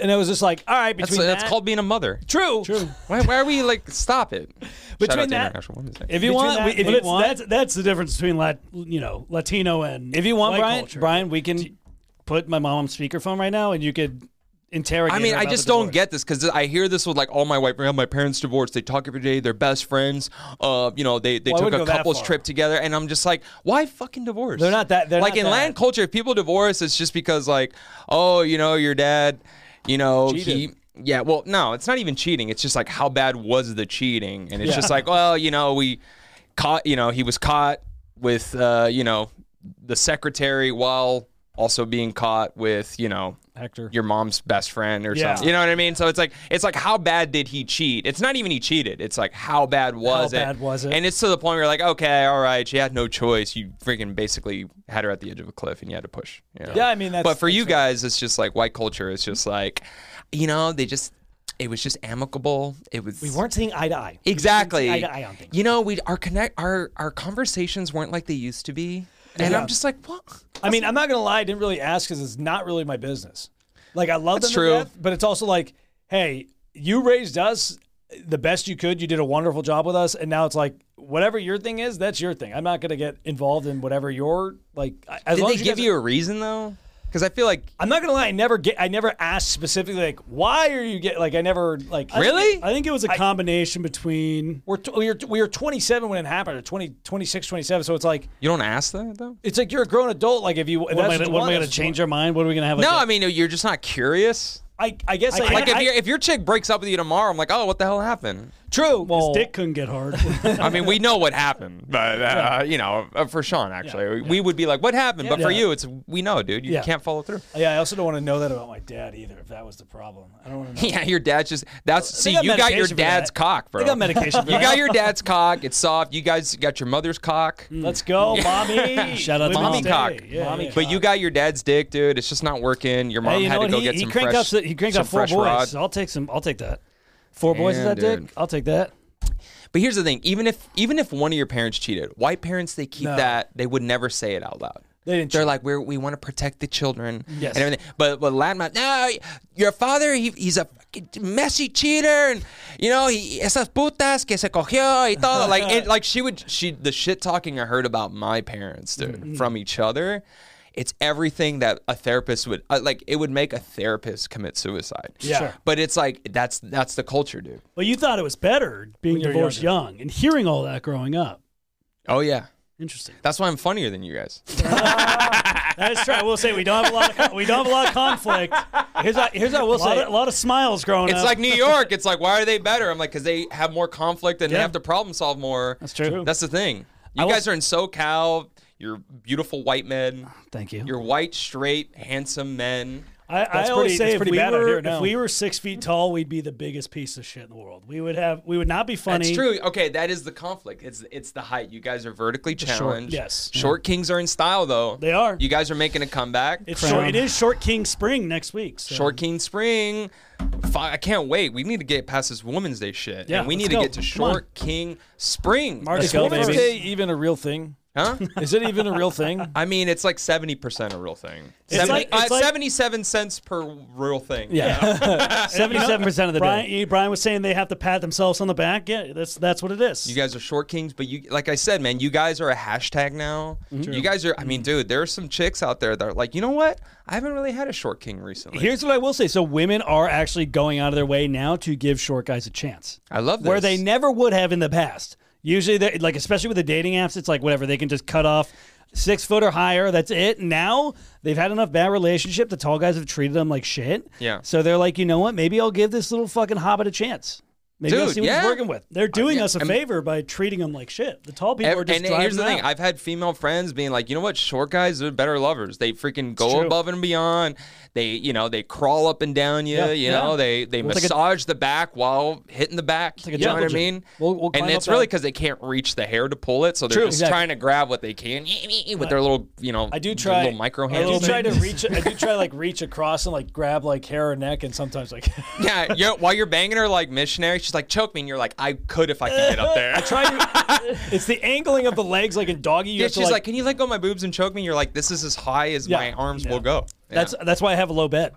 [SPEAKER 1] and it was just like all right
[SPEAKER 2] that's,
[SPEAKER 1] between that,
[SPEAKER 2] called being a mother.
[SPEAKER 1] true true
[SPEAKER 2] Why, why are we like stop it? Shout out
[SPEAKER 1] Between
[SPEAKER 2] to
[SPEAKER 1] that-
[SPEAKER 2] International Women's Day.
[SPEAKER 1] if you
[SPEAKER 3] Between
[SPEAKER 1] want
[SPEAKER 3] that-
[SPEAKER 1] we- if
[SPEAKER 3] but
[SPEAKER 1] you
[SPEAKER 3] it's-
[SPEAKER 1] want
[SPEAKER 3] that's that's the difference between lat, you know Latino and
[SPEAKER 4] If you want,
[SPEAKER 3] white
[SPEAKER 4] Brian,
[SPEAKER 3] culture.
[SPEAKER 4] Brian, we can put my mom on speakerphone right now, and you could interrogate.
[SPEAKER 2] I mean,
[SPEAKER 4] her
[SPEAKER 2] I
[SPEAKER 4] about
[SPEAKER 2] just
[SPEAKER 4] the
[SPEAKER 2] don't
[SPEAKER 4] divorce.
[SPEAKER 2] get this because I hear this with like all my white friends. My parents divorced. They talk every day. They're best friends. Uh, you know, they, they
[SPEAKER 1] Well, I
[SPEAKER 2] took a
[SPEAKER 1] wouldn't go that
[SPEAKER 2] couples
[SPEAKER 1] far.
[SPEAKER 2] trip together, and I'm just like, why fucking divorce?
[SPEAKER 1] They're not that- they're
[SPEAKER 2] like
[SPEAKER 1] not
[SPEAKER 2] in
[SPEAKER 1] that-
[SPEAKER 2] Latin culture, if people divorce, it's just because like, oh, you know, your dad, you know, he.
[SPEAKER 1] Cheated.
[SPEAKER 2] Yeah, well, no, it's not even cheating. It's just like how bad was the cheating, and it's just like, well, you know, we caught, you know, he was caught with, uh, you know, the secretary while also being caught with, you know,
[SPEAKER 1] Hector.
[SPEAKER 2] your mom's best friend or
[SPEAKER 3] Yeah.
[SPEAKER 2] something. You know what I mean? So it's like it's like how bad did he cheat? It's not even he cheated. It's like how bad was it?
[SPEAKER 1] How bad was it?
[SPEAKER 2] And it's to the point where you're like, okay, all right, she had no choice. You freaking basically had her at the edge of a cliff and you had to push. you know?
[SPEAKER 1] Yeah, I mean, that's-
[SPEAKER 2] But for
[SPEAKER 1] that's
[SPEAKER 2] you
[SPEAKER 1] fair.
[SPEAKER 2] guys, it's just like white culture. It's just like, you know, they just it was just amicable. It was
[SPEAKER 1] we weren't seeing eye to eye
[SPEAKER 2] exactly.
[SPEAKER 1] eye to eye on things.
[SPEAKER 2] You know, we our connect our our conversations weren't like they used to be. And I'm just like, what?
[SPEAKER 1] i mean i'm not gonna lie i didn't really ask because it's not really my business like i love
[SPEAKER 2] That's
[SPEAKER 1] them to
[SPEAKER 2] true.
[SPEAKER 1] death, but it's also like hey you raised us the best you could you did a wonderful job with us and now it's like whatever your thing is that's your thing i'm not gonna get involved in whatever your like as
[SPEAKER 2] Did
[SPEAKER 1] long
[SPEAKER 2] they
[SPEAKER 1] as you
[SPEAKER 2] give
[SPEAKER 1] guys-
[SPEAKER 2] you a reason though? Because I feel like
[SPEAKER 1] I'm not gonna lie. I never get. I never asked specifically like why are you get like I never like
[SPEAKER 2] really.
[SPEAKER 3] I think it was a combination between
[SPEAKER 1] We're t- we were we were 27 when it happened, or 20, 26, 27. So it's like
[SPEAKER 2] You don't ask that though.
[SPEAKER 1] it's like you're a grown adult. Like if you
[SPEAKER 4] What am I, what am I going to change our mind? What are we going to have?
[SPEAKER 2] No,
[SPEAKER 4] like,
[SPEAKER 2] I mean you're just not curious.
[SPEAKER 1] I I guess I,
[SPEAKER 2] Like if
[SPEAKER 1] I-
[SPEAKER 2] your if your chick breaks up with you tomorrow, I'm like, oh, what the hell happened?
[SPEAKER 1] true. Well,
[SPEAKER 3] Dick couldn't get hard.
[SPEAKER 2] I mean, we know what happened, but uh, you know, uh, for Sean actually, we- we would be like, what happened? but for
[SPEAKER 1] Yeah.
[SPEAKER 2] you, it's we know, dude. You
[SPEAKER 1] Yeah.
[SPEAKER 2] can't follow through.
[SPEAKER 1] yeah. I also don't want to know that about my dad either. If that was the problem, I don't want to. know.
[SPEAKER 2] Yeah, your dad's just that's see,
[SPEAKER 1] got
[SPEAKER 2] you got your
[SPEAKER 1] medication for
[SPEAKER 2] dad's
[SPEAKER 1] that.
[SPEAKER 2] cock, bro.
[SPEAKER 1] I got medication. for
[SPEAKER 2] you
[SPEAKER 1] that.
[SPEAKER 2] got your dad's cock. It's soft. You guys got your mother's cock.
[SPEAKER 4] Mm.
[SPEAKER 1] Let's go, mommy.
[SPEAKER 4] Shout out to
[SPEAKER 2] Mommy
[SPEAKER 4] mom.
[SPEAKER 2] cock.
[SPEAKER 3] yeah,
[SPEAKER 1] Mommy
[SPEAKER 3] yeah.
[SPEAKER 1] cock.
[SPEAKER 2] But you got your dad's dick, dude. It's just not working. Your mom
[SPEAKER 4] Hey, you
[SPEAKER 2] had
[SPEAKER 4] know
[SPEAKER 2] to
[SPEAKER 4] what?
[SPEAKER 2] go
[SPEAKER 4] He,
[SPEAKER 2] get
[SPEAKER 4] he
[SPEAKER 2] some
[SPEAKER 4] cranked
[SPEAKER 2] fresh.
[SPEAKER 4] up. He cranked
[SPEAKER 2] some
[SPEAKER 4] up four
[SPEAKER 2] fresh
[SPEAKER 4] boys.
[SPEAKER 2] rod.
[SPEAKER 4] I'll take some. I'll take that. Four boys is
[SPEAKER 2] Damn,
[SPEAKER 4] that
[SPEAKER 2] dude.
[SPEAKER 4] dick? I'll take that.
[SPEAKER 2] But here's the thing: even if even if one of your parents cheated, white parents they keep that they would never say it out loud.
[SPEAKER 1] They didn't
[SPEAKER 2] They're
[SPEAKER 1] cheat.
[SPEAKER 2] like, We're, we want to protect the children and everything. But but Latin, mob, no, your father he, he's a fucking messy cheater, and you know he esas putas que se cogió y todo. Like it, like she would she the shit talking I heard about my parents, dude,
[SPEAKER 1] Mm-hmm.
[SPEAKER 2] from each other. It's everything that a therapist would uh, like. It would make a therapist commit suicide.
[SPEAKER 3] Yeah. Sure.
[SPEAKER 2] but it's like that's that's the culture, dude.
[SPEAKER 3] but you thought it was better being
[SPEAKER 1] you're
[SPEAKER 3] divorced young and hearing all that growing up.
[SPEAKER 2] Oh yeah,
[SPEAKER 3] Interesting.
[SPEAKER 2] that's why I'm funnier than you guys.
[SPEAKER 3] That's true. I will say we don't have a lot of con- we don't have a lot of conflict.
[SPEAKER 1] Here's what, here's what I will
[SPEAKER 3] A lot
[SPEAKER 1] say.
[SPEAKER 3] of, a lot of smiles growing
[SPEAKER 2] It's
[SPEAKER 3] up.
[SPEAKER 2] like New York. It's like, why are they better? I'm like, because they have more conflict and they have to problem solve more. That's
[SPEAKER 4] true.
[SPEAKER 2] That's the thing. You guys are in SoCal. You're beautiful white
[SPEAKER 3] Oh,
[SPEAKER 2] men.
[SPEAKER 4] Thank you.
[SPEAKER 2] You're white, straight, handsome men.
[SPEAKER 3] I, I
[SPEAKER 1] pretty-
[SPEAKER 3] always say
[SPEAKER 1] that's
[SPEAKER 3] if
[SPEAKER 1] pretty
[SPEAKER 3] we,
[SPEAKER 1] bad out here
[SPEAKER 3] were, if
[SPEAKER 1] now.
[SPEAKER 3] we were six feet tall, we'd be the biggest piece of shit in the world. We would have we would not be funny.
[SPEAKER 2] That's true. Okay, that is the conflict. It's it's the height. You guys are vertically challenged.
[SPEAKER 3] yes.
[SPEAKER 2] Short kings are in style though.
[SPEAKER 3] They are.
[SPEAKER 2] You guys are making a comeback.
[SPEAKER 3] It's short, it is short king spring next week. So.
[SPEAKER 2] Short King Spring. Fi- I can't wait. We need to get past this Women's Day shit.
[SPEAKER 3] Yeah,
[SPEAKER 2] and we
[SPEAKER 3] let's
[SPEAKER 2] need
[SPEAKER 3] go.
[SPEAKER 2] to get to
[SPEAKER 3] Come on.
[SPEAKER 2] Short King Spring.
[SPEAKER 3] March
[SPEAKER 1] Is
[SPEAKER 3] go,
[SPEAKER 1] Women's
[SPEAKER 3] baby.
[SPEAKER 1] Day even a real thing?
[SPEAKER 2] Huh?
[SPEAKER 1] Is it even a real thing?
[SPEAKER 2] I mean, it's like 70% a real thing.
[SPEAKER 3] It's
[SPEAKER 2] 70,
[SPEAKER 3] like- it's
[SPEAKER 2] uh,
[SPEAKER 3] like-
[SPEAKER 2] 77 cents per real thing.
[SPEAKER 1] Yeah.
[SPEAKER 4] Seventy-seven percent of the
[SPEAKER 3] Brian,
[SPEAKER 4] day.
[SPEAKER 3] eh, Brian was saying they have to pat themselves on the back. Yeah, that's that's what it is.
[SPEAKER 2] You guys are short kings, but you, like I said, man, you guys are a hashtag now.
[SPEAKER 3] Mm-hmm.
[SPEAKER 2] You guys are, I mean, dude, there are some chicks out there that are like, you know what? I haven't really had a short king recently.
[SPEAKER 4] Here's what I will say. So women are actually going out of their way now to give short guys a chance.
[SPEAKER 2] I love this.
[SPEAKER 4] where they never would have in the past. Usually, they like especially with the dating apps, it's like whatever they can just cut off six foot or higher. That's it. Now they've had enough bad relationship. The tall guys have treated them like shit.
[SPEAKER 2] Yeah.
[SPEAKER 4] So they're like, you know what? Maybe I'll give this little fucking hobbit a chance. Maybe I'll
[SPEAKER 2] Dude,
[SPEAKER 4] see what
[SPEAKER 2] yeah.
[SPEAKER 4] he's working with.
[SPEAKER 3] They're doing
[SPEAKER 2] yeah,
[SPEAKER 3] us a
[SPEAKER 2] I mean-
[SPEAKER 3] favor by treating them like shit. The tall people
[SPEAKER 2] Ev-
[SPEAKER 3] are just
[SPEAKER 2] and
[SPEAKER 3] driving
[SPEAKER 2] here's the
[SPEAKER 3] them
[SPEAKER 2] thing:
[SPEAKER 3] out.
[SPEAKER 2] I've had female friends being like, you know what, short guys are better lovers. They freaking go
[SPEAKER 3] true.
[SPEAKER 2] above and beyond. They, you know, they crawl up and down you. you know, they they massage the back while hitting the back. you know what I
[SPEAKER 1] jungle gym.
[SPEAKER 2] mean?
[SPEAKER 1] We'll- we'll
[SPEAKER 2] and
[SPEAKER 1] climb
[SPEAKER 2] it's
[SPEAKER 1] up
[SPEAKER 2] really
[SPEAKER 1] that-
[SPEAKER 2] because they can't reach the hair to pull it, so they're just
[SPEAKER 1] exactly.
[SPEAKER 2] trying to grab what they can with their little, you know,
[SPEAKER 1] I do try
[SPEAKER 2] little micro
[SPEAKER 1] I do
[SPEAKER 2] hands.
[SPEAKER 1] try to reach. I do try like reach across and like grab like hair or neck, and sometimes like
[SPEAKER 2] yeah, you know, while you're banging her like missionary, she's like, choke me, and you're like, I could if I can get up there.
[SPEAKER 1] I try to. It's the angling of the legs, like in doggy. You
[SPEAKER 2] Yeah,
[SPEAKER 1] have to
[SPEAKER 2] she's like, can you let go of my boobs and choke me? And you're like, this is as high as my arms will go. Yeah.
[SPEAKER 4] That's that's why I have a low bed.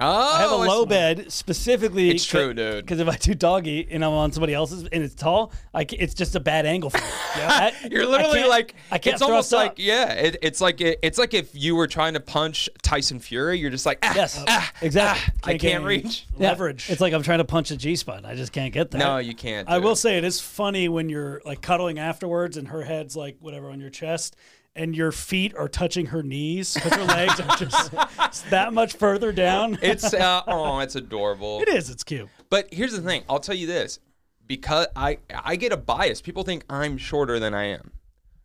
[SPEAKER 2] oh,
[SPEAKER 4] I have a low bed specifically.
[SPEAKER 2] It's true, dude.
[SPEAKER 4] Because if I do doggy and I'm on somebody else's and it's tall, I ca- it's just a bad angle for me. I-
[SPEAKER 2] You're
[SPEAKER 4] I
[SPEAKER 2] literally
[SPEAKER 4] can't-
[SPEAKER 2] like
[SPEAKER 4] I can't
[SPEAKER 2] it's almost
[SPEAKER 4] thrust
[SPEAKER 2] like
[SPEAKER 4] up.
[SPEAKER 2] yeah, it, it's like it, it's like if you were trying to punch Tyson Fury, you're just like ah,
[SPEAKER 4] Yes,
[SPEAKER 2] ah,
[SPEAKER 4] exactly.
[SPEAKER 2] ah, I
[SPEAKER 3] get
[SPEAKER 2] can't
[SPEAKER 3] any-
[SPEAKER 2] reach.
[SPEAKER 4] Yeah.
[SPEAKER 3] Leverage.
[SPEAKER 4] It's like I'm trying to punch a G spot. I just can't get that.
[SPEAKER 2] No, you can't.
[SPEAKER 3] I
[SPEAKER 2] dude.
[SPEAKER 3] will say it is funny when you're like cuddling afterwards and her head's like whatever on your chest and your feet are touching her knees because her legs are just that much further down.
[SPEAKER 2] It's uh, oh, it's adorable.
[SPEAKER 3] it is. It's cute.
[SPEAKER 2] But here's the thing. I'll tell you this because I I get a bias. People think I'm shorter than I am,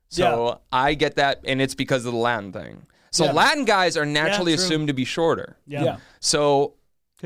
[SPEAKER 2] so I get that, and it's because of the Latin thing. So Latin guys are naturally
[SPEAKER 3] true.
[SPEAKER 2] assumed to be shorter.
[SPEAKER 3] Yeah.
[SPEAKER 1] Yeah.
[SPEAKER 2] So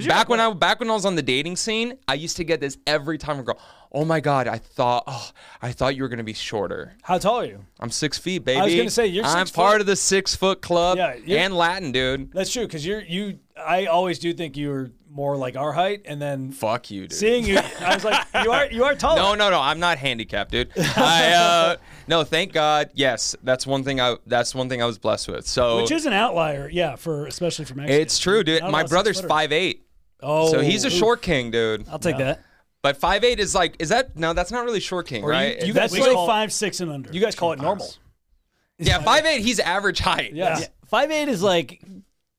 [SPEAKER 2] back when I back when I was on the dating scene, I used to get this every time. I go, oh my god, I thought, oh, I thought you were gonna be shorter.
[SPEAKER 1] how tall are you?
[SPEAKER 2] I'm six feet, baby.
[SPEAKER 1] was gonna say, you're
[SPEAKER 2] I'm
[SPEAKER 1] six
[SPEAKER 2] part
[SPEAKER 1] foot.
[SPEAKER 2] of the six foot club
[SPEAKER 1] Yeah, you're-
[SPEAKER 2] and Latin, dude.
[SPEAKER 1] That's true, because you're you. I always do think you're more like our height, and then
[SPEAKER 2] Fuck you, dude.
[SPEAKER 1] seeing you, I was like, you are you are taller.
[SPEAKER 2] No, no, no. I'm not handicapped, dude. I uh, no, thank God. Yes, that's one thing. I that's one thing I was blessed with. So
[SPEAKER 3] Which is an outlier, yeah, for especially for Mexicans.
[SPEAKER 2] it's true, dude.
[SPEAKER 3] Not a lot
[SPEAKER 2] My
[SPEAKER 3] of six
[SPEAKER 2] brother's
[SPEAKER 3] footers.
[SPEAKER 2] five eight,
[SPEAKER 4] Oh,
[SPEAKER 2] so he's a short king, dude.
[SPEAKER 1] Uh,
[SPEAKER 4] I'll take that.
[SPEAKER 2] But five eight is like, is that no? That's not really short king, right?
[SPEAKER 1] you
[SPEAKER 3] That's
[SPEAKER 1] We
[SPEAKER 3] like
[SPEAKER 1] call-
[SPEAKER 3] five, six, and under.
[SPEAKER 1] You guys call it normal.
[SPEAKER 2] yeah, five eight. He's average height.
[SPEAKER 1] Yeah.
[SPEAKER 4] Yeah. Five eight is like,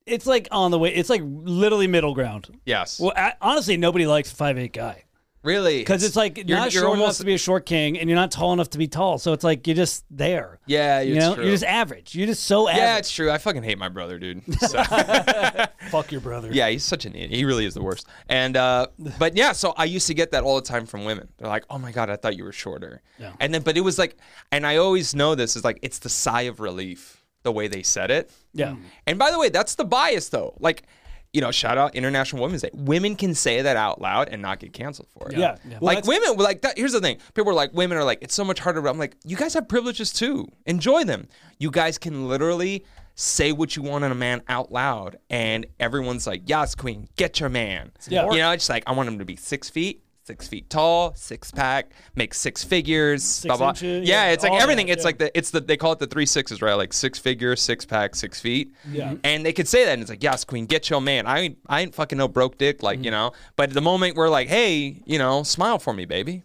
[SPEAKER 4] it's like on the way. It's like literally middle ground.
[SPEAKER 2] Yes.
[SPEAKER 4] Well, I, honestly, nobody likes a five eight guy
[SPEAKER 2] really?
[SPEAKER 4] because it's like you're, not short enough to be a short king, and you're not tall enough to be tall. So it's like you're just there.
[SPEAKER 2] Yeah, it's
[SPEAKER 4] you know,
[SPEAKER 2] true.
[SPEAKER 4] you're just average. You're just so
[SPEAKER 2] yeah,
[SPEAKER 4] average.
[SPEAKER 2] it's true. I fucking hate my brother, dude. So,
[SPEAKER 3] fuck your brother.
[SPEAKER 2] yeah, he's such an idiot. He really is the worst. And uh, but yeah, so I used to get that all the time from women. They're like, "Oh my god, I thought you were shorter." And then, but it was like, and I always know this is like, it's the sigh of relief the way they said it.
[SPEAKER 4] Yeah.
[SPEAKER 2] And by the way, that's the bias though. Like, you know, shout out International Women's Day. Women can say that out loud and not get canceled for it.
[SPEAKER 1] Yeah. Yeah.
[SPEAKER 2] like women, like that. Here's the thing: people are like, women are like, it's so much harder. But I'm like, you guys have privileges too. Enjoy them. You guys can literally say what you want on a man out loud, and everyone's like, yes, queen, get your man.
[SPEAKER 1] Yeah.
[SPEAKER 2] You know, it's just like I want him to be six feet. Six feet tall, six pack, make six figures, blah blah.
[SPEAKER 3] inches,
[SPEAKER 2] yeah,
[SPEAKER 3] yeah,
[SPEAKER 2] it's like
[SPEAKER 3] all
[SPEAKER 2] everything.
[SPEAKER 3] that,
[SPEAKER 2] it's
[SPEAKER 3] yeah.
[SPEAKER 2] like like the it's the they call it the three sixes, right? Like six figure, six pack, six feet.
[SPEAKER 4] Mm-hmm.
[SPEAKER 1] Yeah.
[SPEAKER 2] And they could say that, and it's like, yes, queen, get your man. I ain't I ain't fucking no broke dick, like
[SPEAKER 4] Mm-hmm.
[SPEAKER 2] you know. But at the moment we're like, hey, you know, smile for me, baby.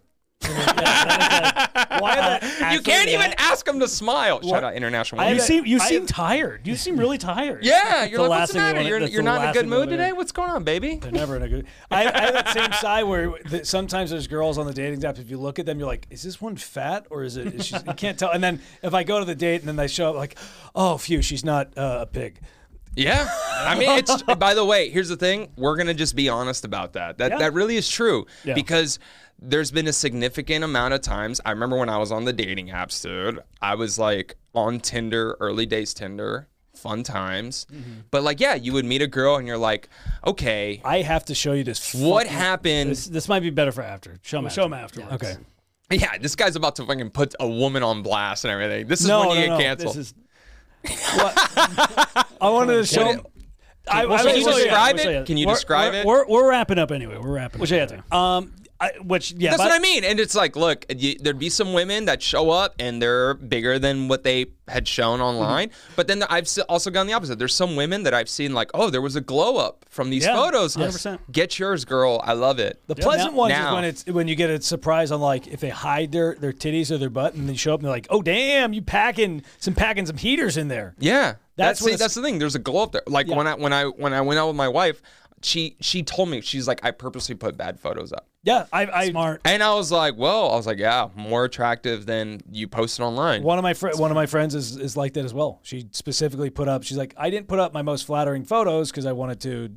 [SPEAKER 3] Why that?
[SPEAKER 2] you can't even ask him to smile. Shout out international.
[SPEAKER 3] You
[SPEAKER 2] Women's Day.
[SPEAKER 3] seem you seem tired. You seem really tired.
[SPEAKER 2] yeah, you're
[SPEAKER 4] the
[SPEAKER 2] like,
[SPEAKER 4] last
[SPEAKER 2] what's the
[SPEAKER 4] thing we
[SPEAKER 2] matter?
[SPEAKER 4] wanna-
[SPEAKER 2] You're,
[SPEAKER 4] that's
[SPEAKER 2] you're
[SPEAKER 4] the
[SPEAKER 2] not in a
[SPEAKER 4] last
[SPEAKER 2] good
[SPEAKER 4] thing we
[SPEAKER 2] mood
[SPEAKER 4] wanna
[SPEAKER 2] today.
[SPEAKER 4] do.
[SPEAKER 2] What's going on, baby?
[SPEAKER 1] They're never in a good. I, I have that same side where th sometimes there's girls on the dating apps. If you look at them, you're like, "Is this one fat or is it?" Is she, you can't tell. And then if I go to the date and then they show up, like, "Oh, phew, she's not uh, a pig."
[SPEAKER 2] Yeah. I mean, it's by the way, here's the thing. We're going to just be honest about that. That that really is true because there's been a significant amount of times. I remember when I was on the dating apps, dude. I was like on Tinder, early days Tinder, fun times.
[SPEAKER 4] Mm-hmm.
[SPEAKER 2] But like, yeah, you would meet a girl and you're like, "Okay,
[SPEAKER 1] I have to show you this.
[SPEAKER 2] what happened?
[SPEAKER 4] This, this might be better for after. Show me.
[SPEAKER 3] Show him afterwards.
[SPEAKER 4] Okay.
[SPEAKER 2] yeah, this guy's about to fucking put a woman on blast and everything. This is
[SPEAKER 4] No,
[SPEAKER 2] when you get
[SPEAKER 4] no, no.
[SPEAKER 2] canceled."
[SPEAKER 4] This is
[SPEAKER 1] I wanted to show. I, I,
[SPEAKER 2] can you
[SPEAKER 4] we'll show you.
[SPEAKER 2] describe
[SPEAKER 4] We'll show you.
[SPEAKER 2] it? Can you
[SPEAKER 4] We're-
[SPEAKER 2] describe
[SPEAKER 4] we're-
[SPEAKER 2] it?
[SPEAKER 3] We're, we're wrapping up anyway. We're wrapping up. anyway.
[SPEAKER 4] um, I, which yeah,
[SPEAKER 2] That's
[SPEAKER 4] but-
[SPEAKER 2] what I mean. And it's like, look, you, there'd be some women that show up and they're bigger than what they
[SPEAKER 1] Mm-hmm.
[SPEAKER 2] had shown online. But then I've s- also gone the opposite. There's some women that I've seen like, oh, there was a glow up from these
[SPEAKER 3] Yeah,
[SPEAKER 2] photos.
[SPEAKER 3] 100%.
[SPEAKER 2] Get yours, girl. I love it.
[SPEAKER 1] The pleasant ones
[SPEAKER 2] Now.
[SPEAKER 1] is when it's when you get a surprise on like if they hide their their titties or their butt and they show up and they're like, oh damn, you packing some packing some heaters in there.
[SPEAKER 2] Yeah,
[SPEAKER 1] That's
[SPEAKER 2] that's
[SPEAKER 1] when
[SPEAKER 2] see,
[SPEAKER 1] it's-
[SPEAKER 2] that's the thing. There's a glow up there. Like when I when I when I went out with my wife, she she told me she's like, I purposely put bad photos up.
[SPEAKER 1] Yeah, I, I
[SPEAKER 3] Smart.
[SPEAKER 2] And I was like, well, I was like, yeah, more attractive than you posted online.
[SPEAKER 1] One of my fri one of my friends is is like that as well. She specifically put up. She's like, I didn't put up my most flattering photos because I wanted to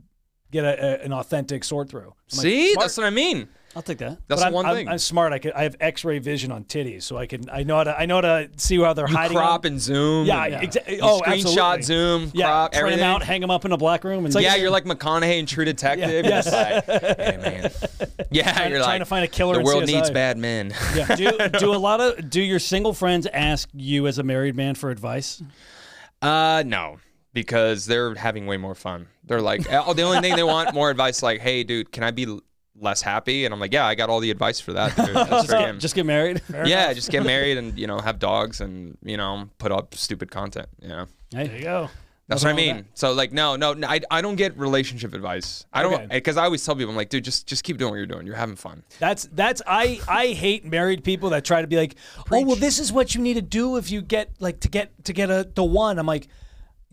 [SPEAKER 1] get a, a- an authentic sort through. I'm like,
[SPEAKER 2] See, that's what I mean.
[SPEAKER 4] I'll take that.
[SPEAKER 1] but
[SPEAKER 2] That's the
[SPEAKER 1] I'm,
[SPEAKER 2] one
[SPEAKER 1] I'm-
[SPEAKER 2] thing.
[SPEAKER 1] I'm smart. I could I have X-ray vision on titties, so I can I know how to I know how to see how they're hiding.
[SPEAKER 2] crop
[SPEAKER 1] them.
[SPEAKER 2] and zoom.
[SPEAKER 1] Yeah,
[SPEAKER 2] and-
[SPEAKER 1] exactly.
[SPEAKER 2] You
[SPEAKER 1] Oh,
[SPEAKER 2] screenshot,
[SPEAKER 1] absolutely.
[SPEAKER 2] zoom,
[SPEAKER 1] Yeah,
[SPEAKER 2] crop,
[SPEAKER 4] Print
[SPEAKER 2] everything.
[SPEAKER 4] them out, hang them up in a black room, and
[SPEAKER 2] yeah, you're like McConaughey in True Detective.
[SPEAKER 1] Yeah.
[SPEAKER 2] You're just like, hey, man. Yeah, you're
[SPEAKER 1] trying
[SPEAKER 2] like
[SPEAKER 1] to find a killer
[SPEAKER 2] The
[SPEAKER 1] in
[SPEAKER 2] world needs
[SPEAKER 1] CSI.
[SPEAKER 2] bad men.
[SPEAKER 4] do, do a lot of do your single friends ask you as a married man for advice?
[SPEAKER 2] uh, no, because they're having way more fun. They're like, oh, the only thing they want more advice. Like, hey, dude, can I be l- less happy? And I'm like, yeah, I got all the advice for that. Dude. That's for him.
[SPEAKER 4] Just get married.
[SPEAKER 2] yeah, just get married and you know have dogs and you know put up stupid content. You know.
[SPEAKER 4] There you go.
[SPEAKER 2] That's what I mean. So like, no, no, no, I, I don't get relationship advice. I don't because I always tell people I'm like, dude, just just keep doing what you're doing. You're having fun.
[SPEAKER 1] That's that's I I hate married people that try to be like, oh well, this is what you need to do if you get like to get to get a the one. I'm like,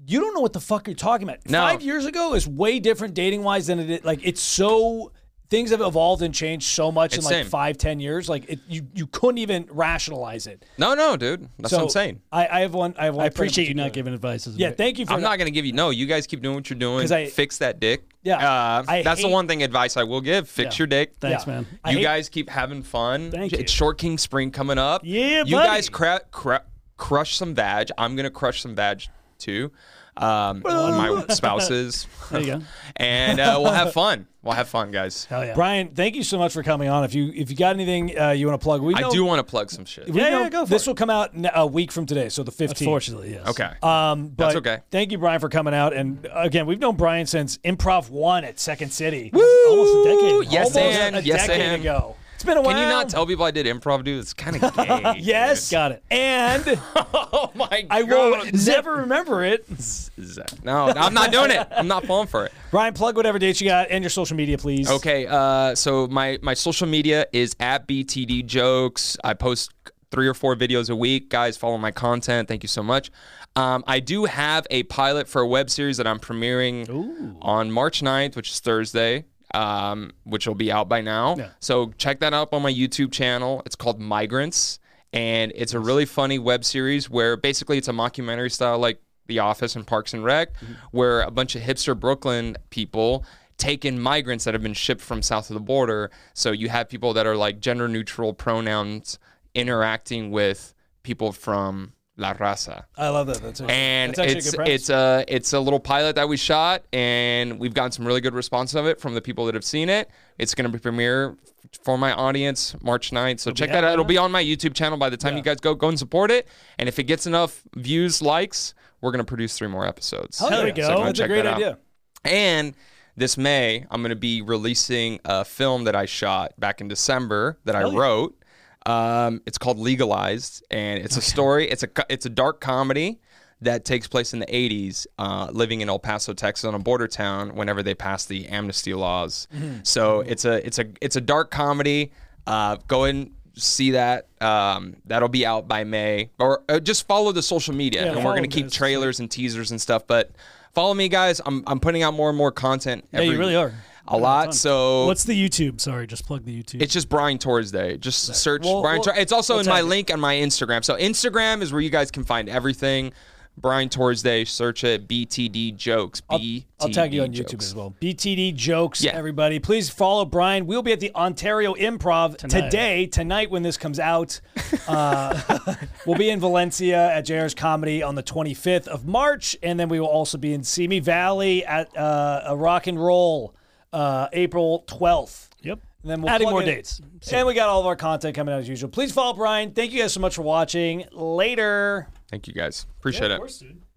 [SPEAKER 1] you don't know what the fuck you're talking about.
[SPEAKER 2] No.
[SPEAKER 1] Five years ago is way different dating wise than it is. Like it's so things have evolved and changed so much in
[SPEAKER 2] It's
[SPEAKER 1] like
[SPEAKER 2] same.
[SPEAKER 1] five ten years. Like it, you you couldn't even rationalize it.
[SPEAKER 2] No, no, dude, that's what I'm saying.
[SPEAKER 1] I, I have one. I have one.
[SPEAKER 4] I
[SPEAKER 1] friend in
[SPEAKER 4] appreciate you not
[SPEAKER 1] particular.
[SPEAKER 4] giving advice. As a
[SPEAKER 1] Yeah,
[SPEAKER 4] married-
[SPEAKER 1] thank you for
[SPEAKER 2] I'm not gonna give you no. You guys keep doing what you're doing.
[SPEAKER 1] 'Cause I-
[SPEAKER 2] fix that dick.
[SPEAKER 1] Yeah,
[SPEAKER 2] uh,
[SPEAKER 1] I
[SPEAKER 2] that's the
[SPEAKER 1] hate-
[SPEAKER 2] one thing advice I will give. Fix your dick.
[SPEAKER 4] thanks,
[SPEAKER 1] yeah.
[SPEAKER 4] man.
[SPEAKER 1] I
[SPEAKER 2] you
[SPEAKER 1] hate-
[SPEAKER 2] guys keep having fun.
[SPEAKER 3] Thank
[SPEAKER 2] it's
[SPEAKER 3] you.
[SPEAKER 2] Short King Spring coming up.
[SPEAKER 3] Yeah,
[SPEAKER 2] you
[SPEAKER 3] buddy.
[SPEAKER 2] guys cra- cra- crush some vag. I'm gonna crush some vag too. Um, my spouses. There
[SPEAKER 4] you go.
[SPEAKER 2] and uh, we'll have fun. We'll have fun, guys.
[SPEAKER 4] Hell yeah.
[SPEAKER 1] Brian. Thank you so much for coming on. If you if you got anything uh, you want to plug, we
[SPEAKER 2] I
[SPEAKER 1] know-
[SPEAKER 2] do want to plug some shit.
[SPEAKER 1] we
[SPEAKER 4] Yeah,
[SPEAKER 1] know
[SPEAKER 4] yeah, go for
[SPEAKER 1] this
[SPEAKER 4] it.
[SPEAKER 1] will come out n- a week from today, so the 15th.
[SPEAKER 4] Fortunately, yes.
[SPEAKER 2] Okay.
[SPEAKER 1] Um, but
[SPEAKER 2] That's okay.
[SPEAKER 1] Thank you, Brian, for coming out. And again, we've known Brian since Improv One at Second City.
[SPEAKER 4] Almost a decade.
[SPEAKER 2] Yes,
[SPEAKER 1] Almost
[SPEAKER 2] and
[SPEAKER 1] a
[SPEAKER 2] yes,
[SPEAKER 1] decade
[SPEAKER 2] and
[SPEAKER 1] ago. It's been a while.
[SPEAKER 2] Can you not tell people I did improv, dude? It's kind of gay.
[SPEAKER 1] Yes,
[SPEAKER 4] Got it.
[SPEAKER 1] And
[SPEAKER 2] Oh my god.
[SPEAKER 1] I will never remember it.
[SPEAKER 2] No, I'm not doing it. I'm not falling for it.
[SPEAKER 1] Brian, plug whatever dates you got and your social media, please.
[SPEAKER 2] Okay, uh, so my my social media is at BTD Jokes. I post three or four videos a week. Guys, follow my content. Thank you so much. Um, I do have a pilot for a web series that I'm premiering on March 9th, which is Thursday. Um, which will be out by now. So check that out on my YouTube channel. It's called Migrants, and it's a really funny web series where basically it's a mockumentary style, like the Office and Parks and Rec, where a bunch of hipster Brooklyn people take in migrants that have been shipped from south of the border. So you have people that are like gender neutral pronouns interacting with people from La Raza.
[SPEAKER 1] I love that. That's it.
[SPEAKER 2] And
[SPEAKER 1] That's actually a
[SPEAKER 2] it's
[SPEAKER 1] good premise.
[SPEAKER 2] it's a it's a little pilot that we shot, and we've gotten some really good response of it from the people that have seen it. It's going to be premiere for my audience March 9th. So check that out. It'll be on my YouTube channel by the time you guys go go and support it. And if it gets enough views, likes, we're going to produce three more episodes.
[SPEAKER 1] Hell
[SPEAKER 2] So
[SPEAKER 1] yeah.
[SPEAKER 2] go and
[SPEAKER 1] That's a
[SPEAKER 2] check
[SPEAKER 1] great
[SPEAKER 2] that out.
[SPEAKER 1] idea.
[SPEAKER 2] And this May, I'm going to be releasing a film that I shot back in December that I wrote. Um, it's called Legalized, and it's a story. It's a co- it's a dark comedy that takes place in the 80s, uh, living in El Paso, Texas, on a border town. Whenever they pass the amnesty laws, so it's a it's a it's a dark comedy. Uh, go and see that. Um, that'll be out by May, or uh, just follow the social media, and we're
[SPEAKER 3] follow
[SPEAKER 2] going to keep
[SPEAKER 3] this.
[SPEAKER 2] trailers and teasers and stuff. But follow me, guys. I'm I'm putting out more and more content. Yeah,
[SPEAKER 4] you really are.
[SPEAKER 2] a lot. So
[SPEAKER 3] What's the YouTube? Sorry, just plug the YouTube.
[SPEAKER 2] it's just Brian Torres Day. Just search Brian.
[SPEAKER 1] well,
[SPEAKER 2] Torres. It's also in my link on my Instagram. So Instagram is where you guys can find everything. Brian Torsday. Search it. BTD jokes. BTD
[SPEAKER 1] I'll tag you on
[SPEAKER 2] jokes.
[SPEAKER 1] YouTube as well. BTD jokes,
[SPEAKER 2] Yeah.
[SPEAKER 1] everybody. Please follow Brian. We'll be at the Ontario Improv today, tonight when this comes out. Uh, we'll be in Valencia at JR's Comedy on the 25th of March, and then we will also be in Simi Valley at uh, a Rock and Roll uh, April 12th.
[SPEAKER 3] Yep.
[SPEAKER 1] And then we'll
[SPEAKER 4] Adding
[SPEAKER 1] plug
[SPEAKER 4] more
[SPEAKER 1] in-
[SPEAKER 4] dates.
[SPEAKER 1] And we got all of our content coming out as usual. Please follow Brian. Thank you guys so much for watching. Later.
[SPEAKER 2] Thank you guys. Appreciate it.
[SPEAKER 3] dude.